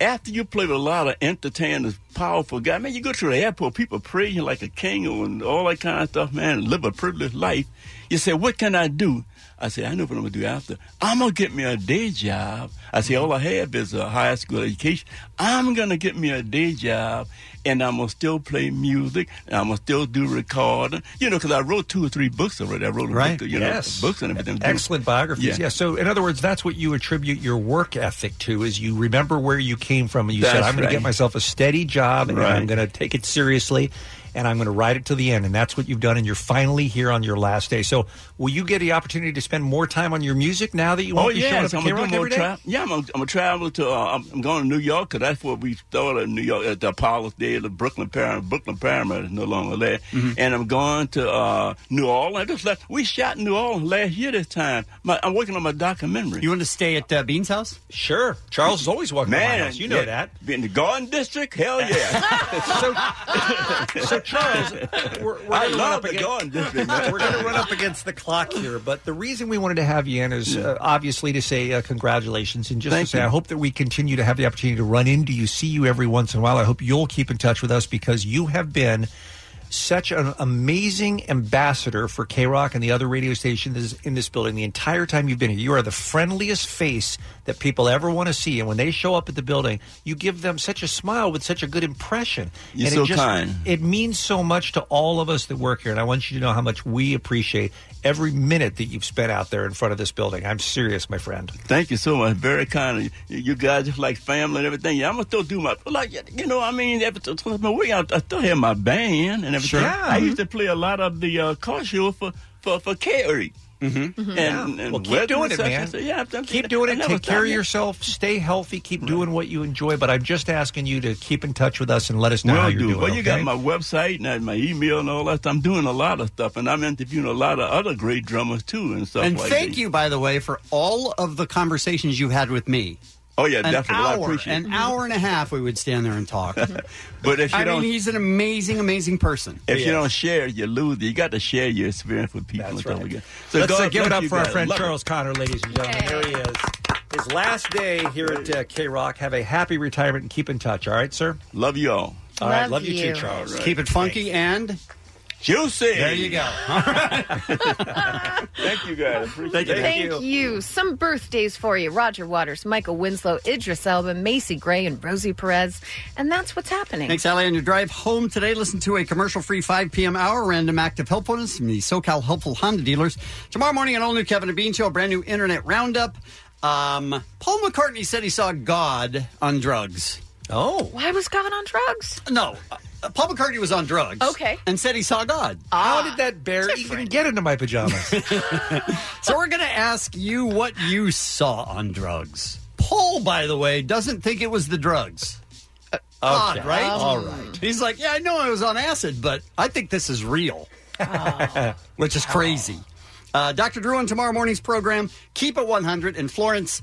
S15: after you play with a lot of entertainers, powerful guys, man, you go to the airport, people praise you like a king and all that kind of stuff, man, and live a privileged life. You say, what can I do? I say, I know what I'm going to do after. I'm going to get me a day job. I say, all I have is a high school education. I'm going to get me a day job, and I'm going to still play music, and I'm going to still do recording. You know, because I wrote two or three books already. I wrote a
S10: Right.
S15: book, you
S10: Yes.
S15: know, books and everything.
S10: Excellent biographies. Yeah.
S15: Yeah.
S10: So, in other words, that's what you attribute your work ethic to: is you remember where you came from, and you said,
S15: That's
S10: "I'm going to get
S15: right.
S10: myself a steady job, and
S15: Right.
S10: I'm going to take it seriously, and I'm going to ride it to the end." And that's what you've done, and you're finally here on your last day. So, will you get the opportunity to spend more time on your music now that you
S15: Oh
S10: won't be showing
S15: yeah,
S10: up
S15: so
S10: at
S15: I'm gonna
S10: K-Rock
S15: do more
S10: every day?
S15: tra- Yeah, I'm gonna, I'm gonna travel to. Uh, I'm, I'm going to New York because that's where we started in New York at the Apollo Theater, Brooklyn Paramount. Brooklyn Paramount is no longer there,
S10: Mm-hmm.
S15: and I'm going to uh, New Orleans. I just left. We shot in New Orleans last year this time. My, I'm working on my documentary. You
S11: want to stay at uh, Bean's house?
S10: Sure, Charles is always walking
S15: Man,
S10: around my house. You know
S15: yeah.
S10: that.
S15: in the Garden District. Hell Oh, yeah!
S10: so, so Charles, we're, we're
S15: I
S10: gonna run
S15: love
S10: up
S15: the
S10: against-
S15: Garden District. man.
S10: we're going to run up against the clock here, but the reason we wanted to have you in is uh, obviously to say uh, congratulations and just
S15: Thank
S10: to say
S15: you.
S10: I hope that we continue to have the opportunity to run into you, see you every once in a while. I hope you'll keep in touch with us because you have been such an amazing ambassador for K Rock and the other radio stations in this building the entire time you've been here. You are the friendliest face that people ever want to see, and when they show up at the building, you give them such a smile with such a good impression.
S15: You're
S10: and
S15: so
S10: it just,
S15: kind.
S10: It means so much to all of us that work here, and I want you to know how much we appreciate every minute that you've spent out there in front of this building. I'm serious, my friend.
S15: Thank you so much. Very kind of you. You guys just like family and everything. Yeah, I'm gonna still do my like you know. I mean, every t- t- my way, I, I still have my band and everything.
S10: Sure. Mm-hmm. Yeah.
S15: I used to play a lot of the uh, car show for for for Carrie. Mm-hmm. And,
S10: Yeah.
S15: and
S10: well, keep
S15: wedding
S10: doing it, man.
S15: receptions. Yeah, I'm- I'm-
S10: keep doing
S15: I
S10: it.
S15: never
S10: Take care
S15: stopped.
S10: of yourself. Stay healthy. Keep doing what you enjoy. But I'm just asking you to keep in touch with us and let us know
S15: Will
S10: how you're
S15: do.
S10: doing.
S15: Well, you got
S10: okay?
S15: my website and I- my email and all that. stuff. I'm doing a lot of stuff, and I'm interviewing a lot of other great drummers too and stuff.
S11: and
S15: like
S11: thank
S15: that.
S11: you, by the way, for all of the conversations you had with me.
S15: Oh yeah,
S11: an
S15: definitely.
S11: Hour,
S15: Well, I appreciate
S11: an
S15: it.
S11: hour and a half, we would stand there and talk.
S15: But if you
S11: I
S15: don't,
S11: mean, he's an amazing, amazing person.
S15: If you don't share, you lose. You got to share your experience with people. That's right.
S10: Let's uh, give it up for our friend Charles Connor, ladies and gentlemen. There he is. His last day here at uh, K Rock. Have a happy retirement and keep in touch. All right, sir.
S15: Love you all.
S10: All right,
S11: Love
S10: love you,
S11: you.
S10: too, Charles.
S11: Keep it funky and
S15: juicy.
S11: There you go.
S15: Thank you guys. Appreciate
S10: Thank you.
S15: it.
S10: Thank
S12: Thank you. Some birthdays for you Roger Waters, Michael Winslow, Idris Elba, Macy Gray, and Rosie Perez. And that's what's happening.
S11: Thanks, Allie. On your drive home today, listen to a commercial free 5 p.m. hour random act of helpfulness from the SoCal Helpful Honda dealers. Tomorrow morning, an all new Kevin and Bean show, a brand new internet roundup. Um, Paul McCartney said he saw God on drugs.
S10: Oh.
S12: Why was God on drugs?
S11: No. Uh, Paul McCartney was on drugs.
S12: Okay.
S11: And said he saw God.
S10: How did that bear even get into my pajamas?
S11: So we're going to ask you what you saw on drugs. Paul, by the way, doesn't think it was the drugs. Odd, right?
S10: Um. All right.
S11: He's like, yeah, I know I was on acid, but I think this is real, which is crazy. Uh, Dr. Drew on tomorrow morning's program, Keep It 100 in Florence